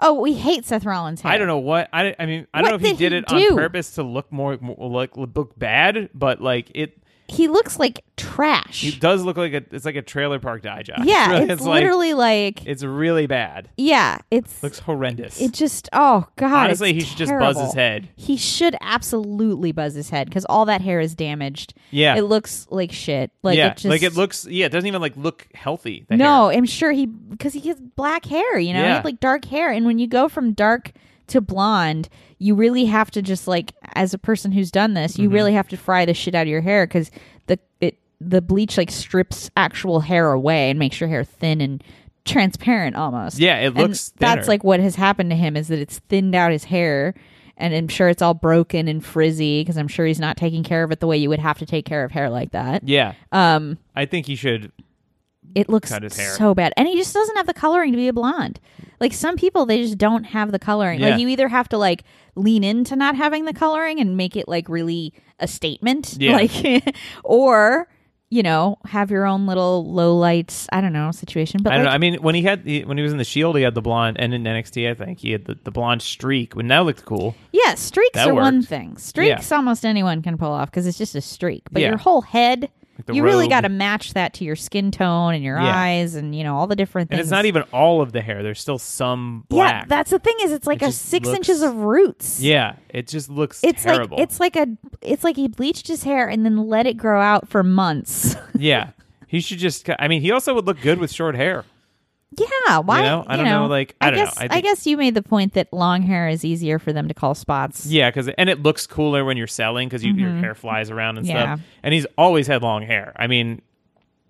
Speaker 2: Oh, we hate Seth Rollins. Hair.
Speaker 3: I don't know what I, I mean. I don't
Speaker 2: What
Speaker 3: know if he
Speaker 2: did
Speaker 3: did
Speaker 2: he
Speaker 3: it
Speaker 2: do?
Speaker 3: on purpose to look more, more like look bad, but like it,
Speaker 2: He looks like trash.
Speaker 3: it does look like a, it's like a trailer park die job.
Speaker 2: yeah,
Speaker 3: Really,
Speaker 2: it's, literally like,
Speaker 3: like it's really bad.
Speaker 2: yeah, it's
Speaker 3: Looks horrendous.
Speaker 2: it just oh god.
Speaker 3: Honestly,
Speaker 2: it's
Speaker 3: he should just buzz his
Speaker 2: terrible.
Speaker 3: head.
Speaker 2: He should absolutely buzz his head because all that hair is damaged.
Speaker 3: Yeah.
Speaker 2: it looks like shit. Like
Speaker 3: yeah,
Speaker 2: it just
Speaker 3: like it looks. Yeah, it doesn't even like look healthy. the
Speaker 2: No,
Speaker 3: hair.
Speaker 2: I'm sure he because he has black hair. You know, he
Speaker 3: Yeah.
Speaker 2: had like dark hair, and when you go from dark to blonde, you really have to just like as a person who's done this,
Speaker 3: Mm-hmm.
Speaker 2: you really have to fry the shit out of your hair because the it the bleach like strips actual hair away and makes your hair thin and transparent almost.
Speaker 3: Yeah, it
Speaker 2: And
Speaker 3: looks thinner.
Speaker 2: that's like what has happened to him is that it's thinned out his hair. And I'm sure it's all broken and frizzy because I'm sure he's not taking care of it the way you would have to take care of hair like that.
Speaker 3: yeah,
Speaker 2: Um,
Speaker 3: I think he should
Speaker 2: it looks
Speaker 3: Cut his hair.
Speaker 2: so bad. And he just doesn't have the coloring to be a blonde. Like some people, they just don't have the coloring.
Speaker 3: Yeah.
Speaker 2: Like you either have to like lean into not having the coloring and make it like really a statement,
Speaker 3: Yeah.
Speaker 2: like, or you know, have your own little low lights. I don't know situation, but
Speaker 3: I don't
Speaker 2: like,
Speaker 3: know. I mean, when he had he, when he was in the Shield, he had the blonde, and in NXT, I think he had the, the blonde streak, and that looked cool.
Speaker 2: yeah, streaks
Speaker 3: That
Speaker 2: are one
Speaker 3: worked.
Speaker 2: thing. Streaks almost anyone can pull off because it's just a streak. But
Speaker 3: Yeah.
Speaker 2: your whole head.
Speaker 3: the
Speaker 2: you really
Speaker 3: robe.
Speaker 2: got to match that to your skin tone and your
Speaker 3: Yeah.
Speaker 2: eyes and you know all the different
Speaker 3: And
Speaker 2: things.
Speaker 3: it's not even all of the hair. There's still some black.
Speaker 2: Yeah, that's the thing is it's like
Speaker 3: It
Speaker 2: a
Speaker 3: just
Speaker 2: six
Speaker 3: looks-
Speaker 2: inches of roots.
Speaker 3: Yeah, it just looks
Speaker 2: It's
Speaker 3: terrible.
Speaker 2: like it's like a it's like he bleached his hair and then let it grow out for months.
Speaker 3: yeah. He should just. cut- I mean, he also would look good with short hair.
Speaker 2: yeah, why?
Speaker 3: You know, I don't know, like, I don't know.
Speaker 2: guess
Speaker 3: I
Speaker 2: I,
Speaker 3: think-
Speaker 2: guess you made the point that long hair is easier for them to call spots.
Speaker 3: Yeah, because and it looks cooler when you're selling because you, your hair flies around and
Speaker 2: Mm-hmm. Yeah.
Speaker 3: stuff. And he's always had long hair. I mean,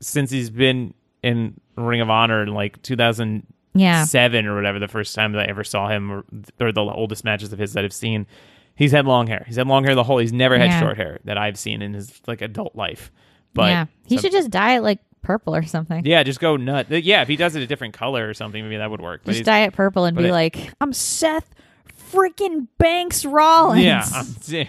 Speaker 3: since he's been in Ring of Honor in like 2007
Speaker 2: Yeah.
Speaker 3: or whatever, the first time that I ever saw him, or, or the oldest matches of his that I've seen, he's had long hair. He's had long hair the whole. He's never had
Speaker 2: Yeah.
Speaker 3: short hair that I've seen in his like adult life. But
Speaker 2: yeah. He
Speaker 3: some-
Speaker 2: should just dye it like purple or something.
Speaker 3: Yeah, just go nut. Yeah, if he does it a different color or something, maybe that would work. But
Speaker 2: just
Speaker 3: he's-
Speaker 2: dye it purple and
Speaker 3: but
Speaker 2: be
Speaker 3: it-
Speaker 2: like, I'm Seth freaking Banks Rollins.
Speaker 3: yeah, I'm-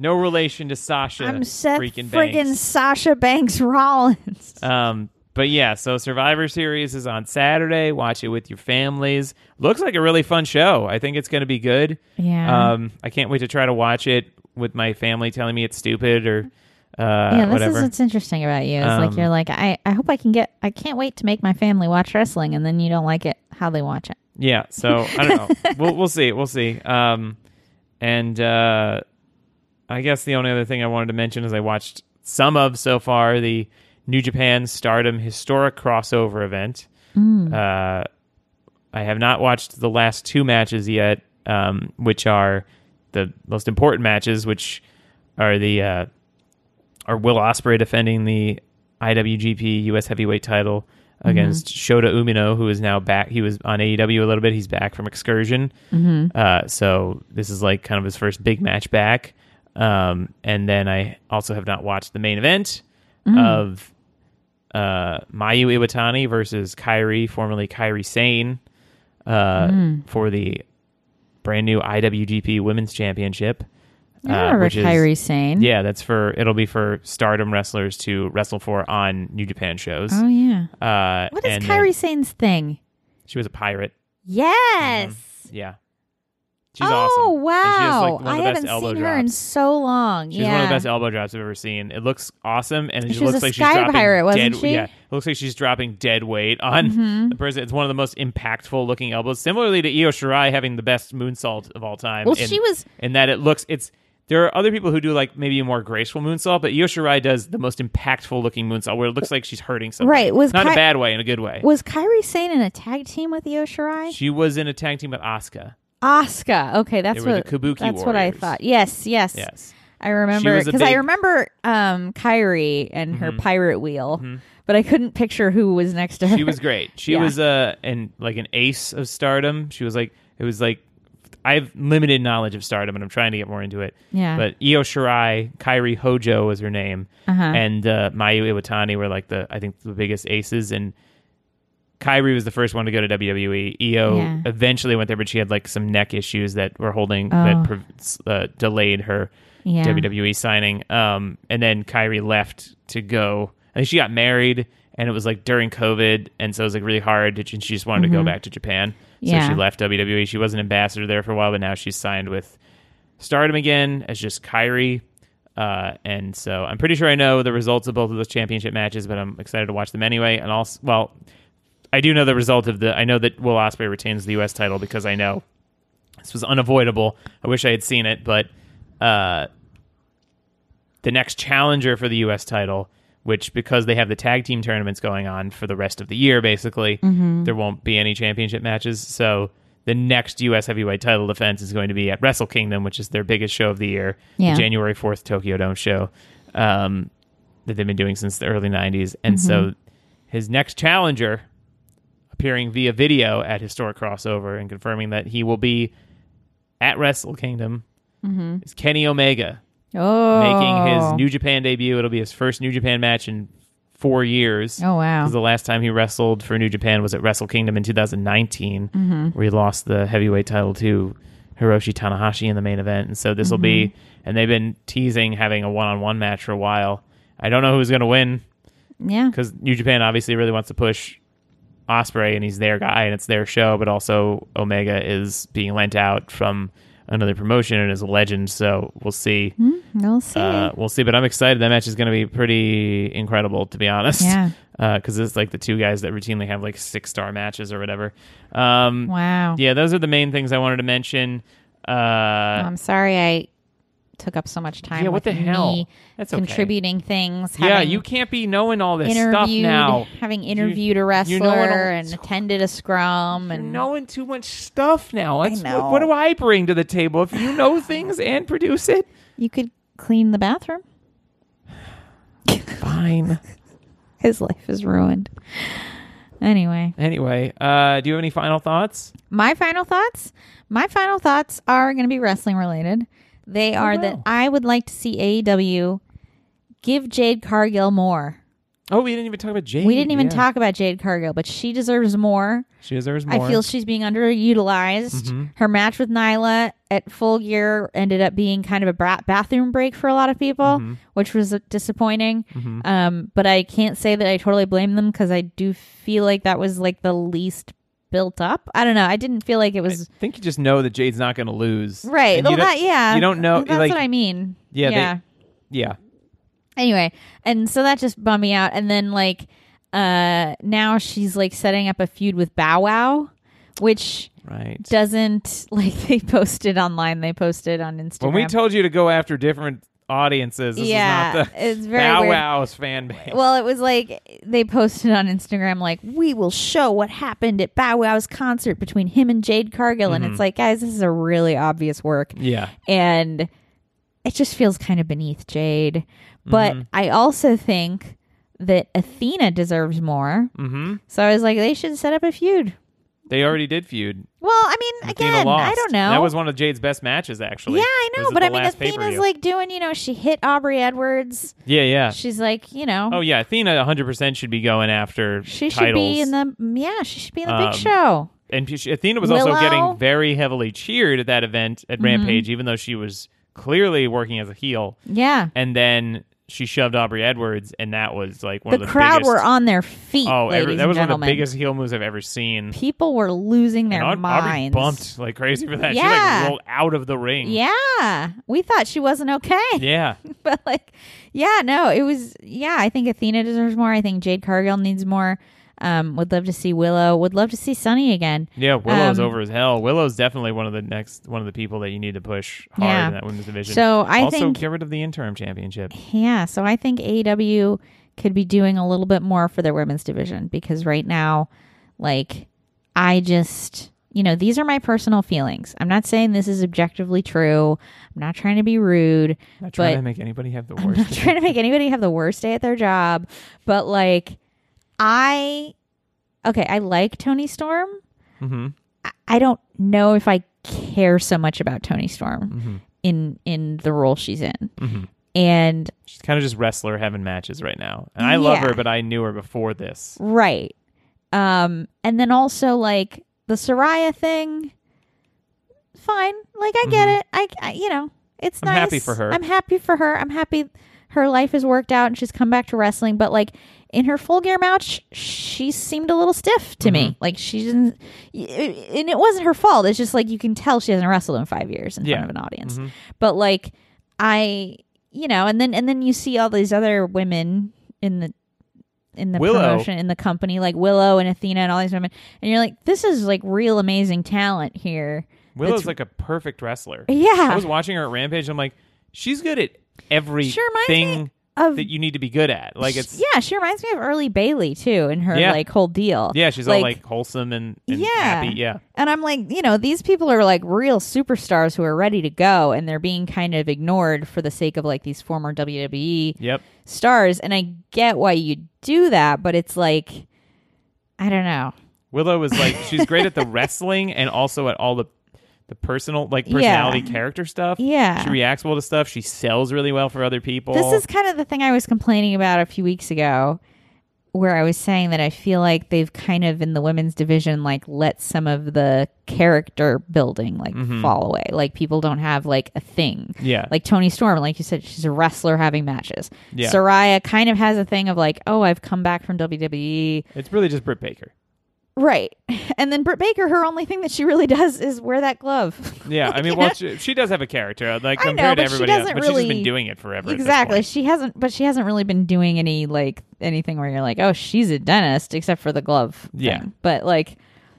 Speaker 3: no relation to Sasha.
Speaker 2: I'm Seth
Speaker 3: freaking
Speaker 2: friggin'
Speaker 3: Banks.
Speaker 2: Sasha Banks Rollins.
Speaker 3: Um, but yeah, so Survivor Series is on Saturday. Watch it with your families. Looks like a really fun show. I think it's going to be good.
Speaker 2: Yeah.
Speaker 3: Um, I can't wait to try to watch it with my family telling me it's stupid or uh,
Speaker 2: yeah, this
Speaker 3: whatever.
Speaker 2: is what's interesting about you. It's like
Speaker 3: Um,
Speaker 2: you're like, I, I hope I can get, I can't wait to make my family watch wrestling, and then you don't like it how they watch it.
Speaker 3: Yeah, so I don't know. we'll we'll see. We'll see. Um, and uh, I guess the only other thing I wanted to mention is I watched some of so far the New Japan Stardom historic crossover event. Uh, I have not watched the last two matches yet, um, which are the most important matches, which are the uh, are Will Osprey defending the IWGP U.S. Heavyweight title against
Speaker 2: Mm-hmm.
Speaker 3: Shota Umino, who is now back. He was on AEW a little bit. He's back from excursion,
Speaker 2: Mm-hmm.
Speaker 3: uh, so this is like kind of his first big match back. Um, and then I also have not watched the main event
Speaker 2: Mm-hmm.
Speaker 3: of uh, Mayu Iwatani versus Kyrie, formerly Kyrie Sane, uh,
Speaker 2: Mm.
Speaker 3: for the brand new IWGP Women's Championship.
Speaker 2: I remember
Speaker 3: uh, which is-
Speaker 2: Kyrie saying,
Speaker 3: yeah, that's for it'll be for Stardom wrestlers to wrestle for on New Japan shows.
Speaker 2: Oh, yeah.
Speaker 3: Uh,
Speaker 2: What is
Speaker 3: and
Speaker 2: Kyrie Sane's thing?
Speaker 3: She was a pirate.
Speaker 2: Yes.
Speaker 3: Yeah, Mm-hmm. she's awesome.
Speaker 2: oh,
Speaker 3: And she has,
Speaker 2: wow.
Speaker 3: like, one of the
Speaker 2: I
Speaker 3: best
Speaker 2: haven't
Speaker 3: elbow
Speaker 2: seen
Speaker 3: drops.
Speaker 2: her in so long.
Speaker 3: She's
Speaker 2: yeah.
Speaker 3: one of the best elbow drops I've ever seen. It looks awesome, and it
Speaker 2: She
Speaker 3: just
Speaker 2: was
Speaker 3: looks
Speaker 2: a
Speaker 3: like she's
Speaker 2: sky
Speaker 3: dropping
Speaker 2: pirate, wasn't
Speaker 3: dead.
Speaker 2: she? Mm-hmm.
Speaker 3: Yeah, it looks like she's dropping dead weight on the person. It's one of the most impactful looking elbows. Similarly to Io Shirai having the best moonsault of all time.
Speaker 2: Well,
Speaker 3: in-
Speaker 2: she was-
Speaker 3: in that it looks it's. There are other people who do like maybe a more graceful moonsault, but Io Shirai does the most impactful looking moonsault where it looks like she's hurting something.
Speaker 2: Right, was
Speaker 3: not in
Speaker 2: Kai-
Speaker 3: a bad way, in a good way.
Speaker 2: was Kyrie Sane in a tag team with Io Shirai?
Speaker 3: She was in a tag team with Asuka.
Speaker 2: Asuka. Okay, that's
Speaker 3: were
Speaker 2: what
Speaker 3: the Kabuki
Speaker 2: That's what I
Speaker 3: Warriors.
Speaker 2: thought. Yes, yes.
Speaker 3: Yes.
Speaker 2: I remember
Speaker 3: was a
Speaker 2: because I
Speaker 3: big- Mm-hmm.
Speaker 2: remember um, Kyrie and her pirate wheel, but I couldn't picture who was next to her.
Speaker 3: She was great. She
Speaker 2: Yeah.
Speaker 3: was uh and like an ace of stardom. She was like it was like I have limited knowledge of stardom and I'm trying to get more into it.
Speaker 2: Yeah.
Speaker 3: But Io Shirai, Kairi Hojo was her name,
Speaker 2: Uh-huh.
Speaker 3: and uh, Mayu Iwatani were like the I think the biggest aces and Kyrie was the first one to go to WWE. Io
Speaker 2: Yeah.
Speaker 3: eventually went there, but she had like some neck issues that were holding
Speaker 2: Oh.
Speaker 3: that pre- uh, delayed her
Speaker 2: Yeah.
Speaker 3: WWE E signing. Um, and then Kyrie left to go. I think she got married, and it was like during COVID, and so it was like really hard. And she just wanted to go back to Japan,
Speaker 2: Mm-hmm. Yeah.
Speaker 3: so she left WWE. She was an ambassador there for a while, but now she's signed with Stardom again as just Kyrie. Uh, and so I'm pretty sure I know the results of both of those championship matches, but I'm excited to watch them anyway. And also, well, I do know the result of the. I know that Will Ospreay retains the U.S. title because I know this was unavoidable. I wish I had seen it, but uh, the next challenger for the U.S. title, which because they have the tag team tournaments going on for the rest of the year, basically, there won't be any championship matches. So the next U.S. heavyweight title defense is going to be at Wrestle Kingdom, which is their biggest show of the year, the
Speaker 2: Yeah.
Speaker 3: January 4th Tokyo Dome show um, that they've been doing since the early 90s. And so his next challenger appearing via video at Historic Crossover and confirming that he will be at Wrestle Kingdom
Speaker 2: Mm-hmm.
Speaker 3: is Kenny Omega
Speaker 2: oh,
Speaker 3: making his New Japan debut. It'll be his first New Japan match in four years.
Speaker 2: Oh, wow.
Speaker 3: 'Cause the last time he wrestled for New Japan was at Wrestle Kingdom in 2019,
Speaker 2: Mm-hmm.
Speaker 3: where he lost the heavyweight title to Hiroshi Tanahashi in the main event. And so this will be,
Speaker 2: Mm-hmm.
Speaker 3: and they've been teasing having a one-on-one match for a while. I don't know who's going to win
Speaker 2: Yeah.
Speaker 3: because New Japan obviously really wants to push Osprey, and he's their guy, and it's their show. But also Omega is being lent out from another promotion and is a legend. So we'll see.
Speaker 2: Mm. We'll see.
Speaker 3: Uh, we'll see. But I'm excited. That match is going to be pretty incredible, to be honest.
Speaker 2: Yeah.
Speaker 3: Because it's like the two guys that routinely have like six star matches or whatever. Um,
Speaker 2: wow. Oh,
Speaker 3: Yeah, those are the main things I wanted to mention.
Speaker 2: Well,
Speaker 3: Uh,
Speaker 2: I'm sorry I took up so much time.
Speaker 3: Yeah, what
Speaker 2: with
Speaker 3: the hell?
Speaker 2: me
Speaker 3: That's okay.
Speaker 2: contributing things.
Speaker 3: yeah,
Speaker 2: having
Speaker 3: you can't be knowing all this stuff
Speaker 2: interviewed,
Speaker 3: now.
Speaker 2: having interviewed a wrestler
Speaker 3: you know what all-
Speaker 2: and attended a scrum and
Speaker 3: knowing too much stuff now. That's,
Speaker 2: Mm-hmm. know.
Speaker 3: What, what do I bring to the table? If you know things and produce it,
Speaker 2: you could clean the bathroom.
Speaker 3: fine.
Speaker 2: His life is ruined. Anyway,
Speaker 3: Anyway, uh, do you have any final thoughts?
Speaker 2: my final thoughts. My final thoughts are going to be wrestling related. They are that
Speaker 3: wow.
Speaker 2: I would like to see AEW give Jade Cargill more.
Speaker 3: Oh, we didn't even talk about Jade.
Speaker 2: We didn't even
Speaker 3: Yeah.
Speaker 2: talk about Jade Cargill, but she deserves more.
Speaker 3: She deserves more. Mm-hmm.
Speaker 2: I feel she's being underutilized. Her match with Nyla at Full Gear ended up being kind of a bra- bathroom break for a lot of people,
Speaker 3: Mm-hmm.
Speaker 2: which was uh, disappointing. Um, but I can't say that I totally blame them because I do feel like that was like the least built up. I don't know. I didn't feel like it
Speaker 3: I
Speaker 2: was
Speaker 3: think you just know that Jade's not going to lose.
Speaker 2: right.
Speaker 3: And
Speaker 2: Well,
Speaker 3: you don't-
Speaker 2: that yeah.
Speaker 3: You don't know.
Speaker 2: That's
Speaker 3: like,
Speaker 2: what I mean.
Speaker 3: Yeah, they-
Speaker 2: Yeah.
Speaker 3: Yeah.
Speaker 2: anyway and so that just bummed me out and then like uh now she's like setting up a feud with bow wow which
Speaker 3: Right.
Speaker 2: doesn't like they posted online they posted on instagram
Speaker 3: When we told you to go after different audiences, this
Speaker 2: yeah
Speaker 3: is not the
Speaker 2: it's very
Speaker 3: Bow
Speaker 2: weird.
Speaker 3: Wow's fan base.
Speaker 2: well it was like they posted on instagram like we will show what happened at bow wow's concert between him and jade cargill and
Speaker 3: Mm-hmm.
Speaker 2: it's like guys this is a really obvious work
Speaker 3: yeah.
Speaker 2: and it just feels kind of beneath Jade. But
Speaker 3: Mm-hmm.
Speaker 2: I also think that Athena deserves more.
Speaker 3: Mm-hmm.
Speaker 2: So I was like, they should set up a feud.
Speaker 3: They already did feud.
Speaker 2: Well, I mean,
Speaker 3: Athena
Speaker 2: again,
Speaker 3: lost.
Speaker 2: I don't know.
Speaker 3: That was one of Jade's best matches, actually.
Speaker 2: yeah, I
Speaker 3: This
Speaker 2: know,
Speaker 3: is
Speaker 2: but
Speaker 3: the
Speaker 2: I mean,
Speaker 3: last
Speaker 2: Athena's
Speaker 3: pay-per-view.
Speaker 2: like doing, you know, she hit Aubrey Edwards.
Speaker 3: Yeah, yeah.
Speaker 2: She's like, you know,
Speaker 3: Oh yeah, Athena 100% should be going after
Speaker 2: she should
Speaker 3: titles.
Speaker 2: be in the yeah, she should be in the
Speaker 3: Um,
Speaker 2: big show.
Speaker 3: and she, Athena was
Speaker 2: Willow. Mm-hmm.
Speaker 3: also getting very heavily cheered at that event at Rampage even though she was clearly working as a heel.
Speaker 2: Yeah,
Speaker 3: And then she shoved Aubrey Edwards and that was like one
Speaker 2: the,
Speaker 3: of the
Speaker 2: crowd
Speaker 3: biggest
Speaker 2: were on their feet.
Speaker 3: Oh,
Speaker 2: ladies
Speaker 3: every, that was
Speaker 2: and
Speaker 3: one of the
Speaker 2: gentlemen.
Speaker 3: biggest heel moves I've ever seen.
Speaker 2: People were losing their
Speaker 3: and Au- Aubrey
Speaker 2: minds.
Speaker 3: bumped like crazy for that. She
Speaker 2: Yeah.
Speaker 3: like rolled out of the ring.
Speaker 2: Yeah, we thought she wasn't okay.
Speaker 3: Yeah.
Speaker 2: but like yeah no it was yeah i think athena deserves more i think jade cargill needs more um would love to see willow would love to see sunny again
Speaker 3: Yeah, Willow's
Speaker 2: Um,
Speaker 3: over as hell. Willow's definitely one of the next one of the people that you need to push hard
Speaker 2: Yeah.
Speaker 3: in that women's division.
Speaker 2: So I
Speaker 3: also
Speaker 2: think-
Speaker 3: get rid of the interim championship.
Speaker 2: yeah so i think aew could be doing a little bit more for their women's division because right now like i just you know these are my personal feelings i'm not saying this is objectively true i'm not trying to be rude
Speaker 3: Not trying
Speaker 2: but
Speaker 3: to make anybody have the
Speaker 2: I'm
Speaker 3: worst.
Speaker 2: not trying to make anybody have the worst day at their job, but like I okay, I like Tony Storm.
Speaker 3: mm-hmm.
Speaker 2: I- I don't know if I care so much about Tony Storm
Speaker 3: Mhm.
Speaker 2: in in the role she's in.
Speaker 3: Mhm.
Speaker 2: And
Speaker 3: She's kind of just wrestler having matches right now, and I love
Speaker 2: Yeah.
Speaker 3: her, but I knew her before this.
Speaker 2: right. Um and then also like the Soraya thing fine. Like I get it. I, I you know, it's
Speaker 3: Mm-hmm. I'm
Speaker 2: nice.
Speaker 3: happy for her.
Speaker 2: I'm happy for her. I'm happy her life has worked out and she's come back to wrestling, but like in her full gear match, she seemed a little stiff to me.
Speaker 3: Mm-hmm.
Speaker 2: Like she didn't, and it wasn't her fault. It's just like you can tell she hasn't wrestled in five years in
Speaker 3: Yeah.
Speaker 2: front of an audience.
Speaker 3: Mm-hmm.
Speaker 2: But like I, you know, and then and then you see all these other women in the in the
Speaker 3: Willow.
Speaker 2: promotion in the company, like Willow and Athena and all these women, and you're like, this is like real amazing talent here.
Speaker 3: Willow's
Speaker 2: That's-
Speaker 3: like a perfect wrestler.
Speaker 2: Yeah.
Speaker 3: I was watching her at Rampage. I'm like, she's good at
Speaker 2: She reminds me
Speaker 3: everything
Speaker 2: of-
Speaker 3: that you need to be good at. Like it's
Speaker 2: yeah, she reminds me of early Bailey too in her
Speaker 3: Yeah.
Speaker 2: like whole deal.
Speaker 3: yeah, she's all like wholesome and, and
Speaker 2: Yeah.
Speaker 3: happy. Yeah,
Speaker 2: and I'm like, you know, these people are like real superstars who are ready to go and they're being kind of ignored for the sake of like these former WWE
Speaker 3: yep.
Speaker 2: stars and I get why you do that, but it's like I don't know.
Speaker 3: Willow is like she's great at the wrestling and also at all the the personal like personality character stuff.
Speaker 2: Yeah.
Speaker 3: She reacts well to stuff. She sells really well for other people.
Speaker 2: This is kind of the thing I was complaining about a few weeks ago where I was saying that I feel like they've kind of in the women's division like let some of the character building like fall away. Like people don't have like a thing.
Speaker 3: Mm-hmm. Yeah.
Speaker 2: Like Tony Storm, like you said, she's a wrestler having matches.
Speaker 3: Yeah.
Speaker 2: Soraya kind of has a thing of like, oh, I've come back from WWE.
Speaker 3: It's really just Britt Baker.
Speaker 2: Right. And then Britt Baker, her only thing that she really does is wear that glove.
Speaker 3: Yeah, I mean, well, she, she does have a character uh, like
Speaker 2: I know,
Speaker 3: compared to
Speaker 2: but she
Speaker 3: everybody else,
Speaker 2: doesn't
Speaker 3: but she's just
Speaker 2: really-
Speaker 3: been doing it forever. at this
Speaker 2: exactly.
Speaker 3: point.
Speaker 2: She hasn't but she hasn't really been doing any like anything where you're like, "Oh, she's a dentist," except for the glove.
Speaker 3: Yeah.
Speaker 2: thing. But like,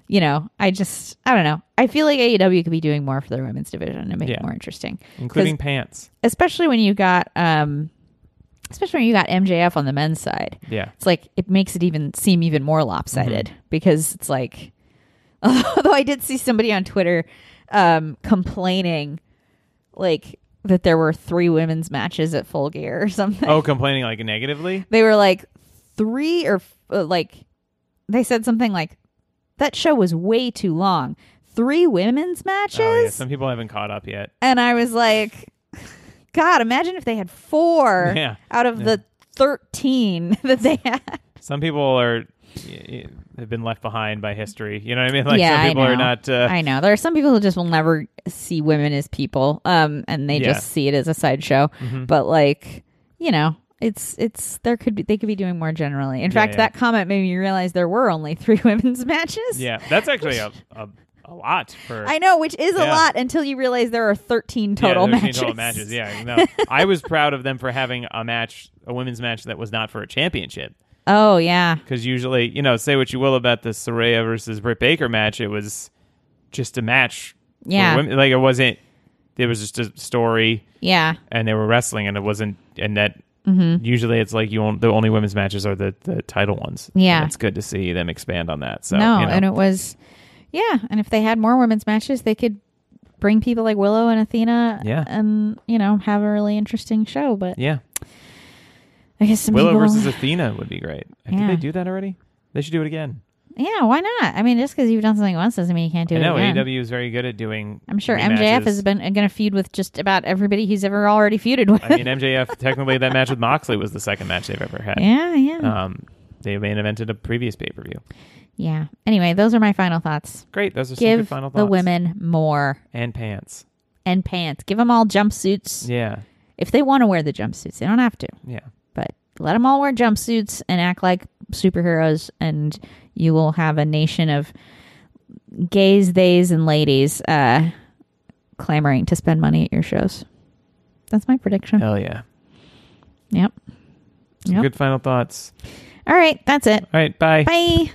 Speaker 2: you know, I just I don't know. I feel like AEW could be doing more for their women's division and make
Speaker 3: Yeah.
Speaker 2: it more interesting.
Speaker 3: including pants.
Speaker 2: Especially when you got um especially when you got MJF on the men's side.
Speaker 3: Yeah,
Speaker 2: It's like it makes it even seem even more lopsided
Speaker 3: Mm-hmm.
Speaker 2: because it's like although I did see somebody on Twitter um complaining like that there were three women's matches at Full Gear or something.
Speaker 3: oh, complaining like negatively.
Speaker 2: They were like three or uh, like they said something like that show was way too long. Three women's matches?
Speaker 3: Oh, yeah. Some people haven't caught up yet.
Speaker 2: and I was like god, imagine if they had four
Speaker 3: Yeah.
Speaker 2: out of the 13 that they had.
Speaker 3: Some people are y- y- have been left behind by history. You know what I mean? Like
Speaker 2: Yeah,
Speaker 3: some
Speaker 2: I
Speaker 3: people are
Speaker 2: know.
Speaker 3: not. Uh,
Speaker 2: I know there are some people who just will never see women as people, um, and they
Speaker 3: Yeah. Mm-hmm.
Speaker 2: just see it as a sideshow. But like, you know, it's it's there could be they could be doing more generally. In fact,
Speaker 3: yeah.
Speaker 2: that comment made me realize there were only three women's matches.
Speaker 3: yeah, that's actually a, a a lot for.
Speaker 2: I know, which is a
Speaker 3: Yeah.
Speaker 2: lot until you realize there are thirteen
Speaker 3: yeah,
Speaker 2: total
Speaker 3: 13
Speaker 2: matches.
Speaker 3: total matches. Yeah, no, I was proud of them for having a match, a women's match that was not for a championship.
Speaker 2: Oh yeah,
Speaker 3: because usually, you know, say what you will about the Soraya versus Britt Baker match, it was just a match. for
Speaker 2: Yeah.
Speaker 3: women. like it wasn't. It was just a story,
Speaker 2: yeah,
Speaker 3: and they were wrestling, and it wasn't. And that
Speaker 2: Mm-hmm.
Speaker 3: usually, it's like you on, the only women's matches are the the title ones.
Speaker 2: Yeah.
Speaker 3: And it's good to see them expand on that. So
Speaker 2: no,
Speaker 3: you know.
Speaker 2: and it was yeah. And if they had more women's matches, they could bring people like Willow and Athena.
Speaker 3: Yeah.
Speaker 2: and you know have a really interesting show. But
Speaker 3: yeah,
Speaker 2: I guess some
Speaker 3: Willow
Speaker 2: people.
Speaker 3: versus Athena would be great.
Speaker 2: Yeah.
Speaker 3: Did they do that already? They should do it again.
Speaker 2: Yeah, why not? I mean, just because you've done something once doesn't mean you can't do
Speaker 3: I
Speaker 2: it
Speaker 3: know E
Speaker 2: again.
Speaker 3: AEW is very good at doing.
Speaker 2: I'm sure
Speaker 3: rematches.
Speaker 2: MJF has been going to feud with just about everybody he's ever already feuded with.
Speaker 3: I mean, MJF technically that match with Moxley was the second match they've ever had.
Speaker 2: yeah, yeah,
Speaker 3: Um, they main evented a previous pay per view.
Speaker 2: yeah. Anyway, those are my final thoughts.
Speaker 3: Great. Those are some good
Speaker 2: Give
Speaker 3: final
Speaker 2: the
Speaker 3: thoughts.
Speaker 2: women more
Speaker 3: and pants.
Speaker 2: and pants. Give them all jumpsuits
Speaker 3: Yeah,
Speaker 2: if they want to wear the jumpsuits. They don't have to,
Speaker 3: yeah.
Speaker 2: but let them all wear jumpsuits and act like superheroes, and you will have a nation of gays, theys, and ladies uh, clamoring to spend money at your shows. That's my prediction.
Speaker 3: Hell yeah.
Speaker 2: Yep.
Speaker 3: Some
Speaker 2: Yep.
Speaker 3: Good final thoughts.
Speaker 2: All right, that's it.
Speaker 3: All right. Bye.
Speaker 2: Bye.